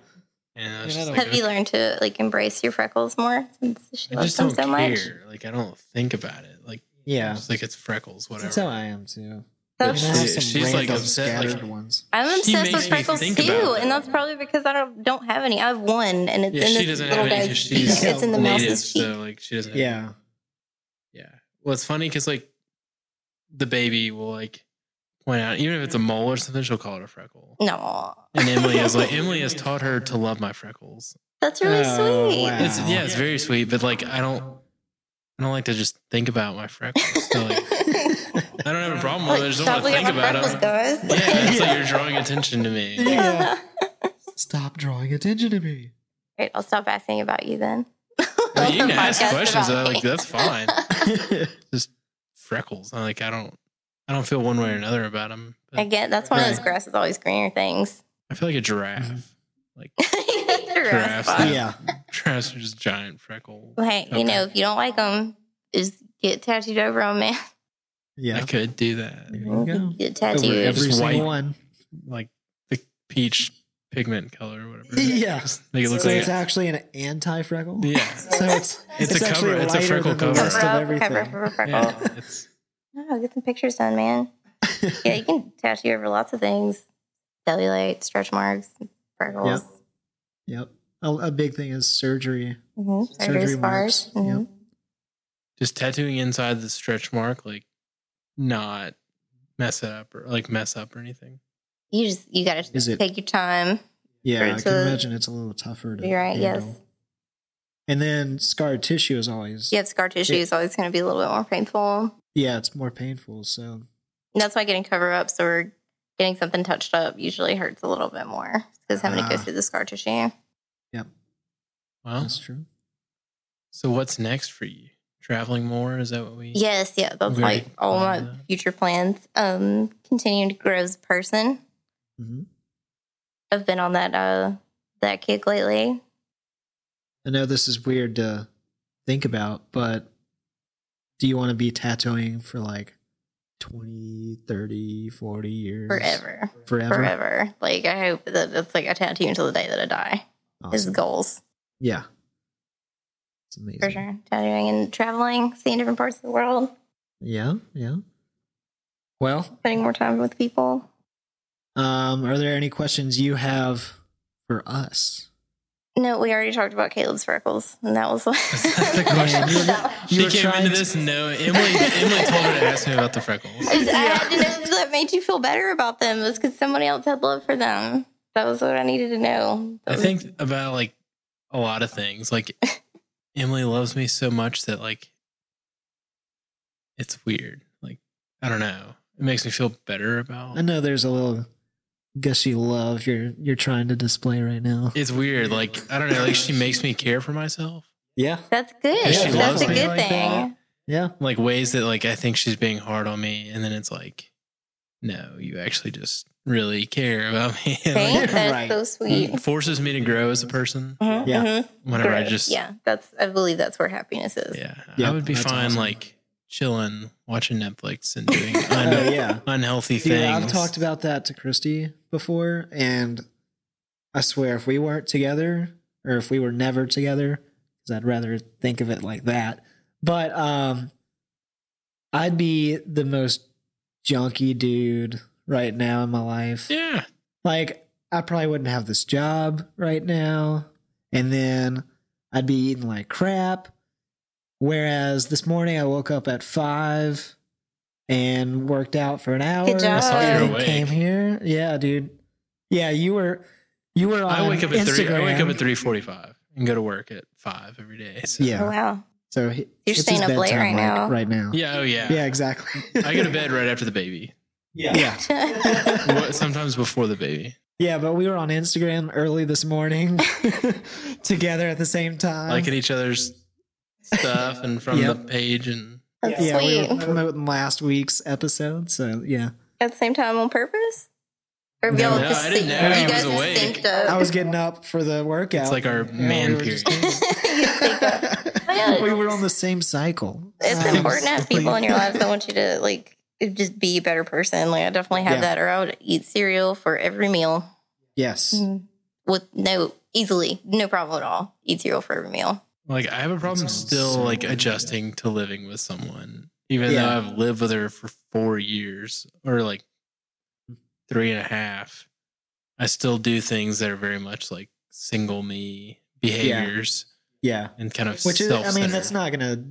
[SPEAKER 4] And I was
[SPEAKER 2] Yeah, I don't-
[SPEAKER 4] just like,
[SPEAKER 3] Have you learned to like embrace your freckles more since she
[SPEAKER 4] I
[SPEAKER 3] loves
[SPEAKER 4] just
[SPEAKER 3] them
[SPEAKER 4] don't
[SPEAKER 3] so
[SPEAKER 4] care.
[SPEAKER 3] much?
[SPEAKER 4] Like I don't think about it. Like
[SPEAKER 2] Yeah.
[SPEAKER 4] just like it's freckles, whatever.
[SPEAKER 2] That's how I am too.
[SPEAKER 4] Yeah,
[SPEAKER 2] And I
[SPEAKER 3] That's-
[SPEAKER 4] she-
[SPEAKER 2] have some
[SPEAKER 4] she's, like,
[SPEAKER 2] random
[SPEAKER 4] upset, like-
[SPEAKER 2] scattered ones.
[SPEAKER 3] I'm
[SPEAKER 4] She
[SPEAKER 3] obsessed
[SPEAKER 4] makes
[SPEAKER 3] with
[SPEAKER 4] me
[SPEAKER 3] freckles
[SPEAKER 4] think
[SPEAKER 3] too,
[SPEAKER 4] about
[SPEAKER 3] and that's probably because I don't don't have any. I have one, and it's
[SPEAKER 4] yeah,
[SPEAKER 3] in
[SPEAKER 4] she
[SPEAKER 3] this
[SPEAKER 4] doesn't
[SPEAKER 3] little
[SPEAKER 4] have any.
[SPEAKER 3] guy's
[SPEAKER 4] 'cause
[SPEAKER 3] cheek.
[SPEAKER 4] She's
[SPEAKER 3] It's in the
[SPEAKER 4] native,
[SPEAKER 3] mouse's cheek.
[SPEAKER 4] so like she doesn't. Have
[SPEAKER 2] Yeah.
[SPEAKER 4] Yeah. Well, it's funny because like the baby will like point out, even if it's a mole or something, she'll call it a freckle.
[SPEAKER 3] Oh. No,
[SPEAKER 4] And Emily is like, Emily has taught her to love my freckles.
[SPEAKER 3] that's really
[SPEAKER 2] Oh,
[SPEAKER 3] sweet.
[SPEAKER 2] wow.
[SPEAKER 4] It's yeah, it's very sweet, but like I don't, I don't like to just think about my freckles. So like, I don't have a problem with it. I just don't
[SPEAKER 3] stop
[SPEAKER 4] want to
[SPEAKER 3] looking
[SPEAKER 4] think
[SPEAKER 3] at my
[SPEAKER 4] about
[SPEAKER 3] freckles,
[SPEAKER 4] it. Yeah,
[SPEAKER 3] guys.
[SPEAKER 4] it's like you're drawing attention to me.
[SPEAKER 2] Yeah. Stop drawing attention to me.
[SPEAKER 3] Right, I'll stop asking about you then.
[SPEAKER 4] But you can ask
[SPEAKER 3] Podcast
[SPEAKER 4] questions.
[SPEAKER 3] about
[SPEAKER 4] I, like
[SPEAKER 3] me.
[SPEAKER 4] that's fine. Just freckles. I like I don't. I don't feel one way or another about them.
[SPEAKER 3] I
[SPEAKER 4] But
[SPEAKER 3] get that's one of those
[SPEAKER 2] Right.
[SPEAKER 3] grass is always greener things.
[SPEAKER 4] I feel like a giraffe.
[SPEAKER 2] Mhm.
[SPEAKER 4] Like
[SPEAKER 3] Grass
[SPEAKER 4] Giraffes.
[SPEAKER 3] spot.
[SPEAKER 2] Yeah.
[SPEAKER 4] giraffes are just giant freckles.
[SPEAKER 3] Well, hey,
[SPEAKER 4] Okay.
[SPEAKER 3] you know, if you don't like them, just get tattooed over them, man.
[SPEAKER 2] Yeah.
[SPEAKER 4] I could do that.
[SPEAKER 2] There you go.
[SPEAKER 3] Get
[SPEAKER 2] Over
[SPEAKER 3] tattooed.
[SPEAKER 2] every
[SPEAKER 4] Just
[SPEAKER 2] single
[SPEAKER 4] white.
[SPEAKER 2] one.
[SPEAKER 4] Like the peach pigment color or whatever.
[SPEAKER 2] Yeah.
[SPEAKER 4] Just make it look
[SPEAKER 2] So
[SPEAKER 4] like
[SPEAKER 2] it's actually an anti-freckle.
[SPEAKER 4] yeah.
[SPEAKER 2] So it's
[SPEAKER 4] It's a
[SPEAKER 2] actually
[SPEAKER 4] cover. It's a
[SPEAKER 2] lighter
[SPEAKER 4] freckle
[SPEAKER 2] than the
[SPEAKER 4] cover.
[SPEAKER 2] rest of
[SPEAKER 3] Cover up,
[SPEAKER 2] everything.
[SPEAKER 3] cover up, cover up, freckle.
[SPEAKER 4] yeah. It's
[SPEAKER 3] No, Oh, get some pictures done, man. yeah, you can tattoo over lots of things. Cellulite, stretch marks, freckles.
[SPEAKER 2] Yep. A, a big thing is surgery.
[SPEAKER 3] hmm Surgery,
[SPEAKER 2] Surgery
[SPEAKER 3] scars.
[SPEAKER 2] marks.
[SPEAKER 3] Mhm.
[SPEAKER 2] Yep.
[SPEAKER 4] just tattooing inside the stretch mark, like not mess it up or like mess up or anything.
[SPEAKER 3] You just you gotta
[SPEAKER 2] Is it-
[SPEAKER 3] take your time. Or
[SPEAKER 2] Yeah, I
[SPEAKER 3] it's
[SPEAKER 2] can
[SPEAKER 3] a-
[SPEAKER 2] imagine it's a little tougher to
[SPEAKER 3] You're right, yes.
[SPEAKER 2] handle. And then scarred tissue is always
[SPEAKER 3] You have scar tissue, it's always gonna be a little bit more painful.
[SPEAKER 2] yeah, it's more painful. So
[SPEAKER 3] And that's why getting cover ups or getting something touched up usually hurts a little bit more because having to
[SPEAKER 2] Ah.
[SPEAKER 3] go through the scar tissue.
[SPEAKER 4] Well,
[SPEAKER 2] that's true.
[SPEAKER 4] so what's next for you? Traveling more? Is that what we?
[SPEAKER 3] Yes, yeah, that's
[SPEAKER 4] Very
[SPEAKER 3] like all my
[SPEAKER 4] fun, though.
[SPEAKER 3] future plans. Um, continuing to grow as a person.
[SPEAKER 2] Mhm.
[SPEAKER 3] I've been on that uh that kick lately.
[SPEAKER 2] I know this is weird to think about, but do you want to be tattooing for like 20, 30, 40 years?
[SPEAKER 3] Forever,
[SPEAKER 2] Forever.
[SPEAKER 3] forever. Like I hope that that's like a tattoo until the day that I die. Is
[SPEAKER 2] Awesome.
[SPEAKER 3] goals
[SPEAKER 2] Yeah. It's amazing.
[SPEAKER 3] for sure. Tattooing and traveling, seeing different parts of the world,
[SPEAKER 2] Yeah, yeah. Well,
[SPEAKER 3] spending more time with people.
[SPEAKER 2] um, are there any questions you have for us?
[SPEAKER 3] No, we already talked about Caleb's freckles, and that was
[SPEAKER 4] the question?
[SPEAKER 2] You
[SPEAKER 4] She
[SPEAKER 2] were
[SPEAKER 4] came
[SPEAKER 2] trying
[SPEAKER 4] into
[SPEAKER 2] to-
[SPEAKER 4] this no. Emily Emily told her to ask me about the freckles.
[SPEAKER 3] I had to know if that made you feel better about them. It was because somebody else had love for them. That was what I needed to know. That
[SPEAKER 4] I
[SPEAKER 3] was-
[SPEAKER 4] think about like a lot of things. Like Emily loves me so much that like it's weird. Like I don't know. It makes me feel better about.
[SPEAKER 2] I know there's a little gushy love you're you're trying to display right now.
[SPEAKER 4] It's weird. Like I don't know. Like she makes me care for myself.
[SPEAKER 2] Yeah,
[SPEAKER 3] that's good.
[SPEAKER 2] She
[SPEAKER 3] that's
[SPEAKER 2] loves
[SPEAKER 3] a
[SPEAKER 2] me
[SPEAKER 3] good
[SPEAKER 4] like that.
[SPEAKER 3] thing.
[SPEAKER 2] yeah,
[SPEAKER 4] Like ways that like I think she's being hard on me, and then it's like, no, you actually just really care about me.
[SPEAKER 3] Thanks.
[SPEAKER 4] like,
[SPEAKER 2] You're
[SPEAKER 3] That's
[SPEAKER 2] right. Mm-hmm.
[SPEAKER 3] so sweet.
[SPEAKER 4] it forces me to grow as a person.
[SPEAKER 3] Mhm,
[SPEAKER 2] Yeah.
[SPEAKER 3] mhm.
[SPEAKER 4] Whenever I
[SPEAKER 3] Great.
[SPEAKER 4] just
[SPEAKER 3] yeah, that's I believe that's where happiness is.
[SPEAKER 4] yeah,
[SPEAKER 2] Yeah,
[SPEAKER 4] I would be
[SPEAKER 2] that's
[SPEAKER 4] fine
[SPEAKER 2] awesome.
[SPEAKER 4] like chilling, watching Netflix, and doing
[SPEAKER 2] Oh,
[SPEAKER 4] un-
[SPEAKER 2] yeah.
[SPEAKER 4] unhealthy
[SPEAKER 2] Dude,
[SPEAKER 4] things.
[SPEAKER 2] I've talked about that to Christy before, and I swear if we weren't together, or if we were never together, because I'd rather think of it like that. But um, I'd be the most junky dude right now in my life.
[SPEAKER 4] Yeah.
[SPEAKER 2] like I probably wouldn't have this job right now. And then I'd be eating like crap. Whereas this morning I woke up at five and worked out for an hour.
[SPEAKER 3] Good job. I saw you were
[SPEAKER 2] and
[SPEAKER 4] awake.
[SPEAKER 2] Came here. Yeah, dude. Yeah, you were you were on
[SPEAKER 4] I wake up at
[SPEAKER 2] Instagram.
[SPEAKER 4] three. I wake up at three forty-five and go to work at five every day. So.
[SPEAKER 3] Oh,
[SPEAKER 2] Yeah.
[SPEAKER 3] wow.
[SPEAKER 2] So he-
[SPEAKER 3] You're
[SPEAKER 2] it's his
[SPEAKER 3] staying up late
[SPEAKER 2] bedtime, like,
[SPEAKER 3] right now.
[SPEAKER 2] Right now.
[SPEAKER 4] Yeah. Oh yeah.
[SPEAKER 2] Yeah, exactly.
[SPEAKER 4] I go to bed right after the baby.
[SPEAKER 2] Yeah. yeah.
[SPEAKER 4] What- Sometimes before the baby.
[SPEAKER 2] Yeah, but we were on Instagram early this morning together at the same time.
[SPEAKER 4] Liking each other's stuff and from
[SPEAKER 2] Yep.
[SPEAKER 4] the page and
[SPEAKER 3] That's
[SPEAKER 2] yeah,
[SPEAKER 3] sweet.
[SPEAKER 2] we were promoting last week's episode, so yeah,
[SPEAKER 3] At the same time on purpose? Or if
[SPEAKER 2] No.
[SPEAKER 3] y'all
[SPEAKER 2] No,
[SPEAKER 3] just
[SPEAKER 4] I didn't
[SPEAKER 3] synced-
[SPEAKER 4] know
[SPEAKER 2] he
[SPEAKER 3] you
[SPEAKER 2] was
[SPEAKER 3] guys just
[SPEAKER 4] awake.
[SPEAKER 3] synced up.
[SPEAKER 2] I was getting up for the workout.
[SPEAKER 4] it's like our
[SPEAKER 2] Yeah,
[SPEAKER 4] man
[SPEAKER 2] we were
[SPEAKER 4] period.
[SPEAKER 2] just doing it.
[SPEAKER 3] You synced up. But yeah,
[SPEAKER 2] we were on the same cycle.
[SPEAKER 3] It's
[SPEAKER 2] Um,
[SPEAKER 3] important to have people in your lives that want you to like just be a better person. Like I definitely have
[SPEAKER 2] Yeah.
[SPEAKER 3] that, or I would eat cereal for every meal
[SPEAKER 2] Yes,
[SPEAKER 3] with no easily, no problem at all. Eat cereal for every meal.
[SPEAKER 4] Like I have a problem still
[SPEAKER 2] so
[SPEAKER 4] like
[SPEAKER 2] weird.
[SPEAKER 4] adjusting to living with someone, even
[SPEAKER 2] Yeah.
[SPEAKER 4] though I've lived with her for four years or like three and a half. I still do things that are very much like single me behaviors
[SPEAKER 2] yeah.
[SPEAKER 4] and kind of
[SPEAKER 2] Which is, I mean,
[SPEAKER 4] self-centered.
[SPEAKER 2] that's not gonna.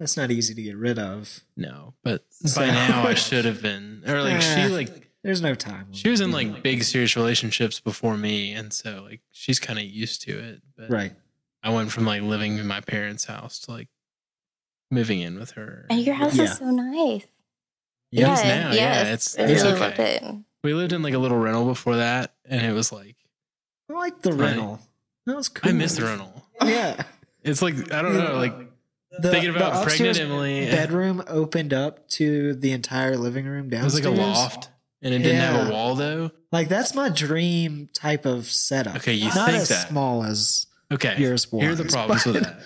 [SPEAKER 2] That's not easy to get rid of.
[SPEAKER 4] No, but
[SPEAKER 2] So-
[SPEAKER 4] by now I should have been. Or like she
[SPEAKER 2] Eh.
[SPEAKER 4] like
[SPEAKER 2] There's no time.
[SPEAKER 4] she was in like big serious relationships before me, and so like she's kind of used to it. But
[SPEAKER 2] Right.
[SPEAKER 4] I went from like living in my parents' house to like moving in with her.
[SPEAKER 3] And your house
[SPEAKER 2] Yeah.
[SPEAKER 3] is so nice.
[SPEAKER 4] It is
[SPEAKER 3] Yeah,
[SPEAKER 4] now,
[SPEAKER 3] yes,
[SPEAKER 4] yeah. It's
[SPEAKER 3] I
[SPEAKER 4] it's
[SPEAKER 3] really
[SPEAKER 4] okay.
[SPEAKER 3] loved it.
[SPEAKER 4] We lived in like a little rental before that, and it was like
[SPEAKER 2] I like the
[SPEAKER 4] Right.
[SPEAKER 2] rental. That was cool.
[SPEAKER 4] I miss the rental.
[SPEAKER 2] Yeah.
[SPEAKER 4] It's like I don't know, like
[SPEAKER 2] The,
[SPEAKER 4] thinking about
[SPEAKER 2] the
[SPEAKER 4] pregnant
[SPEAKER 2] upstairs
[SPEAKER 4] Emily. and-
[SPEAKER 2] bedroom opened up to the entire living room
[SPEAKER 4] It
[SPEAKER 2] downstairs.
[SPEAKER 4] was like a loft, and it didn't have
[SPEAKER 2] Yeah.
[SPEAKER 4] a wall though.
[SPEAKER 2] Like that's my dream type of setup.
[SPEAKER 4] Okay, you
[SPEAKER 2] Not
[SPEAKER 4] think
[SPEAKER 2] as
[SPEAKER 4] that.
[SPEAKER 2] small as
[SPEAKER 4] Okay,
[SPEAKER 2] yours was.
[SPEAKER 4] here are the problems
[SPEAKER 2] but-
[SPEAKER 4] with that.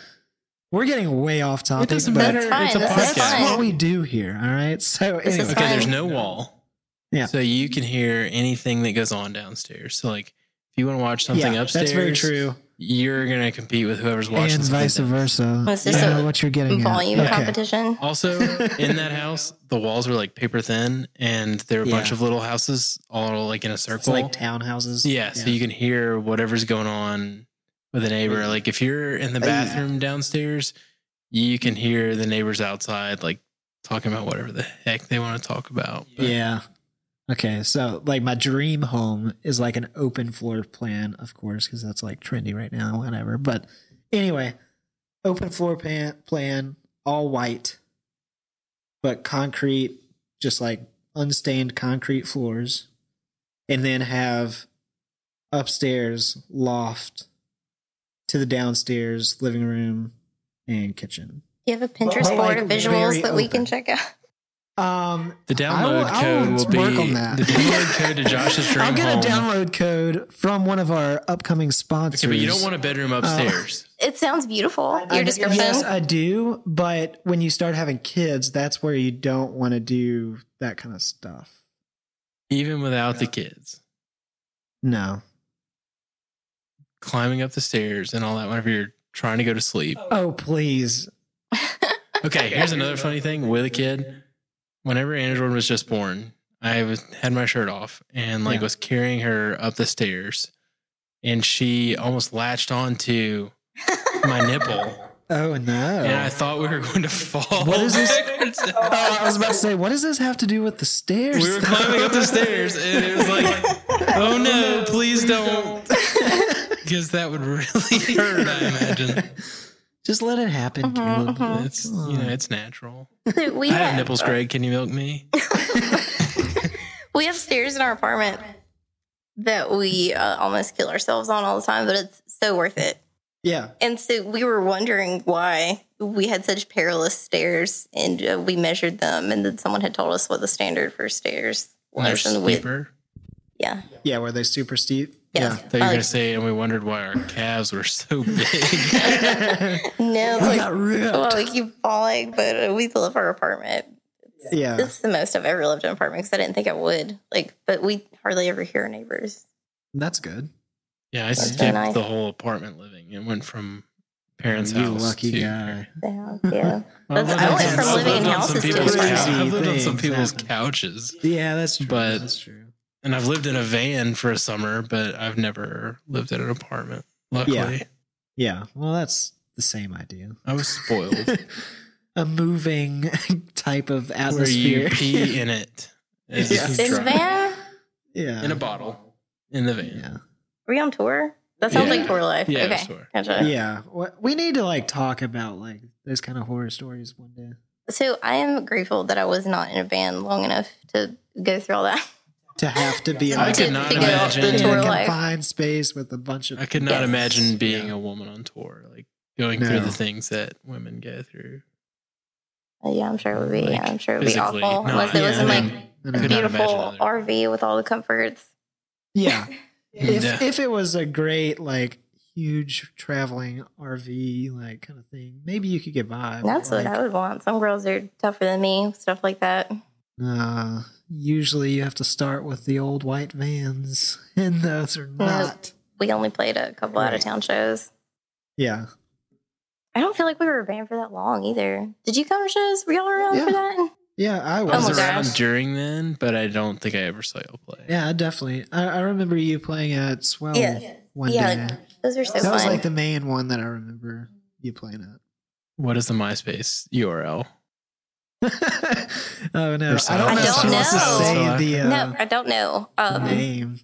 [SPEAKER 2] We're getting way off topic.
[SPEAKER 4] It doesn't
[SPEAKER 2] but
[SPEAKER 4] matter.
[SPEAKER 3] That's fine,
[SPEAKER 4] It's a
[SPEAKER 3] that's
[SPEAKER 2] That's
[SPEAKER 4] podcast.
[SPEAKER 2] what we do here. All right. So
[SPEAKER 3] This is
[SPEAKER 2] anyway,
[SPEAKER 4] Okay,
[SPEAKER 3] fine.
[SPEAKER 4] there's no wall.
[SPEAKER 2] Yeah.
[SPEAKER 4] So you can hear anything that goes on downstairs. So like, if you want to watch something
[SPEAKER 2] yeah, That's
[SPEAKER 4] upstairs,
[SPEAKER 2] very true.
[SPEAKER 4] You're gonna compete with whoever's watching.
[SPEAKER 2] And
[SPEAKER 4] something
[SPEAKER 2] vice
[SPEAKER 4] down-
[SPEAKER 2] versa.
[SPEAKER 3] Was this
[SPEAKER 2] You know
[SPEAKER 3] a
[SPEAKER 2] what you're getting at.
[SPEAKER 3] Volume
[SPEAKER 2] Okay.
[SPEAKER 3] competition.
[SPEAKER 4] Also, in that house, the walls were like paper thin, and there were a bunch
[SPEAKER 2] Yeah.
[SPEAKER 4] of little houses all like in a
[SPEAKER 2] It's
[SPEAKER 4] circle.
[SPEAKER 2] like townhouses.
[SPEAKER 4] yeah, so you can hear whatever's going on with a neighbor. Like if you're in the
[SPEAKER 2] Uh, yeah.
[SPEAKER 4] bathroom downstairs, you can hear the neighbors outside, like talking about whatever the heck they want to talk about. But
[SPEAKER 2] Yeah. Okay, so like my dream home is like an open floor plan, of course, because that's like trendy right now, whatever. But anyway, open floor plan, plan, all white, but concrete, just like unstained concrete floors, and then have upstairs loft to the downstairs living room and kitchen.
[SPEAKER 3] Do you have a Pinterest
[SPEAKER 2] Well,
[SPEAKER 3] board
[SPEAKER 2] like,
[SPEAKER 3] of visuals
[SPEAKER 2] very
[SPEAKER 3] that we
[SPEAKER 2] open.
[SPEAKER 3] can check out?
[SPEAKER 2] Um,
[SPEAKER 4] The
[SPEAKER 2] I will-
[SPEAKER 4] download
[SPEAKER 2] I
[SPEAKER 4] code
[SPEAKER 2] will
[SPEAKER 4] will be
[SPEAKER 2] work on that.
[SPEAKER 4] the download code to Josh's dream
[SPEAKER 2] I'll get a
[SPEAKER 4] home.
[SPEAKER 2] download code from one of our upcoming sponsors.
[SPEAKER 4] Okay, but you don't want a
[SPEAKER 2] Uh.
[SPEAKER 4] bedroom upstairs.
[SPEAKER 3] It sounds beautiful.
[SPEAKER 2] I-
[SPEAKER 3] Your description.
[SPEAKER 2] Yes, I do. But when you start having kids, that's where you don't want to do that kind of stuff.
[SPEAKER 4] even without the kids
[SPEAKER 2] No.
[SPEAKER 4] climbing up the stairs and all that whenever you're trying to go to sleep
[SPEAKER 2] Oh, please.
[SPEAKER 4] okay here's another funny thing with a kid whenever anna jordan was just born i was had my shirt off and like
[SPEAKER 2] Yeah.
[SPEAKER 4] was carrying her up the stairs and she almost latched onto my nipple
[SPEAKER 2] Oh
[SPEAKER 4] and
[SPEAKER 2] no.
[SPEAKER 4] i thought we were going to fall
[SPEAKER 2] What is this?
[SPEAKER 4] backwards
[SPEAKER 2] Oh,
[SPEAKER 4] down.
[SPEAKER 2] I was about to say, what does this have to do with the stairs?
[SPEAKER 4] we were climbing up the stairs and it was like oh no please don't because that would really hurt i imagine
[SPEAKER 2] Just let it happen,
[SPEAKER 3] Mhm,
[SPEAKER 2] Caleb.
[SPEAKER 3] mhm.
[SPEAKER 4] It's you know, it's natural.
[SPEAKER 3] Dude, we
[SPEAKER 4] I have nipples, Greg. Can you milk me?
[SPEAKER 3] We have stairs in our apartment that we uh, almost kill ourselves on all the time, but it's so worth it.
[SPEAKER 2] Yeah.
[SPEAKER 3] And so we were wondering why we had such perilous stairs, and uh, we measured them, and then someone had told us what the standard for stairs was, and we,
[SPEAKER 4] Sleeper.
[SPEAKER 3] yeah,
[SPEAKER 2] Yeah, were they super steep?
[SPEAKER 3] yes.
[SPEAKER 4] That you're
[SPEAKER 3] Uh,
[SPEAKER 4] gonna say, and we wondered why our calves were so big.
[SPEAKER 2] Yeah.
[SPEAKER 3] no, it's
[SPEAKER 2] we
[SPEAKER 3] like,
[SPEAKER 2] got ripped.
[SPEAKER 3] well, we keep falling, but uh, we love our apartment.
[SPEAKER 4] Uh-huh.
[SPEAKER 2] yeah.
[SPEAKER 3] This is the most I've ever lived in an apartment because I didn't think I would. Like, but we hardly ever hear our neighbors.
[SPEAKER 2] That's good.
[SPEAKER 4] yeah, I
[SPEAKER 3] so
[SPEAKER 4] skipped
[SPEAKER 3] nice.
[SPEAKER 4] the whole apartment living and went from parents'
[SPEAKER 2] you
[SPEAKER 4] house.
[SPEAKER 2] lucky
[SPEAKER 4] to-
[SPEAKER 2] guy.
[SPEAKER 3] Yeah, yeah.
[SPEAKER 4] I've
[SPEAKER 3] That's-
[SPEAKER 4] lived
[SPEAKER 2] I
[SPEAKER 4] on
[SPEAKER 2] went
[SPEAKER 4] some-
[SPEAKER 2] from
[SPEAKER 4] I've
[SPEAKER 2] living
[SPEAKER 4] lived
[SPEAKER 2] in
[SPEAKER 4] on some
[SPEAKER 3] houses to
[SPEAKER 4] people's
[SPEAKER 2] apartments.
[SPEAKER 4] cou- I've lived on some
[SPEAKER 2] Crazy
[SPEAKER 4] people's
[SPEAKER 2] things happen.
[SPEAKER 4] couches,
[SPEAKER 2] Yeah, that's true.
[SPEAKER 4] But-
[SPEAKER 2] that's true.
[SPEAKER 4] and I've lived in a van for a summer, but I've never lived in an apartment. Luckily,
[SPEAKER 2] Yeah. Well, that's the same idea.
[SPEAKER 4] I was spoiled.
[SPEAKER 2] a moving type of
[SPEAKER 4] Where you
[SPEAKER 2] atmosphere.
[SPEAKER 4] pee in it? It's
[SPEAKER 2] Yeah.
[SPEAKER 4] just
[SPEAKER 3] In the
[SPEAKER 4] dry.
[SPEAKER 3] van?
[SPEAKER 2] yeah.
[SPEAKER 4] in a bottle in the van.
[SPEAKER 2] yeah.
[SPEAKER 3] Were you on tour? That sounds
[SPEAKER 4] Yeah.
[SPEAKER 3] like tour life.
[SPEAKER 4] Yeah, it was
[SPEAKER 3] okay.
[SPEAKER 4] tour.
[SPEAKER 3] Gotcha.
[SPEAKER 2] Yeah. Wha- We need to like talk about like those kind of horror stories one day.
[SPEAKER 3] So I am grateful that I was not in a van long enough to go through all that.
[SPEAKER 2] To have to be
[SPEAKER 4] I
[SPEAKER 2] like
[SPEAKER 4] could
[SPEAKER 2] in
[SPEAKER 4] not
[SPEAKER 2] a-
[SPEAKER 4] imagine-
[SPEAKER 2] in a
[SPEAKER 4] The tour
[SPEAKER 3] life.
[SPEAKER 2] confined space with a bunch of
[SPEAKER 4] I could not
[SPEAKER 3] Yes.
[SPEAKER 4] imagine being
[SPEAKER 2] Yeah.
[SPEAKER 4] a woman on tour, like going
[SPEAKER 2] No.
[SPEAKER 4] through the things that women go through.
[SPEAKER 3] Uh, Yeah, I'm sure it would be. yeah,
[SPEAKER 4] Like,
[SPEAKER 3] I'm sure it would be
[SPEAKER 4] physically,
[SPEAKER 3] awful
[SPEAKER 4] no,
[SPEAKER 3] unless it
[SPEAKER 2] yeah,
[SPEAKER 3] was
[SPEAKER 2] I
[SPEAKER 3] in
[SPEAKER 2] mean,
[SPEAKER 3] like
[SPEAKER 2] I
[SPEAKER 3] a
[SPEAKER 2] don't
[SPEAKER 4] could
[SPEAKER 2] know.
[SPEAKER 4] not imagine
[SPEAKER 3] beautiful
[SPEAKER 4] either.
[SPEAKER 3] RV with all the comforts.
[SPEAKER 2] yeah. If
[SPEAKER 4] Yeah.
[SPEAKER 2] if it was a great like huge traveling RV like kind of thing, maybe you could get by. but,
[SPEAKER 3] That's what
[SPEAKER 2] like,
[SPEAKER 3] I would want. Some girls are tougher than me, stuff like that.
[SPEAKER 2] Uh, usually you have to start with the old white vans, and those are not.
[SPEAKER 3] We only played a couple out of town shows.
[SPEAKER 2] Yeah.
[SPEAKER 3] I don't feel like we were a band for that long either. Did you come to shows? Were y'all around
[SPEAKER 2] Yeah.
[SPEAKER 3] for that?
[SPEAKER 2] Yeah, I
[SPEAKER 4] I
[SPEAKER 2] was.
[SPEAKER 4] was
[SPEAKER 3] my
[SPEAKER 4] around
[SPEAKER 3] gosh.
[SPEAKER 4] during then, but I don't think I ever saw you play.
[SPEAKER 2] Yeah, definitely. I, I remember you playing at Swell
[SPEAKER 3] Yeah.
[SPEAKER 2] one
[SPEAKER 3] Yeah,
[SPEAKER 2] day.
[SPEAKER 3] Those were so
[SPEAKER 2] That was
[SPEAKER 3] fun.
[SPEAKER 2] like the main one that I remember you playing at.
[SPEAKER 4] What is the MySpace URL?
[SPEAKER 2] oh no,
[SPEAKER 4] Or
[SPEAKER 2] I don't
[SPEAKER 4] something.
[SPEAKER 2] know.
[SPEAKER 3] I
[SPEAKER 2] if she
[SPEAKER 3] don't
[SPEAKER 2] wants to
[SPEAKER 3] know.
[SPEAKER 2] say the
[SPEAKER 3] no,
[SPEAKER 2] uh,
[SPEAKER 3] I don't know. Um,
[SPEAKER 2] name.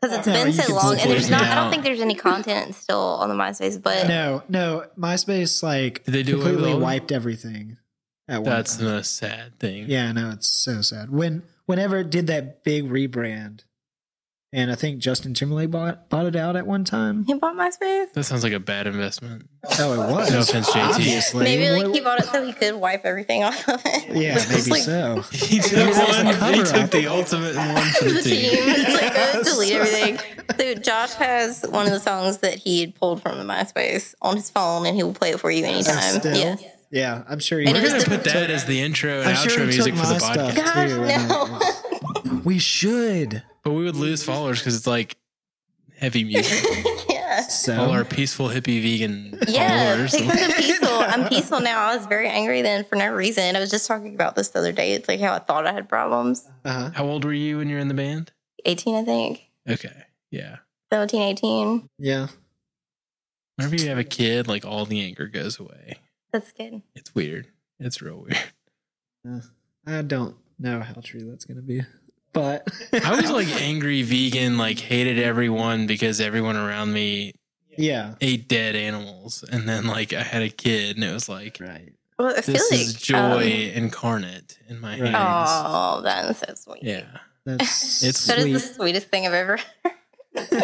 [SPEAKER 3] because it's
[SPEAKER 2] No,
[SPEAKER 3] been
[SPEAKER 2] you
[SPEAKER 3] so
[SPEAKER 2] can
[SPEAKER 3] long,
[SPEAKER 2] still
[SPEAKER 3] and there's
[SPEAKER 4] play
[SPEAKER 3] not.
[SPEAKER 4] it
[SPEAKER 3] I don't
[SPEAKER 4] now.
[SPEAKER 3] think there's any content still on the MySpace, but
[SPEAKER 2] No, no, MySpace like
[SPEAKER 4] Did they do away with
[SPEAKER 2] completely
[SPEAKER 4] all of them?
[SPEAKER 2] wiped everything. At one
[SPEAKER 4] That's
[SPEAKER 2] time.
[SPEAKER 4] the most sad thing.
[SPEAKER 2] Yeah, I know it's so sad. When whenever it did that big rebrand, and I think Justin Timberlake bought bought it out at one time.
[SPEAKER 3] He bought MySpace.
[SPEAKER 4] That sounds like a bad investment.
[SPEAKER 2] Oh, it was.
[SPEAKER 4] No offense, JT.
[SPEAKER 2] Obviously,
[SPEAKER 3] Maybe like
[SPEAKER 2] What-
[SPEAKER 3] he bought it so he could wipe everything off of it.
[SPEAKER 2] yeah,
[SPEAKER 3] It's
[SPEAKER 2] maybe
[SPEAKER 3] like
[SPEAKER 2] so.
[SPEAKER 4] He took,
[SPEAKER 2] Maybe that was a
[SPEAKER 4] one, he
[SPEAKER 2] cover-up.
[SPEAKER 4] took the ultimate one for
[SPEAKER 3] The
[SPEAKER 4] the
[SPEAKER 3] team.
[SPEAKER 4] team.
[SPEAKER 3] It's like go
[SPEAKER 2] Yes.
[SPEAKER 3] delete everything. So Josh has one of the songs that he had pulled from the MySpace on his phone, and he will play it for you anytime.
[SPEAKER 2] still?
[SPEAKER 3] Yeah.
[SPEAKER 2] Yeah, I'm sure.
[SPEAKER 3] And
[SPEAKER 2] he
[SPEAKER 3] it
[SPEAKER 4] We're
[SPEAKER 3] was
[SPEAKER 4] gonna
[SPEAKER 3] the-
[SPEAKER 4] put that as the intro and
[SPEAKER 2] I'm
[SPEAKER 4] outro
[SPEAKER 2] sure he took
[SPEAKER 4] music for
[SPEAKER 2] my
[SPEAKER 4] the podcast.
[SPEAKER 2] stuff.
[SPEAKER 3] God,
[SPEAKER 2] Dude,
[SPEAKER 3] no.
[SPEAKER 2] We should.
[SPEAKER 4] But we would lose followers because it's like heavy music.
[SPEAKER 3] yeah.
[SPEAKER 2] So
[SPEAKER 4] All our peaceful hippie vegan
[SPEAKER 3] Yeah,
[SPEAKER 4] followers.
[SPEAKER 3] because I'm peaceful. I'm peaceful now. I was very angry then for no reason. I was just talking about this the other day. It's like how I thought I had problems.
[SPEAKER 2] uh-huh.
[SPEAKER 4] How old were you when you were in the band?
[SPEAKER 3] 18, I think.
[SPEAKER 4] Okay. Yeah.
[SPEAKER 3] 17, 18.
[SPEAKER 2] yeah,
[SPEAKER 4] Whenever you have a kid, like all the anger goes away.
[SPEAKER 3] That's good.
[SPEAKER 4] It's weird. It's real weird.
[SPEAKER 2] I don't know how true that's gonna be, but
[SPEAKER 4] I was like angry vegan, like hated everyone because everyone around me
[SPEAKER 2] yeah,
[SPEAKER 4] ate dead animals. And then like I had a kid and it was like
[SPEAKER 2] right.
[SPEAKER 3] Well, I feel
[SPEAKER 4] this
[SPEAKER 3] like
[SPEAKER 4] is joy
[SPEAKER 3] um,
[SPEAKER 4] incarnate in my
[SPEAKER 2] Right.
[SPEAKER 4] hands.
[SPEAKER 3] oh, that's so sweet.
[SPEAKER 4] Yeah.
[SPEAKER 2] That's
[SPEAKER 4] It's-
[SPEAKER 3] That is
[SPEAKER 2] sweet.
[SPEAKER 3] the sweetest thing I've ever.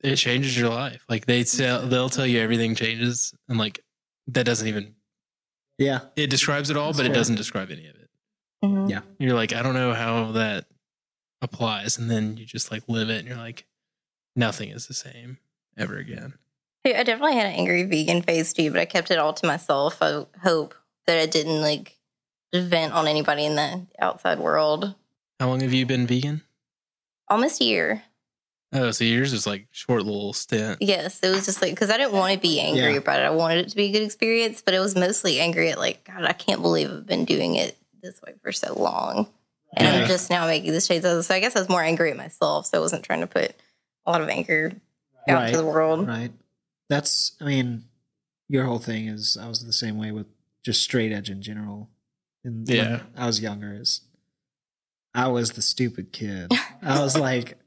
[SPEAKER 4] It changes your life. Like they tell they'll tell you everything changes and like that doesn't even
[SPEAKER 2] yeah,
[SPEAKER 4] it describes it all, but it
[SPEAKER 2] Sure.
[SPEAKER 4] doesn't describe any of it.
[SPEAKER 3] Mhm.
[SPEAKER 2] Yeah.
[SPEAKER 4] You're like, I don't know how that applies, and then you just like live it and you're like, nothing is the same ever again.
[SPEAKER 3] Hey, I definitely had an angry vegan phase too, but I kept it all to myself. I hope that I didn't like vent on anybody in the outside world.
[SPEAKER 4] How long have you been vegan?
[SPEAKER 3] Almost a year.
[SPEAKER 4] Oh, so yours is like short little stint.
[SPEAKER 3] Yes, it was just like because I didn't want to be angry
[SPEAKER 2] Yeah.
[SPEAKER 3] about it. I wanted it to be a good experience, but it was mostly angry at like God, I can't believe I've been doing it this way for so long, and
[SPEAKER 4] Yeah.
[SPEAKER 3] I'm just now making the shades. So I guess I was more angry at myself, so I wasn't trying to put a lot of anger out
[SPEAKER 2] Right.
[SPEAKER 3] to the world.
[SPEAKER 2] Right. That's, I mean, your whole thing is, I was the same way with just straight edge in general. And when
[SPEAKER 4] Yeah.
[SPEAKER 2] I was younger, is I was the stupid kid. I was like,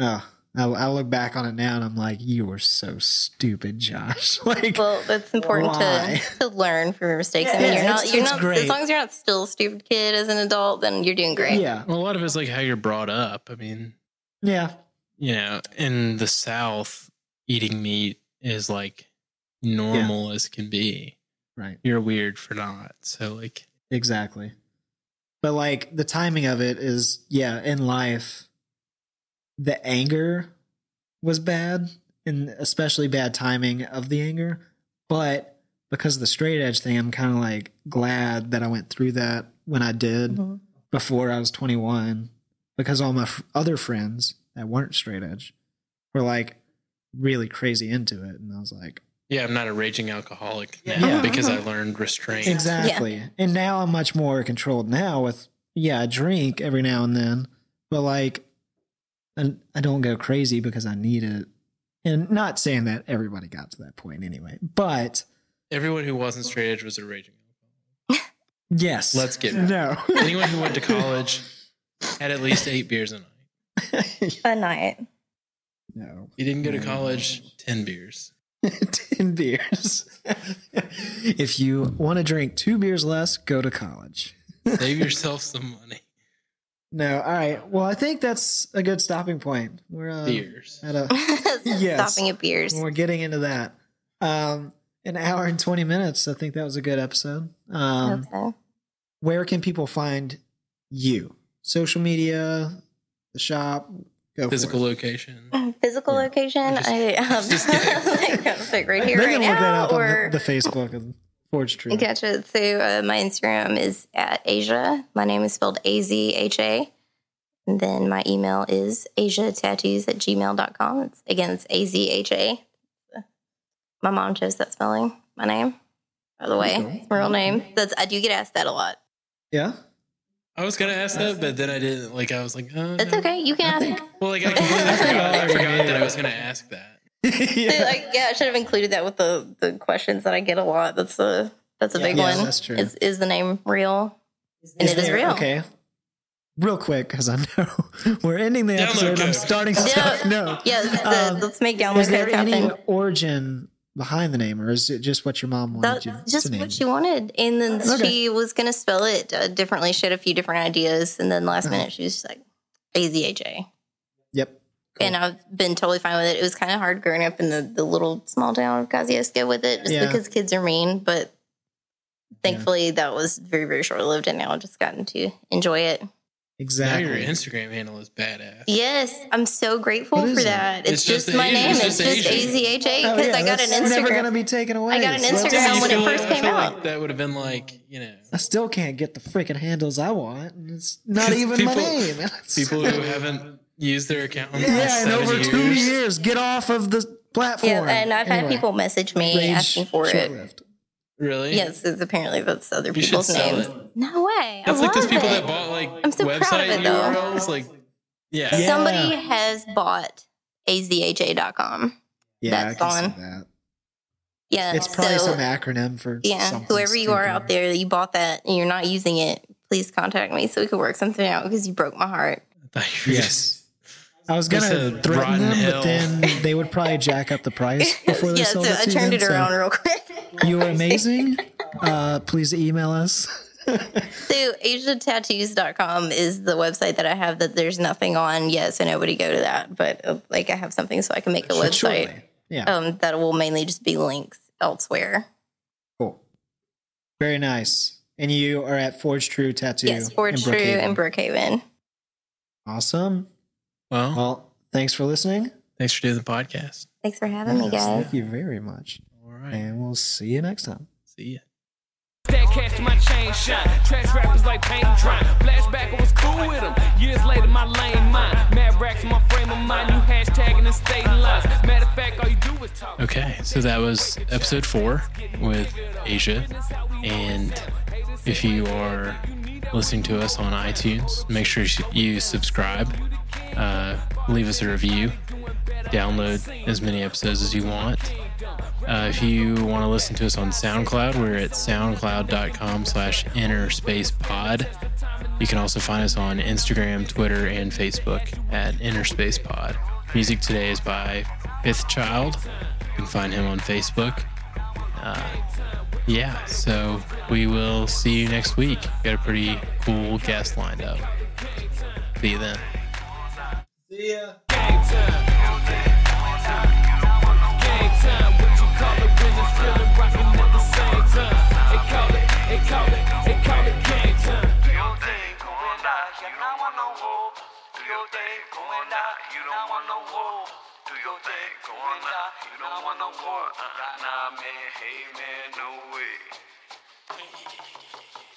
[SPEAKER 2] oh, I, I look back on it now and I'm like, you were so stupid, Josh. like,
[SPEAKER 3] Well, that's important to,
[SPEAKER 2] Why?
[SPEAKER 3] to learn from your mistakes.
[SPEAKER 2] Yeah,
[SPEAKER 3] I mean, you're not
[SPEAKER 2] it's-
[SPEAKER 3] you're
[SPEAKER 2] it's
[SPEAKER 3] not
[SPEAKER 2] great.
[SPEAKER 3] as long as you're not still a stupid kid as an adult, then you're doing great.
[SPEAKER 2] yeah.
[SPEAKER 4] Well, a lot of it's like how you're brought up. I mean,
[SPEAKER 2] Yeah.
[SPEAKER 4] you know, in the South, eating meat is like normal as can be.
[SPEAKER 2] Right.
[SPEAKER 4] You're weird for not. So like
[SPEAKER 2] Exactly. But like the timing of it is, yeah, in life, the anger was bad and especially bad timing of the anger. But because of the straight edge thing, I'm kind of like glad that I went through that when I did
[SPEAKER 3] Mhm.
[SPEAKER 2] before I was 21 because all my f- other friends that weren't straight edge were like really crazy into it. And I was like,
[SPEAKER 4] yeah, I'm not a raging alcoholic now
[SPEAKER 2] Yeah.
[SPEAKER 4] because I learned restraint.
[SPEAKER 2] Exactly. And now I'm much more controlled now with yeah, I drink every now and then, but like I, I don't go crazy because I need it. And not saying that everybody got to that point anyway. But
[SPEAKER 4] Everyone who wasn't straight edge was a raging
[SPEAKER 2] yes.
[SPEAKER 4] Let's get it.
[SPEAKER 2] No.
[SPEAKER 4] Anyone who went to college had at least eight beers a night.
[SPEAKER 3] A night.
[SPEAKER 2] no.
[SPEAKER 4] You didn't go to college, ten beers.
[SPEAKER 2] 10 beers. if you want to drink 2 beers less, go to college.
[SPEAKER 4] Save yourself some money.
[SPEAKER 2] No. All right. Well, I think that's a good stopping point. We're uh,
[SPEAKER 4] Beers.
[SPEAKER 2] at a Yes.
[SPEAKER 3] Stopping at beers.
[SPEAKER 2] We're getting into that. Um, an hour and 20 minutes. I think that was a good episode.
[SPEAKER 3] I
[SPEAKER 2] Um,
[SPEAKER 3] hope so.
[SPEAKER 2] Where can people find you? Social media, the shop, go
[SPEAKER 4] Physical
[SPEAKER 2] for it.
[SPEAKER 4] location.
[SPEAKER 3] Physical
[SPEAKER 2] yeah.
[SPEAKER 3] location.
[SPEAKER 4] Just-
[SPEAKER 3] I um,
[SPEAKER 4] just kidding.
[SPEAKER 3] like, I'm sick right here
[SPEAKER 2] They can
[SPEAKER 3] right
[SPEAKER 2] look that
[SPEAKER 3] now.
[SPEAKER 2] up
[SPEAKER 3] Or
[SPEAKER 2] on the, the Facebook of Forge Tree.
[SPEAKER 3] gotcha. So uh, my Instagram is at Asia. My name is spelled A Z H A. And then my email is asiatattoos at gmail.com. It's, again, it's A Z H A. My mom chose that spelling, my name, by the way.
[SPEAKER 2] Okay.
[SPEAKER 3] It's my real name. That's I do get asked that a lot.
[SPEAKER 2] Yeah.
[SPEAKER 4] I was gonna ask that, but then I didn't. Like I was like, oh,
[SPEAKER 3] That's
[SPEAKER 4] no.
[SPEAKER 3] okay. You can ask. me.
[SPEAKER 4] Well, like I completely forgot. I forgot that I was gonna ask that.
[SPEAKER 3] So,
[SPEAKER 2] yeah.
[SPEAKER 3] like, yeah, I should have included that with the, the questions that I get a lot. That's a that's a
[SPEAKER 2] Yeah.
[SPEAKER 3] big
[SPEAKER 2] Yeah,
[SPEAKER 3] one.
[SPEAKER 2] that's true.
[SPEAKER 3] Is is the name real? And it is
[SPEAKER 2] there-
[SPEAKER 3] real.
[SPEAKER 2] Okay. Real quick, because I know we're ending the
[SPEAKER 4] Download
[SPEAKER 2] episode. I'm
[SPEAKER 4] code.
[SPEAKER 2] starting stuff. No.
[SPEAKER 3] Yeah, the,
[SPEAKER 2] Um,
[SPEAKER 3] let's make download
[SPEAKER 2] Is there
[SPEAKER 3] codes
[SPEAKER 2] any
[SPEAKER 3] happen.
[SPEAKER 2] origin behind the name, or is it just what your mom wanted
[SPEAKER 3] That's
[SPEAKER 2] you to
[SPEAKER 3] just
[SPEAKER 2] name?
[SPEAKER 3] what
[SPEAKER 2] it?
[SPEAKER 3] she wanted. And then
[SPEAKER 2] Okay.
[SPEAKER 3] she was going to spell it uh, differently. She had a few different ideas. And then last
[SPEAKER 2] Uh-huh.
[SPEAKER 3] minute, she was just like, AZHA.
[SPEAKER 2] Yep.
[SPEAKER 3] And I've been totally fine with it. It was kind of hard growing up in the, the little small town of Kosciuszko with it just
[SPEAKER 2] Yeah.
[SPEAKER 3] because kids are mean. But thankfully, that was very, very short lived. And now I've just gotten to enjoy it.
[SPEAKER 2] Exactly.
[SPEAKER 4] Now your Instagram handle is badass.
[SPEAKER 3] Yes, I'm so grateful
[SPEAKER 2] What
[SPEAKER 3] for
[SPEAKER 2] is it?
[SPEAKER 3] that. It's,
[SPEAKER 4] It's
[SPEAKER 3] just,
[SPEAKER 4] just
[SPEAKER 3] my
[SPEAKER 4] Asian.
[SPEAKER 3] name.
[SPEAKER 4] It's
[SPEAKER 3] It's just
[SPEAKER 4] just
[SPEAKER 3] AZHA
[SPEAKER 4] Asian.
[SPEAKER 2] Oh,
[SPEAKER 3] because
[SPEAKER 2] yeah,
[SPEAKER 3] I got an
[SPEAKER 2] that's Never
[SPEAKER 3] Instagram.
[SPEAKER 2] gonna be taken away.
[SPEAKER 3] got an
[SPEAKER 2] so that's-
[SPEAKER 3] Instagram
[SPEAKER 4] You
[SPEAKER 3] when it
[SPEAKER 4] feel
[SPEAKER 3] first
[SPEAKER 4] I
[SPEAKER 3] came
[SPEAKER 4] feel like
[SPEAKER 3] out.
[SPEAKER 4] that would have been like you know
[SPEAKER 2] I still can't get the freaking handles I want. and It's not even my
[SPEAKER 4] People-
[SPEAKER 2] name.
[SPEAKER 4] people who haven't used their account in the
[SPEAKER 2] yeah,
[SPEAKER 4] last
[SPEAKER 2] in over
[SPEAKER 4] seven
[SPEAKER 2] two
[SPEAKER 4] years.
[SPEAKER 2] years, get off of the platform.
[SPEAKER 3] Yeah, and I've had
[SPEAKER 2] Anyway,
[SPEAKER 3] people message me
[SPEAKER 2] rage
[SPEAKER 3] asking for it.
[SPEAKER 2] short-lived.
[SPEAKER 4] Really?
[SPEAKER 3] Yes, it's apparently that's other
[SPEAKER 4] You should
[SPEAKER 3] people's
[SPEAKER 4] sell
[SPEAKER 3] names.
[SPEAKER 4] it.
[SPEAKER 3] No way.
[SPEAKER 4] That's
[SPEAKER 3] I
[SPEAKER 4] like those
[SPEAKER 3] love
[SPEAKER 4] people
[SPEAKER 3] it.
[SPEAKER 4] that bought like
[SPEAKER 3] I'm so proud of
[SPEAKER 4] website
[SPEAKER 3] it, though.
[SPEAKER 4] URLs. Like, yeah.
[SPEAKER 2] Yeah.
[SPEAKER 3] Somebody has bought azha.com.
[SPEAKER 2] Yeah,
[SPEAKER 3] That's
[SPEAKER 2] I can
[SPEAKER 3] gone.
[SPEAKER 2] see that.
[SPEAKER 3] Yeah.
[SPEAKER 2] It's probably
[SPEAKER 3] so,
[SPEAKER 2] some acronym for
[SPEAKER 3] Yeah.
[SPEAKER 2] something
[SPEAKER 3] Whoever you are
[SPEAKER 2] stupid.
[SPEAKER 3] out there that you bought that and you're not using it, please contact me so we could work something out because you broke my heart.
[SPEAKER 4] I thought you were just-
[SPEAKER 2] Yes. I was
[SPEAKER 4] That's
[SPEAKER 2] gonna
[SPEAKER 4] a
[SPEAKER 2] threaten
[SPEAKER 4] rotten
[SPEAKER 2] them,
[SPEAKER 4] hell.
[SPEAKER 2] but then they would probably jack up the price before they
[SPEAKER 3] yeah, so
[SPEAKER 2] sold it
[SPEAKER 3] I
[SPEAKER 2] to
[SPEAKER 3] turned
[SPEAKER 2] them,
[SPEAKER 3] it
[SPEAKER 2] so
[SPEAKER 3] around real quick.
[SPEAKER 2] You are amazing. Uh, please email us.
[SPEAKER 3] So AsiaTattoos.com is the website that I have that there's nothing on yet, so nobody go to that. But uh, like I have something so I can make a website
[SPEAKER 2] Shortly. Yeah.
[SPEAKER 3] um, that will mainly just be links elsewhere.
[SPEAKER 2] Cool. Very nice. And you are at Forge True Tattoo.
[SPEAKER 3] yes, for
[SPEAKER 2] in
[SPEAKER 3] True
[SPEAKER 2] Brookhaven.
[SPEAKER 3] and Brookhaven.
[SPEAKER 2] awesome.
[SPEAKER 4] Well,
[SPEAKER 2] Well, thanks for listening.
[SPEAKER 4] thanks for doing the podcast.
[SPEAKER 3] Thanks for having me,
[SPEAKER 2] Yes,
[SPEAKER 3] guys.
[SPEAKER 2] Thank you very much.
[SPEAKER 4] All right.
[SPEAKER 2] And we'll see you next time.
[SPEAKER 4] See ya.
[SPEAKER 1] Stack cash to my chain shine. Trash rappers like paint and drying. Flashback, I was cool with them. Years later, my lane mine. Mad racks, my frame of mind. You hashtagging and stating lines. Matter of fact, all you do is talk.
[SPEAKER 4] Okay, so that was episode four with Asia. And if you are listening to us on iTunes, make sure you subscribe, uh, leave us a review, download as many episodes as you want. Uh, if you want to listen to us on SoundCloud, we're at soundcloud.com slash inner space pod. You can also find us on Instagram, Twitter, and Facebook at Inner Space Pod. Music today is by Fifth Child. You can find him on Facebook. Uh, yeah, so we will see you next week. Got a pretty cool guest lined up. See you then.
[SPEAKER 1] Game time. Game time. What you call it when it's feeling rocking at the same time? They call it, they call it, they call it game time.
[SPEAKER 5] Do your thing, go and die. You don't want no hope. Do your thing, go and die. You don't want no hope. Do your thing, go and die. You don't want no hope. Nah, nah, man, hey, man, no way.